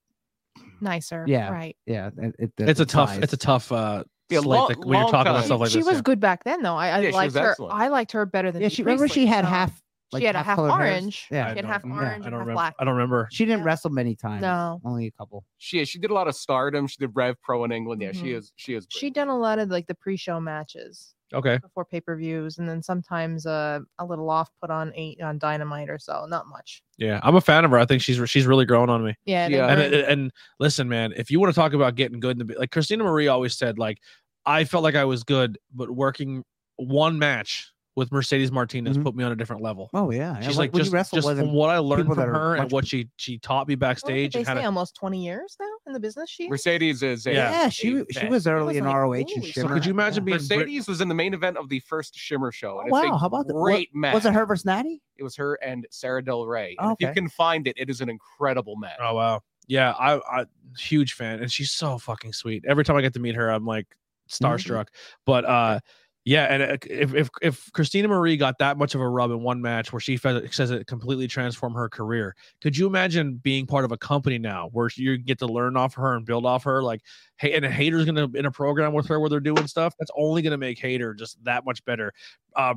F: nicer.
B: Yeah.
F: right.
B: yeah. It, it-
A: It's a tough.
B: size.
A: It's a tough. uh
C: Yeah,
A: slate
C: long-
A: that- when you're
C: long
A: talking about
C: time.
A: stuff like
F: she
A: this.
F: was
A: yeah.
F: good back then, though. I, I
C: Yeah, she was
F: liked her.
C: excellent.
F: I liked her better than
B: yeah.
F: Bea
B: She remember she
F: Priestley,
B: had
F: so-
B: half. Like,
F: she had a half
B: half-colored hairs?
F: orange.
B: Yeah.
A: I
F: She had
A: don't-
F: half
A: yeah,
F: orange
A: I
F: and
A: don't
F: half
A: remember.
F: black.
A: I don't remember.
B: She didn't
F: Yeah.
B: wrestle many times.
F: No.
B: only a couple.
C: she she did a lot of stardom she did rev pro in england yeah she
F: Mhm.
C: is she is
F: She
C: brilliant.
F: done a lot of like the pre-show matches
A: Okay.
F: before pay-per-views, and then sometimes uh, a little off put on eight on Dynamite or so. Not much.
A: Yeah, I'm a fan of her. I think she's she's really grown on me.
F: Yeah. they
C: Yeah.
A: and,
F: burned-
A: and and listen, man, if you want to talk about getting good, in the, bi- like Christina Marie always said, like I felt like I was good, but working one match with Mercedes Martinez
B: Mhm.
A: put me on a different level.
B: Oh yeah. yeah,
A: She's
B: when-
A: like
B: when you
A: just,
B: wrestle
A: just
B: with
A: from
B: them-
A: what I learned
B: people
A: from
B: that are
A: her and
B: much-
A: what she she taught me
F: Well,
A: backstage
F: They
A: and how
F: say
A: to
F: almost 20 years now in the business. She is?
C: mercedes is a,
A: Yeah.
B: Yeah, she
C: a
B: she
C: vet.
B: was early
F: was
B: in
F: like,
B: ROH and
F: holy shit.
B: Shimmer.
A: So could you imagine being Brit-
C: mercedes was in the main event of the first shimmer show and
B: Wow,
C: it's a
B: how about that? What-
C: great match
B: Was it her versus Natty?
C: it was her and sarah del rey and if you
B: Okay.
C: can find it it is an incredible match
A: Oh wow, yeah, I I huge fan, and she's so fucking sweet. Every time I get to meet her, I'm like starstruck. But uh, Yeah, and uh, if, if if Christina Marie got that much of a rub in one match where she fe- says it completely transformed her career, could you imagine being part of a company now where you get to learn off her and build off her? Like, hey, and a hater's gonna in a program with her where they're doing stuff that's only gonna make hater just that much better. Uh,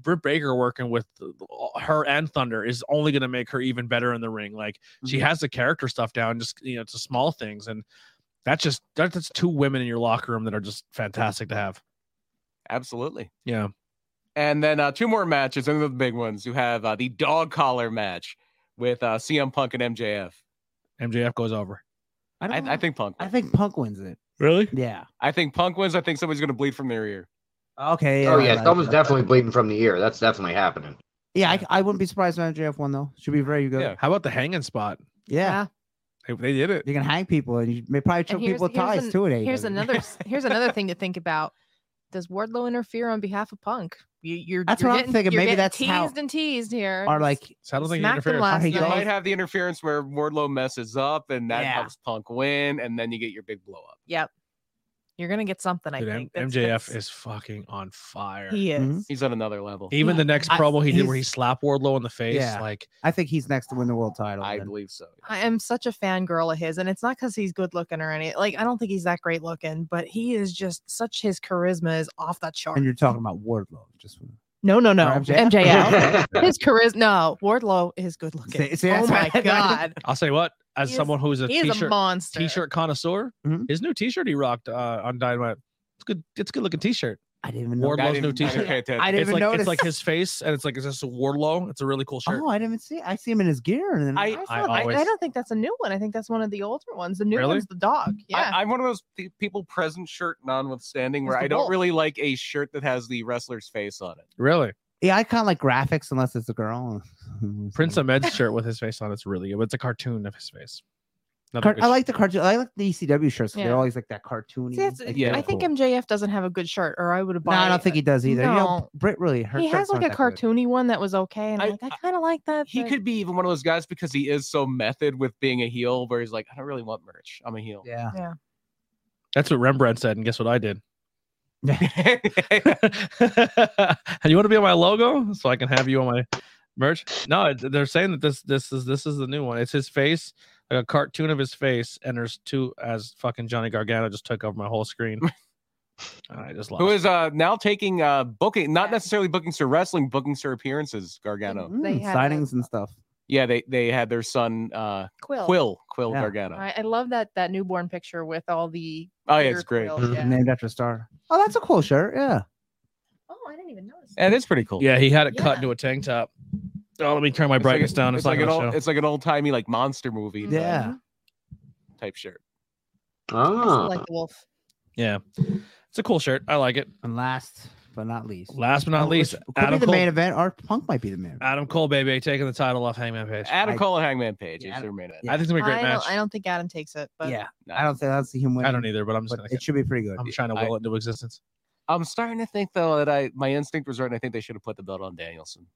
A: Britt Baker working with uh, her and Thunder is only going to make her even better in the ring. Like she has the character stuff down, just you know, to small things, and that's just that- that's two women in your locker room that are just fantastic to have.
C: Absolutely.
A: Yeah,
C: And then uh, two more matches, and then the big ones. You have uh, the dog collar match with uh, CM Punk and MJF.
A: MJF goes over.
B: I, don't
C: I, I
B: know.
C: think Punk.
B: Oh, I
C: wins.
B: think Punk wins it.
A: Really?
B: Yeah.
C: I think Punk wins. I think somebody's going to bleed from their ear.
B: Okay. Yeah,
E: oh yeah,
B: right,
E: someone's
B: right.
E: definitely bleeding from the ear. That's definitely happening.
B: Yeah, I, I wouldn't be surprised if MJF won though. Should be very good.
C: Yeah.
B: Yeah,
A: How about the hanging spot? They, they did it.
B: you can hang people and you may probably choke
F: here's-
B: people with
F: here's
B: ties
F: an-
B: too. At
F: Here's
B: AEW.
F: another s-
C: <laughs>
F: here's another thing to think about. Does Wardlow interfere on behalf of Punk? You, you're
B: That's
F: you're
B: what I'm
F: getting,
B: thinking.
F: You're
B: Maybe
F: getting
B: that's
F: teased
B: how-
F: and teased here.
B: Or like,
A: So I don't think it
F: Smacked them
A: interfered.
F: last
B: He
C: You
B: goes-
F: night.
C: might have the interference where Wardlow messes up, and that
B: Yeah.
C: helps Punk win, and then you get your big blow up.
F: Yep. You're gonna get something. I
A: Dude, M-
F: think That's-
A: MJF
F: that's-
A: is fucking on fire.
F: he is.
B: Mhm.
C: He's on another level.
A: Even the next
B: I-
A: promo he did where he
B: he's-
A: slapped Wardlow in the face,
B: Yeah.
A: like
B: I think he's next to win the world title.
C: I
B: then.
C: believe so.
F: I am such a fangirl of his, and it's not because he's good looking or anything. Like I don't think he's that great looking, but he is just such his charisma is off the chart.
B: And you're talking about Wardlow. Just
F: No, no, no,
B: MJF?
F: MJF.
E: <laughs>
B: <laughs>
E: That's
F: his charisma. No, Wardlow is good looking.
B: See- see,
F: oh
B: that's
F: my
B: <laughs> why-
F: god,
A: I'll say what, as
F: He is-
A: someone who's a
F: he is a
A: t-shirt
F: monster.
A: t-shirt connoisseur,
B: Mhm.
A: his new t-shirt he rocked uh, on Dynamite. It's good. It's a good looking t-shirt.
B: I didn't even know.
A: Wardlow-
C: I
A: Wardlow's
C: didn't-
A: new
C: I didn't <laughs>
A: t-shirt.
C: pay attention.
B: I didn't
A: it's
B: even
A: like
B: notice.
A: it's like his face, and it's like it's just Wardlow. It's a really cool shirt.
B: Oh, I didn't even see. I see him in his gear, and then
C: I-
F: I,
A: I
F: saw- I- I
A: always-
F: don't think that's a new one. I think that's one of the older ones. The new
A: Really?
F: one's the dog. Yeah.
C: I, am one of those pe- people, present shirt notwithstanding, where
F: He's the
C: I don't
F: wolf.
C: really like a shirt that has the wrestler's face on it.
A: Really,
B: yeah, I kind of like graphics unless it's a girl.
C: Mm.
A: Prince Ahmed's shirt with his face on it's really good. But it's a cartoon of his face. Another
B: Car-
A: good
B: I
A: sh-
B: like the cartoon. I like the ECW shirts. 'cause
F: Yeah.
B: They're always like that cartoony.
F: See, that's-
B: like,
C: yeah.
B: they're
F: I think
B: cool.
F: MJF doesn't have a good shirt, or I would have bought.
B: No, I
F: it.
B: don't think he does either. You
F: No.
B: know, Brit really. Her
F: he has
B: shirts
F: like
B: aren't
F: a
B: that good.
F: cartoony one that was okay, and I,
C: I-
F: am like I kind of like that.
C: He
F: but-
C: could be even one of those guys because he is so method with being a heel, where he's like, I don't really want merch. I'm a heel.
B: Yeah.
A: That's what Rembrandt said, and guess what I
C: <laughs>
A: did? <laughs>
C: I
A: and you want to be on my logo so I can have you on my merch? No, it- they're saying that this this is this is the new one. It's his face, like a cartoon of his face, and there's two as fucking Johnny Gargano just took over my whole
C: <laughs>
A: screen. I just lost.
C: Who is uh now taking uh booking, not
F: Yeah. Mm-hmm.
C: necessarily bookings for wrestling, bookings for appearances. Gargano.
F: They
B: Mm,
F: had a-
B: signings and stuff.
C: Yeah, they they had their son uh
F: Quill.
C: Quill Quill
B: Yeah.
C: Gargano.
F: I, I love that that newborn picture with all the.
C: Oh yeah,
F: ear
C: it's great.
F: quills,
E: Mhm.
F: yeah.
B: Named after a star. Oh, that's a cool shirt. Yeah.
F: Oh, I didn't even notice.
C: And it's pretty cool.
A: Yeah, he had it cut
F: Yeah.
A: into a tank top. Oh, let me turn my
C: It's like
A: brightness
C: a-
A: down. It's,
C: It's like
A: not
C: an
A: gonna
C: old,
A: show.
C: it's like an old timey like monster movie
F: Mm-hmm.
C: type-
B: Yeah.
C: type shirt.
F: I still
E: oh.
F: like the wolf.
A: yeah, it's a cool shirt. I like it.
B: And last but not least.
A: Last but not
B: Oh,
A: least,
B: which could be
A: Adam
B: the
A: Cole,
B: main event, or Punk might be the main. event.
A: Adam Cole, baby, taking the title off Hangman Page.
C: Adam
B: I-
C: Cole and Hangman Page
B: Yeah,
C: is
B: Adam-
C: their main event.
A: I think it's gonna be a great
F: I
A: match.
F: Don't, I don't think Adam takes it, but
B: yeah,
C: No.
B: I don't think I don't see him winning.
A: I don't either, but I'm just
B: But
A: gonna.
B: it should be pretty good.
A: I'm trying to
C: I-
A: will it into existence.
C: I'm starting to think though that I my instinct was right, and I think they should have put the belt on Danielson.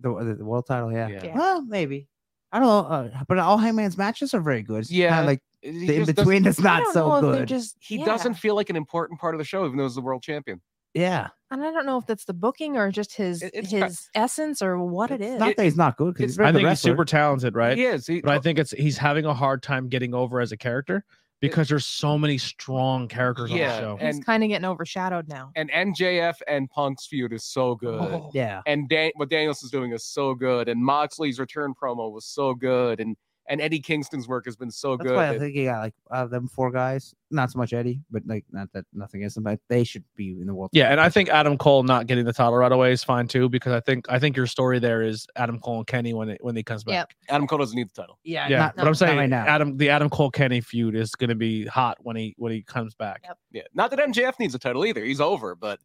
B: The, the, the world title, yeah.
C: Yeah.
F: Yeah.
B: Well, maybe. I don't know, uh, but all Hangman's matches are very good. It's yeah,
C: Yeah.
B: like
C: He
B: the in
C: just doesn't-
B: between that's
F: I
B: not
F: don't know
B: so
F: if they're
B: good.
F: Just
C: He
F: yeah.
C: doesn't feel like an important part of the show, even though he's the world champion.
B: yeah,
F: and I don't know if that's the booking or just his
C: It- it's
F: his
C: ki-
F: essence or what it is.
B: not
C: it-
B: that he's not good because he's
C: it's-
B: very
A: I
B: good
A: think he's
B: wrestler.
A: super talented, right?
C: He is. He,
A: But I think it's he's having a hard time getting over as a character because there's so many strong characters
C: Yeah.
A: on the show.
F: He's
C: and-
F: kind of getting overshadowed now.
C: oh, and MJF and Punk's feud is so good.
F: Oh.
B: Yeah,
C: And Dan- what Danielson's doing is so good. And Moxley's return promo was so good. And and Eddie Kingston's work has been
A: Oh,
C: so
B: that's
C: good.
B: why I
C: that-
B: think he got like uh, them four guys. Not so much Eddie, but like not that nothing against them, but they should be in the world.
A: Yeah, and I think Adam Cole not getting the title right away is fine too because I think I think your story there is Adam Cole and Kenny when it when he comes back.
F: Yep.
C: Adam Cole doesn't need the title.
B: yeah,
A: Yeah,
B: not-
A: but I'm
B: not
A: saying
B: right now.
A: Adam the Adam Cole Kenny feud is going to be hot when he when he comes back.
F: Yep.
C: Yeah. Not that MJF needs a title either. He's over, but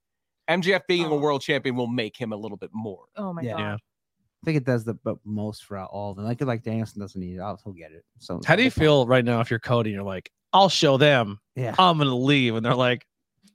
C: MJF being a
B: Uh-huh.
F: Oh.
C: world champion will make him a little bit more.
F: Oh my
B: Yeah.
F: god.
A: Yeah.
B: I think it does the but most for all. And like like Danielson doesn't need it. I'll, he'll get it. So
A: How do you feel right now if you're Cody and you're like, I'll show them.
B: Yeah.
A: I'm gonna leave, and they're like,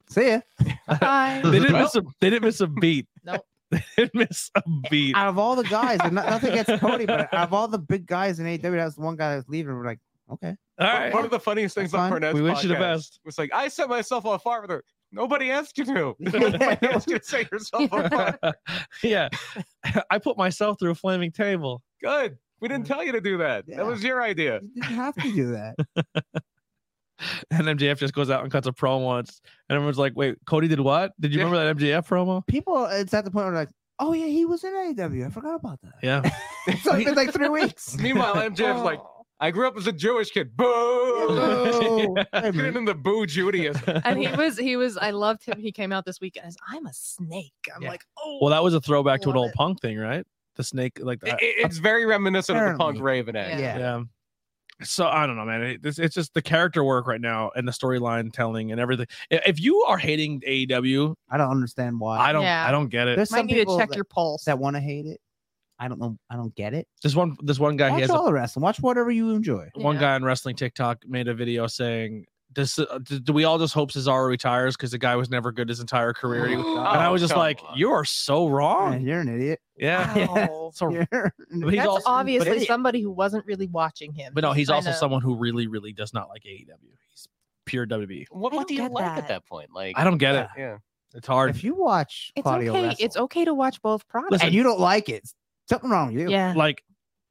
B: See ya.
C: <laughs>
F: Bye.
A: they didn't
C: Well-
A: miss a they didn't miss a beat.
F: <laughs> Nope.
A: <laughs> they didn't miss a beat.
B: Out of all the guys, and not, nothing against Cody, but out of all the big guys in E AW, that's the one guy that's leaving. We're like, okay,
A: All
C: One-
A: right,
C: One of the funniest things
B: That's
C: on
B: fine.
C: Cornette's
A: we wish you the
C: podcast
A: best.
C: was like, I set myself on fire with her. Nobody asked
B: <laughs>
C: you to. <laughs> Nobody asked you to set yourself on fire.
A: <laughs> yeah. <laughs> I put myself through a flaming table.
C: Good. We didn't tell you to do that.
B: Yeah.
C: That was your idea.
B: <laughs> You didn't have to do that.
A: And MJF just goes out and cuts a promo. And, it's- and everyone's like, wait, Cody did what? Did you
C: Yeah.
A: remember that MJF promo?
B: People, it's at the point where like, oh yeah, he was in AEW. I forgot about that.
F: <laughs>
A: Yeah.
B: <laughs> so it's been
A: <laughs>
B: like three weeks.
C: Meanwhile,
F: Oh.
C: MJF's like, I grew up as a Jewish kid. Boo!
A: <laughs>
B: Oh, wait a
C: Get
B: minute.
C: in the boo Judaism. <laughs>
F: and he was he was I loved him. He came out this weekend as I'm a snake. I'm
C: Yeah.
F: like, oh
A: Well, that was a throwback to an
F: Love
A: old
F: it.
A: punk thing, right? The snake, like
C: It-
A: that.
C: it's very reminiscent of the punk
B: Apparently.
C: Raven
F: Yeah.
C: act.
B: yeah.
A: yeah. So I don't know, man. It, it's, it's just the character work right now and the storyline telling and everything. I- If you are hating E AEW,
B: I don't understand why.
A: I don't,
F: Yeah.
A: I don't get it.
B: There's
F: might
B: some
F: need
B: people
F: to check
B: that,
F: your pulse.
B: that want to hate it. I don't know. I don't get it.
A: This one, this one guy, he
B: Watch
A: has a
B: all the wrestling. Watch whatever you enjoy.
A: one
F: Yeah.
A: guy on wrestling TikTok made a video saying, "Does uh, do do we all just hope Cesaro retires because the guy was never good his entire career?" He- and <gasps>
F: <gasps>
A: I was just
C: come
A: like,
C: on.
A: "You are so
B: Yeah,
A: wrong."
B: you're an idiot.
A: Yeah,
B: <laughs>
F: <laughs> Wow.
A: So-
B: You're-
A: Oh. but he's
F: That's
A: also,
F: obviously
A: but,
F: somebody who wasn't really watching him.
A: but no, he's
F: I
A: also
F: know.
A: someone who really, really does not like AEW. He's pure WWE.
C: What,
F: I
C: what
F: don't
C: do you
F: get
C: like at
F: that.
C: that point? Like,
A: I don't get it.
C: Yeah.
A: It's hard.
B: if you watch
F: It's
B: Claudio
F: okay.
B: wrestle
F: It's okay to watch both products.
A: Listen,
B: and you don't like it, something wrong with you.
F: yeah.
A: like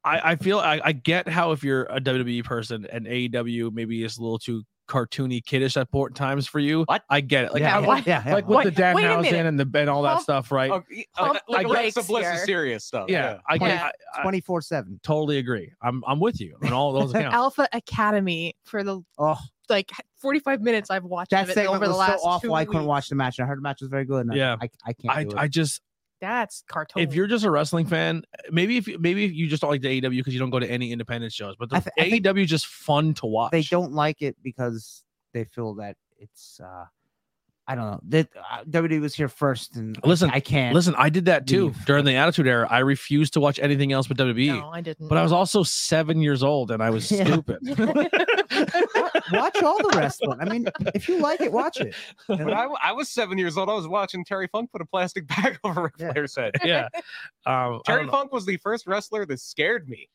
A: I, I feel I, I get how if you're a WWE person and AEW maybe is a little too cartoony kiddish at port times for you.
C: What?
A: I get it. Like
B: yeah,
A: how-
B: yeah,
F: what-
B: yeah, yeah.
A: like with
F: Wait-
A: the
F: wait a
A: Danhausen
F: minute.
A: and the and all that
F: Huh?
A: stuff, right?
C: Oh, y- oh,
F: Pump
C: like
F: the
C: that's the
F: brakes
C: bliss
F: here.
C: is serious stuff.
A: yeah, I,
F: Yeah.
A: get I, I
B: 24 7.
A: totally agree. I'm I'm with you on all
F: <laughs>
A: those accounts.
F: Alpha Academy for the
B: Oh,
F: like 45 minutes I've watched
B: that
F: of it
B: segment
F: over the
B: was
F: last
B: so awful.
F: two
B: I couldn't
F: weeks.
B: watch the match. and I heard the match was very good. And
A: Yeah.
B: I, I, I can't.
A: I,
B: do it.
A: I just
F: That's cartoon.
A: if you're just a wrestling fan, maybe if you- maybe if you just don't like the AEW because you don't go to any independent shows, but the
B: I thi- I think-
A: AEW is just fun to watch.
B: they don't like it because they feel that it's uh I don't know that uh, WWE was here first and I-
A: Listen,
B: I can't
A: Listen, I did that too
B: Leave.
A: during the Attitude Era. I refused to watch anything else but WWE.
F: no, I didn't.
A: But I was also seven years old and I was
B: Yeah.
F: <laughs>
A: stupid.
B: watch all the wrestling. I mean, if you like it,
A: <laughs>
B: watch it. And
C: When I, w- I was seven years old, I was watching Terry Funk put a plastic <laughs> bag over Ric
B: Yeah.
C: Flair's head.
A: yeah. Um, I
C: Terry
A: don't know.
C: Funk was the first wrestler that scared me.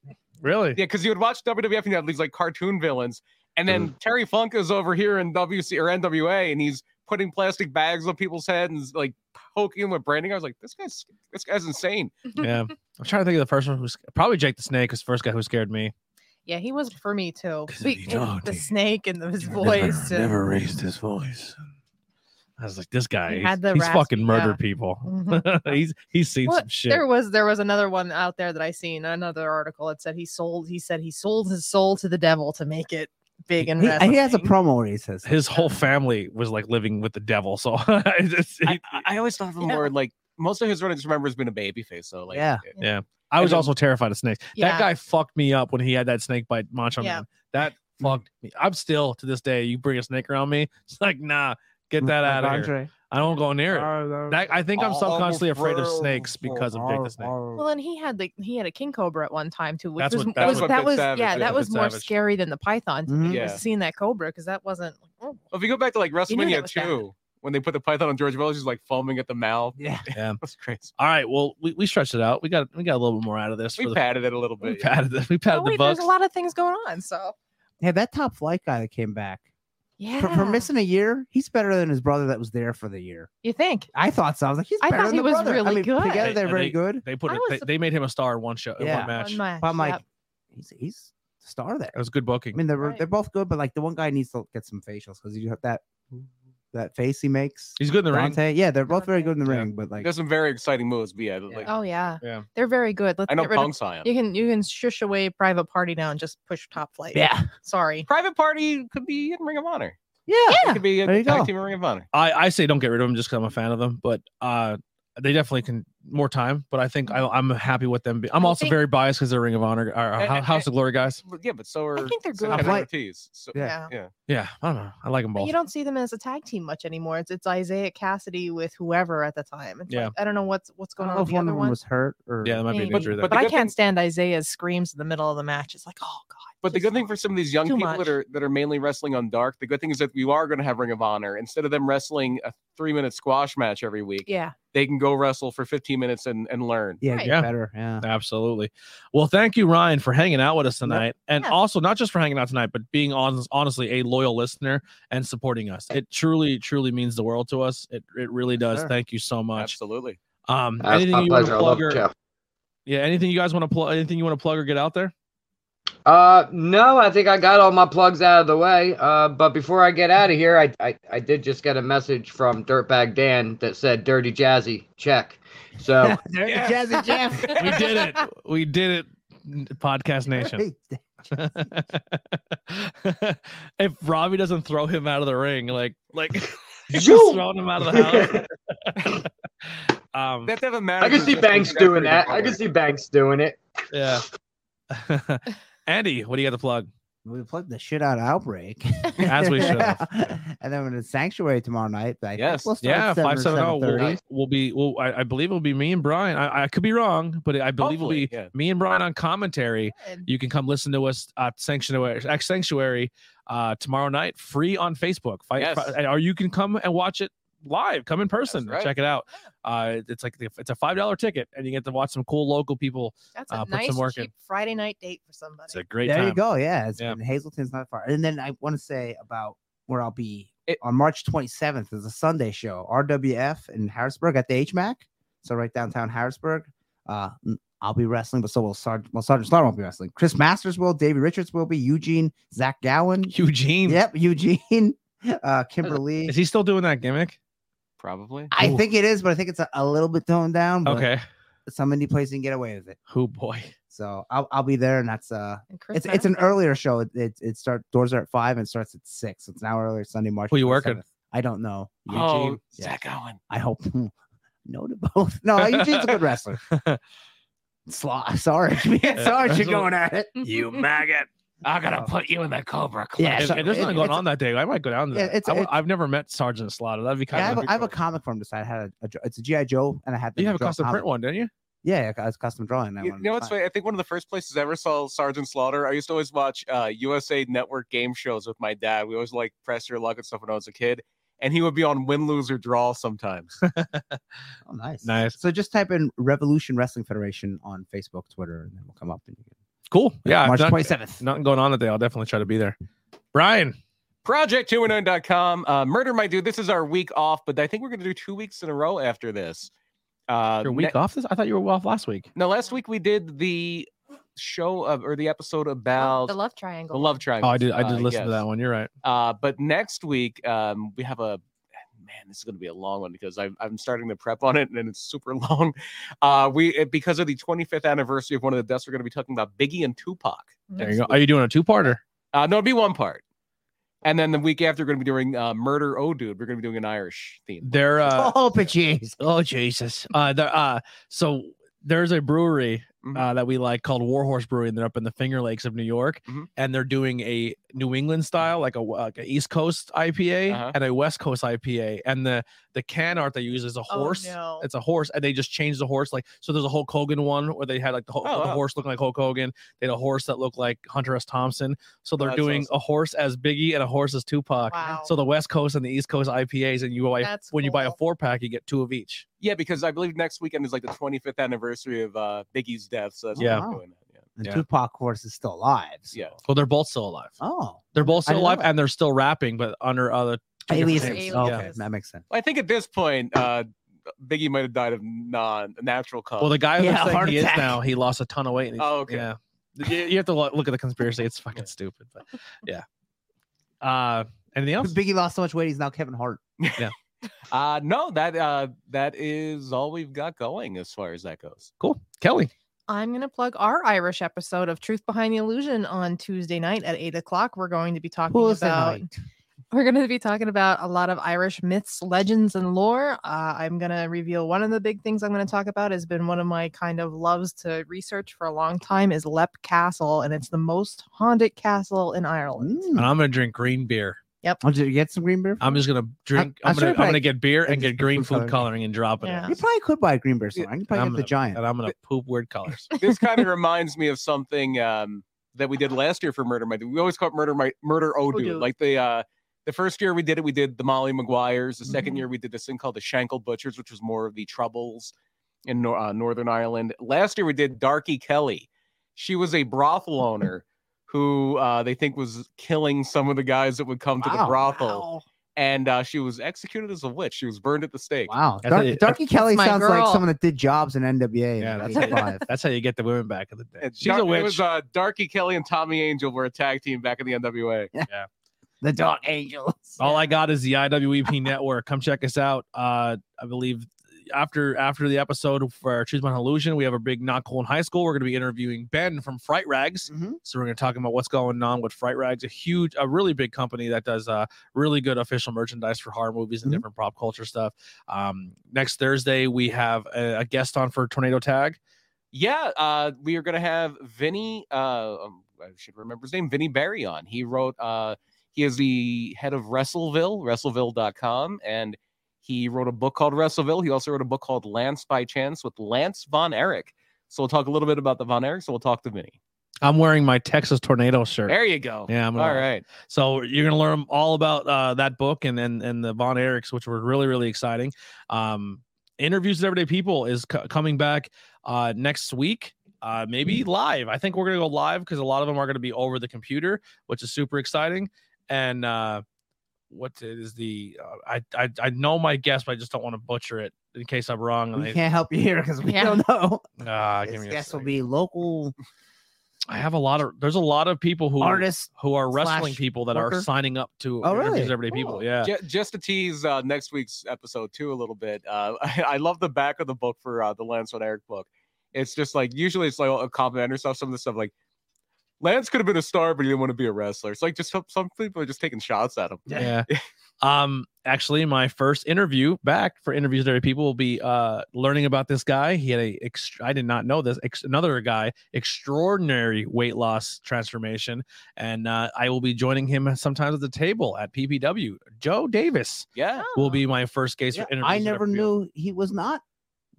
A: Really?
C: Yeah, because you would watch WWF and you had these like cartoon villains, and then Terry Funk is over here in WC or NWA, and he's putting plastic bags on people's heads and like poking them with branding. I was like, this guy's this guy's insane.
F: <laughs>
A: Yeah. I'm trying to think of the first one who's probably Jake the Snake was the first guy who scared me.
F: yeah, he was for me too.
A: 'Cause
F: Be-
A: if you don't,
F: the
A: he-
F: snake and his voice. and-
A: raised his voice. I was like, this guy,
F: He
A: he's,
F: had the
A: he's
F: raspy-
A: fucking murdered
F: yeah.
A: people. <laughs>
F: Mhm.
A: he's he's seen
F: Well,
A: some shit.
F: There was there was another one out there that I seen another article. It said he sold he said he sold his soul to the devil to make it big and
B: he, he has a
F: wrestling.
B: promo where he says,
A: His whole family was like living with the devil. So <laughs> it's just-
C: I,
A: he-
C: I- I always thought of him
F: Yeah.
C: more like most of his run. I just remember has been a baby face. So like,
B: Yeah.
A: I was
C: and then-
A: also terrified of snakes. That
F: Yeah.
A: guy fucked me up when he had that snake bite Macho
F: Yeah.
A: Man. That fucked me. I'm still to this day. You bring a snake around me, <laughs> it's like nah, get that out of here. I don't go near it. That, I think I'm subconsciously afraid of snakes because of Jake the
B: <laughs>
A: Snake.
F: Well, and he had like he had a king cobra at one time too, which
A: That's
F: was,
A: what- that's
F: was-
A: what
F: that
C: Bit
F: was
C: Savage-
F: yeah
C: yeah,
F: that
A: Bit
F: was more
A: Savage.
F: scary than the python. to me,
B: Mhm.
F: was
C: Yeah.
F: seeing that cobra because that wasn't like, oh,
C: If you go back to like
F: knew that
C: WrestleMania
F: was
C: two,
F: bad.
C: when they put the Python on George Wells, he's like foaming at the mouth. <laughs>
B: Yeah.
C: That's crazy.
A: All right, well we, we stretched it out. We got we got a little bit more out of this.
C: We
A: for the,
C: patted it a little
A: we
C: bit. yeah.
A: padded the we padded
F: oh,
A: the
F: wait,
A: books.
F: there's a lot of things going on. So
B: Hey, that top flight guy that came back
F: yeah,
B: for, for missing a year, he's better than his brother that was there for the year.
F: you think?
B: I thought so. I was like, he's
F: I
B: better
F: thought
B: than
F: he
B: the
F: was
B: brother. I
F: really
B: mean,
F: good.
B: Together,
A: They-
B: they're
A: and
B: very good.
A: they put
F: I
A: it.
F: was
A: They,
F: sup-
A: they made him a star in one show, in
B: Yeah.
A: one match.
F: One match,
B: But I'm like,
F: yep.
B: he's he's the star there.
A: It was good booking.
B: I mean, they're
F: Right.
B: they're both good, but like the one guy needs to get some facials because you have that that face he makes.
A: He's good in the ring.
B: Dante, yeah, they're both very good in the
A: Yeah.
B: ring, but like
C: There's some very exciting moves, but yeah, like
F: oh yeah,
A: Yeah.
F: they're very good. Let's
C: I know
F: get rid of.
C: Punk's high on.
F: You can you can shush away private party now and just push top flight.
B: yeah,
F: sorry.
C: Private Party could be in Ring of Honor.
B: yeah,
C: It
F: Yeah.
C: could be a
B: There you
C: tag
B: go.
C: team in Ring of Honor.
A: I, I say don't get rid of them just because I'm a fan of them, but uh, they definitely can more time. But I think I, I'm happy with them. be- I'm
F: I
A: also
F: think-
A: very biased because they're Ring of Honor or
C: Eh, eh,
A: uh, House of Glory guys.
C: But yeah, but so are
F: I think they're
C: so
F: good.
C: are
B: Like-
C: Ortiz. So,
B: Yeah.
F: yeah.
A: Yeah, I don't know. I like them
F: But
A: both.
F: you don't see them as a tag team much anymore. It's it's Isaiah Cassidy with whoever at the time. It's like,
A: Yeah.
F: I don't know what's what's
B: I
F: going
B: don't
F: on
B: know
F: with
B: if
F: the
B: one
F: other
B: of them
F: one.
B: was hurt or
A: Yeah, that might be an
F: But-
A: injury there.
C: but
F: But,
C: the
F: I
C: good
F: can't
C: thing-
F: stand Isaiah's screams in the middle of the match. It's like, oh god.
C: But But the good thing for some of these young
D: Too
C: people
D: much.
C: that are that are mainly wrestling on Dark, the good thing is that you are going to have Ring of Honor instead of them wrestling a three minute squash match every week.
F: Yeah.
C: They can go wrestle for 15 minutes and, and learn.
B: Yeah,
F: Right.
B: get
A: Yeah.
B: better. Yeah.
A: Absolutely. Well, thank you, Ryan, for hanging out with us tonight, and
D: Yeah.
A: also not just for hanging out tonight, but being on, honestly a loyal listener and supporting us. It truly, truly means the world to us. It it really does.
B: sir.
A: Thank you so much.
C: Absolutely.
A: Um,
E: That's
A: anything
E: my
A: you want
E: pleasure.
A: to
E: I love
A: plug
E: the
A: or
E: show.
A: yeah, anything you guys want to plug? Anything you want to plug or get out
E: <laughs>
A: there?
E: Uh, no, I think I got all my plugs out of the way. Uh, but before I get out of here, I, I I did just get a message from Dirtbag Dan that said "Dirty Jazzy check." So
B: There-
C: Yeah.
A: <laughs>
B: Jazzy Jeff.
A: We did it. we did it. Podcast Nation. <laughs>
B: Hey,
A: if Robbie doesn't throw him out of the ring, like
C: <laughs>
A: like just
E: Zoom.
A: throwing him out of the house. <laughs>
E: I <laughs>
A: Um,
C: They have to have a manager
E: can see
C: just to
E: Banks
C: trajectory
E: doing
C: the
E: that. I
C: forward.
E: can see Banks doing it.
A: <laughs> yeah. Andy, what do you got to plug?
B: we plugged the shit out of Outbreak.
A: As
B: <laughs>
A: we should have.
B: and then we're in Sanctuary tomorrow night. but I think
C: Yes.
B: We'll start
A: Yeah,
B: at 7 or
A: five seven zero.
B: 7:30.
A: We'll, we'll be. Well, I, I believe it'll be me and Brian. I, I could be wrong, but I believe
C: Hopefully,
A: it'll be
C: yeah.
A: me and Brian on commentary.
F: Good.
A: You can come listen to us at Sanctuary, at Sanctuary, uh, tomorrow night, free on Facebook. Fight,
C: Yes.
A: Fi- or you can come and watch it live. Come in person, and
C: right.
A: check it out. Uh, it's like the, it's a five dollar ticket, and you get to watch some cool local people.
F: That's
A: Uh,
F: a
A: put some
F: nice
A: work in.
F: cheap Friday night date for somebody.
A: It's a great
B: there
A: time.
B: you go. Yeah, it's
A: Yeah.
B: and Hazleton's not far. And then I want to say about where I'll be
C: It-
B: on March 27th is a Sunday show, RWF in Harrisburg at the HMAC. So right downtown Harrisburg. Uh, n- I'll be wrestling, but so will Sergeant. Well, Sergeant Slaughter won't be wrestling. Chris Masters will. Davey Richards will be. Eugene, Zach Gowan.
A: Eugene,
B: Yep, Eugene, <laughs> uh, Kimberly.
A: is he still doing that gimmick?
C: Probably.
B: I
A: Ooh.
B: think it is, but I think it's a, a little bit toned down. But
A: Okay.
B: some indie place can get away with it.
A: Who boy?
B: So I'll, I'll be there, and that's uh,
F: And Chris
B: it's it's an
F: Madison.
B: earlier show. It it, it start doors are at five and starts at six. It's an hour earlier Sunday, March.
A: Who you working?
B: 27th. I don't know.
C: Oh,
B: Yeah.
C: Zach Owen.
B: I hope <laughs> no to both. No, Eugene's a
A: <laughs>
B: good wrestler. Slaw, sorry, <laughs> me and
A: Yeah,
B: Sarge are
A: that's what-
B: going at it.
F: <laughs>
A: maggot. I'm
B: gonna
A: put you in the Cobra
B: Clutch. Yeah,
A: if,
B: so
A: if there's
B: it-
A: nothing going
B: it's-
A: on that day, I might go down to
B: Yeah,
A: that.
B: it's-
A: I,
B: it's-
A: have never met Sergeant Slaughter. That'd be kind
B: Yeah, I,
A: of.
B: have a, I have a comic for him to sign. I had a, a, dr- it's a GI Joe, and I had.
A: you
B: them
A: have a
B: draw
A: custom print one, didn't you?
B: Yeah, yeah, I was custom drawing. I
C: You
B: wanted to
C: know what's
B: sign.
C: funny? I think one of the first places I ever saw Sergeant Slaughter, I used to always watch uh, USA Network game shows with my dad. We always like press your luck and stuff when I was a kid. And he would be on win, lose, or draw sometimes.
B: Oh, nice.
A: Nice.
B: So just type in Revolution Wrestling Federation on Facebook, Twitter, and then we'll come up. And you can...
A: Cool. Yeah. if
B: March
A: not-
B: 27th.
A: Nothing going on that day. I'll definitely try to be there. Brian,
C: Project209.com. Uh, Murder My Dude. This is our week off, but I think we're going to do two weeks in a row after this. Uh,
A: your week
C: ne-
A: off this? I thought you were off last week.
C: No, last week we did the show of, or the episode
F: Oh,
C: about
F: the love
C: the
F: triangle.
C: love triangle.
A: Oh, I did. I did
C: Uh,
A: listen
C: yes.
A: to that one. You're right.
C: Uh, but next week, um, we have a man. This is going to be a long one because I'm, I'm starting to prep on it, and it's super <laughs> long. Uh, we it- because of the 25th anniversary of one of the deaths, we're going to be talking about Biggie and Tupac.
A: There you go. Are you doing a two-parter?
C: Uh, no, it'll be one part, and then the week after, we're going to be doing uh, Murder Oh Dude. We're going to be doing an Irish theme.
A: They're <laughs> uh,
B: <laughs> oh, but jeez.
A: Oh Jesus! Uh, there, uh, so there's a brewery
C: Mhm.
A: uh, that we like called Warhorse Brewing. They're up in the Finger Lakes of New York,
C: Mhm.
A: and they're doing a New England style, like a, like a East Coast IPA
C: Uh-huh.
A: and a West Coast IPA. And the the can art they use is a
F: Oh,
A: horse.
F: no.
A: It's a horse, and they just changed the horse. Like so, there's a Hulk Hogan one where they had like the, Hulk,
C: Oh,
A: the
C: wow.
A: horse looking like Hulk Hogan. They had a horse that looked like Hunter S. Thompson. So they're
C: That's
A: doing
C: awesome.
A: a horse as Biggie and a horse as Tupac.
F: Wow.
A: So the West Coast and the East Coast IPAs, and you buy
F: That's
A: when you buy a
F: cool.
A: four pack, you get two of each.
C: Yeah, because I believe next weekend is like the 25th anniversary of uh, Biggie's death. So that's
A: Yeah.
C: what we're doing. Yeah.
B: And
A: Yeah.
B: Tupac, of course, is still alive. so-
C: Yeah.
A: Well, they're both still alive.
B: Oh,
A: They're both
B: I
A: still
B: didn't
A: alive
B: know that.
A: and they're still rapping, but under other two different
B: aliases.
A: names.
F: aliases.
A: Yeah.
B: Okay, that makes sense.
C: I think at this point, uh, Biggie might have died of non natural cause.
A: Well, the guy who
B: Yeah,
A: looks like
B: heart
A: he is
B: attack.
A: now, he lost a ton of weight. And he's,
C: Oh, okay.
A: Yeah. You, <laughs> you have to lo- look at the conspiracy. It's fucking stupid, but yeah. Uh, anything else?
B: Biggie lost so much weight, he's now Kevin Hart.
C: Uh no, that uh that is all we've got going as far as that goes.
A: Cool. Kelly.
F: I'm going to plug our Irish episode of Truth Behind the Illusion on Tuesday night at eight o'clock. We're going to be talking
B: Who's
F: about <laughs> we're going to be talking about a lot of Irish myths, legends, and lore. Uh, I'm going to reveal one of the big things I'm going to talk about has been one of my kind of loves to research for a long time is Lepp Castle, and it's the most haunted castle in Ireland.
A: And I'm gonna drink green beer.
B: Mm. Oh, Did you get some green beer?
A: I'm just gonna drink.
B: I'm
A: I'm,
B: sure
A: gonna.
B: if
A: I'm
B: I-
A: gonna get beer
B: I
A: and
B: just
A: get green
B: prefer
A: food
B: coloring.
A: coloring and drop it. in.
F: Yeah.
B: you probably could buy a green beer somewhere. You could probably
A: I'm
B: get the
A: gonna-
B: <laughs> giant.
A: And I'm gonna poop weird colors.
C: This kind of reminds me of something um that we did last year for Murder My Dude. We always call it Murder My Murder Odu.
D: Odu.
C: Like the uh, the first year we did it, we did the Molly Maguires. The 2nd
B: Mm-hmm.
D: Mhm.
C: year we did this thing called the Shankle Butchers, which was more of the Troubles in Nor- uh, Northern Ireland. Last year we did Darky Kelly. She was a brothel owner who uh, they think was killing some of the guys that would come to the
B: Wow.
C: brothel, and uh, she was executed as a witch. She was burned at the stake.
B: Wow,
A: That's
B: Dar-
A: a-
B: Darky Kelly
F: my
B: sounds like
F: girl.
B: someone that did jobs in NWA.
A: Yeah,
B: Yeah,
A: that's
B: that's
A: it. That's how you get the women back in the day.
C: And
A: She's
C: Dar-
A: a witch.
C: It was uh, Darky Kelly and Tommy Angel were a tag team back in the NWA.
A: <laughs>
B: the Dark
F: <laughs>
B: Angels.
A: All I got is
B: <laughs>
A: the IWEP network. Come check us out. Uh, I believe after after the episode for our Choose My Illusion, we have a big not cool in high school. We're going to be interviewing Ben from Fright Rags.
B: Mhm.
A: So we're going to talk about what's going on with Fright Rags, a huge, a really big company that does uh, really good official merchandise for horror movies and
B: Mhm.
A: different pop culture stuff. Um, next Thursday, we have a, a guest on for Tornado Tag.
C: Yeah, uh, we are going to have Vinny. Uh, um, I should remember his name. Vinny Barry on. He wrote. Uh, he is the head of Wrestleville, Wrestleville.com, and he wrote a book called Wrestleville. He also wrote a book called Lance by Chance with Lance Von Erich. So we'll talk a little bit about the Von Erichs, and we'll talk to Vinny.
A: I'm wearing my Texas Tornado shirt.
C: There you go.
A: Yeah, I'm
C: All
A: gonna-
C: right.
A: So you're gonna learn all about uh, that book and and and the Von Erichs, which were really really exciting. Um, Interviews with Everyday People is co- coming back uh, next week. Uh, maybe
B: Hmm.
A: live. I think we're gonna go live because a lot of them are gonna be over the computer, which is super exciting. And uh, what is the? Uh, I, I I know my guess, but I just don't want to butcher it in case I'm wrong.
B: we
A: And
B: can't help you here because we
F: Yeah.
B: don't
A: <laughs>
B: know.
A: they, uh, give
B: This
A: me a
B: guest will
A: second.
B: be local
A: I have a lot of. There's a lot of people who
B: artists.
A: who are
B: slash
A: wrestling people that are
B: worker.
A: signing up to
B: Oh,
A: Interviews
B: really?
A: with Everyday People.
B: Cool.
A: Yeah.
C: Ju- just to tease uh, next week's episode too a little bit. Uh, <laughs> I, I love the back of the book for uh, the Lance Von Eric book. It's just like usually it's like a compliment or stuff. Some of the stuff like Lance could have been a star, but he didn't want to be a wrestler. It's like just some, some people are just taking shots at him.
A: yeah
B: <laughs>
A: um actually my first interview back for interviews with other people will be uh learning about this guy he had a ext- i did not know this ex- another guy extraordinary weight loss transformation and uh, i will be joining him sometimes at the table at ppw joe davis
C: Yeah,
A: will be my first case for
B: Yeah,
A: interviews
B: I
A: with
B: never
A: other people.
B: knew he was not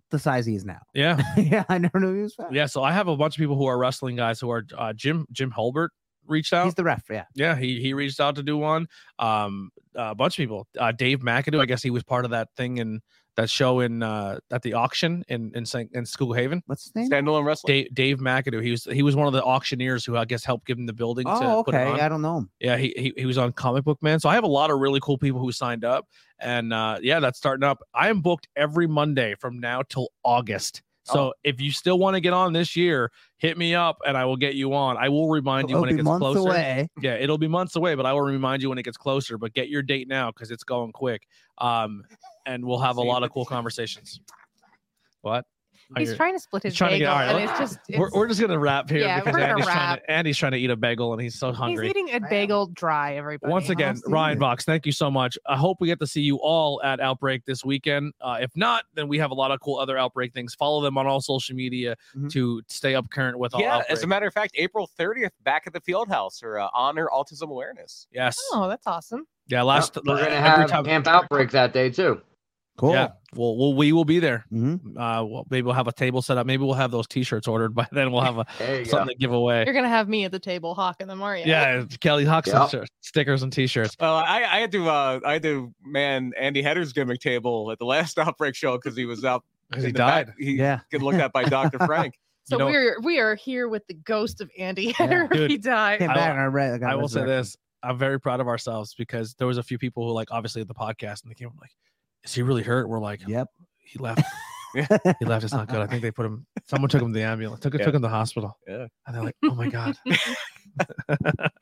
B: the size he is now. <laughs>
A: yeah
B: yeah, I never knew he was fat.
A: yeah so i have a bunch of people who are wrestling guys who are uh, jim jim hulbert reached out
B: he's the ref. Yeah,
A: Yeah, he he reached out to do one. Um, a bunch of people. Uh, Dave McAdoo, I guess he was part of that thing and that show in uh at the auction in in Saint, in Schoolhaven.
B: what's his name?
C: standalone wrestling.
A: Dave, Dave McAdoo, he was he was one of the auctioneers who I guess helped give him the building. to
B: Oh,
A: Put it
B: okay.
A: on.
B: I don't know him.
A: Yeah, he, he he was on Comic Book Man. So I have a lot of really cool people who signed up, and uh, yeah, that's starting up. I am booked every Monday from now till August.
B: Oh.
A: So if you still want to get on this year, hit me up and I will get you on. I will remind you
B: It'll
A: when it
B: be
A: gets
B: months
A: closer.
B: away.
A: Yeah, it'll be months away, but I will remind you when it gets closer. But get your date now because it's going quick. Um, and we'll have a lot of cool
F: <laughs>
A: conversations. What? I
F: He's
A: hear-
F: trying to split his
A: He's trying to get-
F: bagel,
A: all right,
F: and it's just
A: we're,
F: it's-
A: we're just gonna wrap here
F: Yeah,
A: because
F: we're gonna
A: Andy's trying,
F: wrap.
A: to, Andy's trying to eat a bagel and he's so hungry.
F: he's eating a
B: I am.
F: bagel dry. Everybody.
A: Once again,
B: Honestly,
A: Ryan
B: it-
A: Box, thank you so much. I hope we get to see you all at Outbreak this weekend. Uh, if not, then we have a lot of cool other Outbreak things. Follow them on all social media
F: Mm-hmm.
B: Mhm.
A: to stay up current with all.
C: Yeah,
A: Outbreak.
C: as a matter of fact, April 30th, back at the field house for uh, honor autism awareness.
A: yes,
F: Oh, that's awesome.
A: yeah. Last
E: We're gonna
A: every
E: have
A: time-
E: Camp Outbreak that day too.
B: Cool.
A: Yeah, well, well, we will be there.
B: hmm
E: Mm-hmm.
A: uh well, maybe we'll have a table set up maybe we'll have those t-shirts ordered by <laughs> then we'll have a,
E: There you go.
A: something to give away
F: You're gonna have me at the table hawking them, are you?
A: yeah kelly hawks
E: Yeah.
A: shirt- stickers and t-shirts
C: Well, I, I had to uh, I had to man Andy Hedder's gimmick table at the last <laughs> outbreak show because he was out
A: because he
C: in the back.
A: died
C: He
B: Yeah.
C: get looked at by Dr. Frank.
F: So
A: You know-
F: we're we are here with the ghost of Andy <laughs> Henry.
A: Dude,
F: he died.
B: Came
A: I-
B: back and I read. got
A: i will say
B: resurrected.
A: this i'm very proud of ourselves because there was a few people who like obviously at the podcast and they came up like is he really hurt we're like
B: Yep.
A: he left he left it's not good i think they put him someone took him to the ambulance took,
C: Yeah.
A: took him to the hospital
C: Yeah.
A: and they're like oh my
F: <laughs>
A: god <laughs>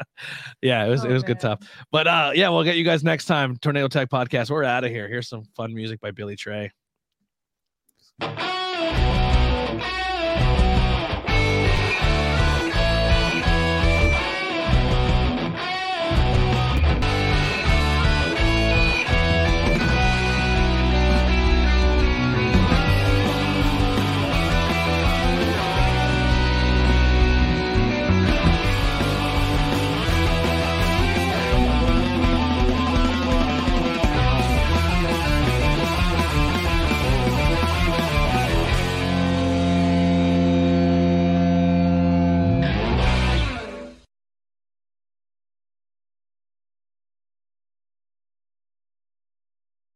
A: yeah it was it
F: Oh,
A: was good
F: man.
A: stuff but uh yeah we'll get you guys next time tornado tech podcast we're out of here here's some fun music by billy trey
F: Yeah.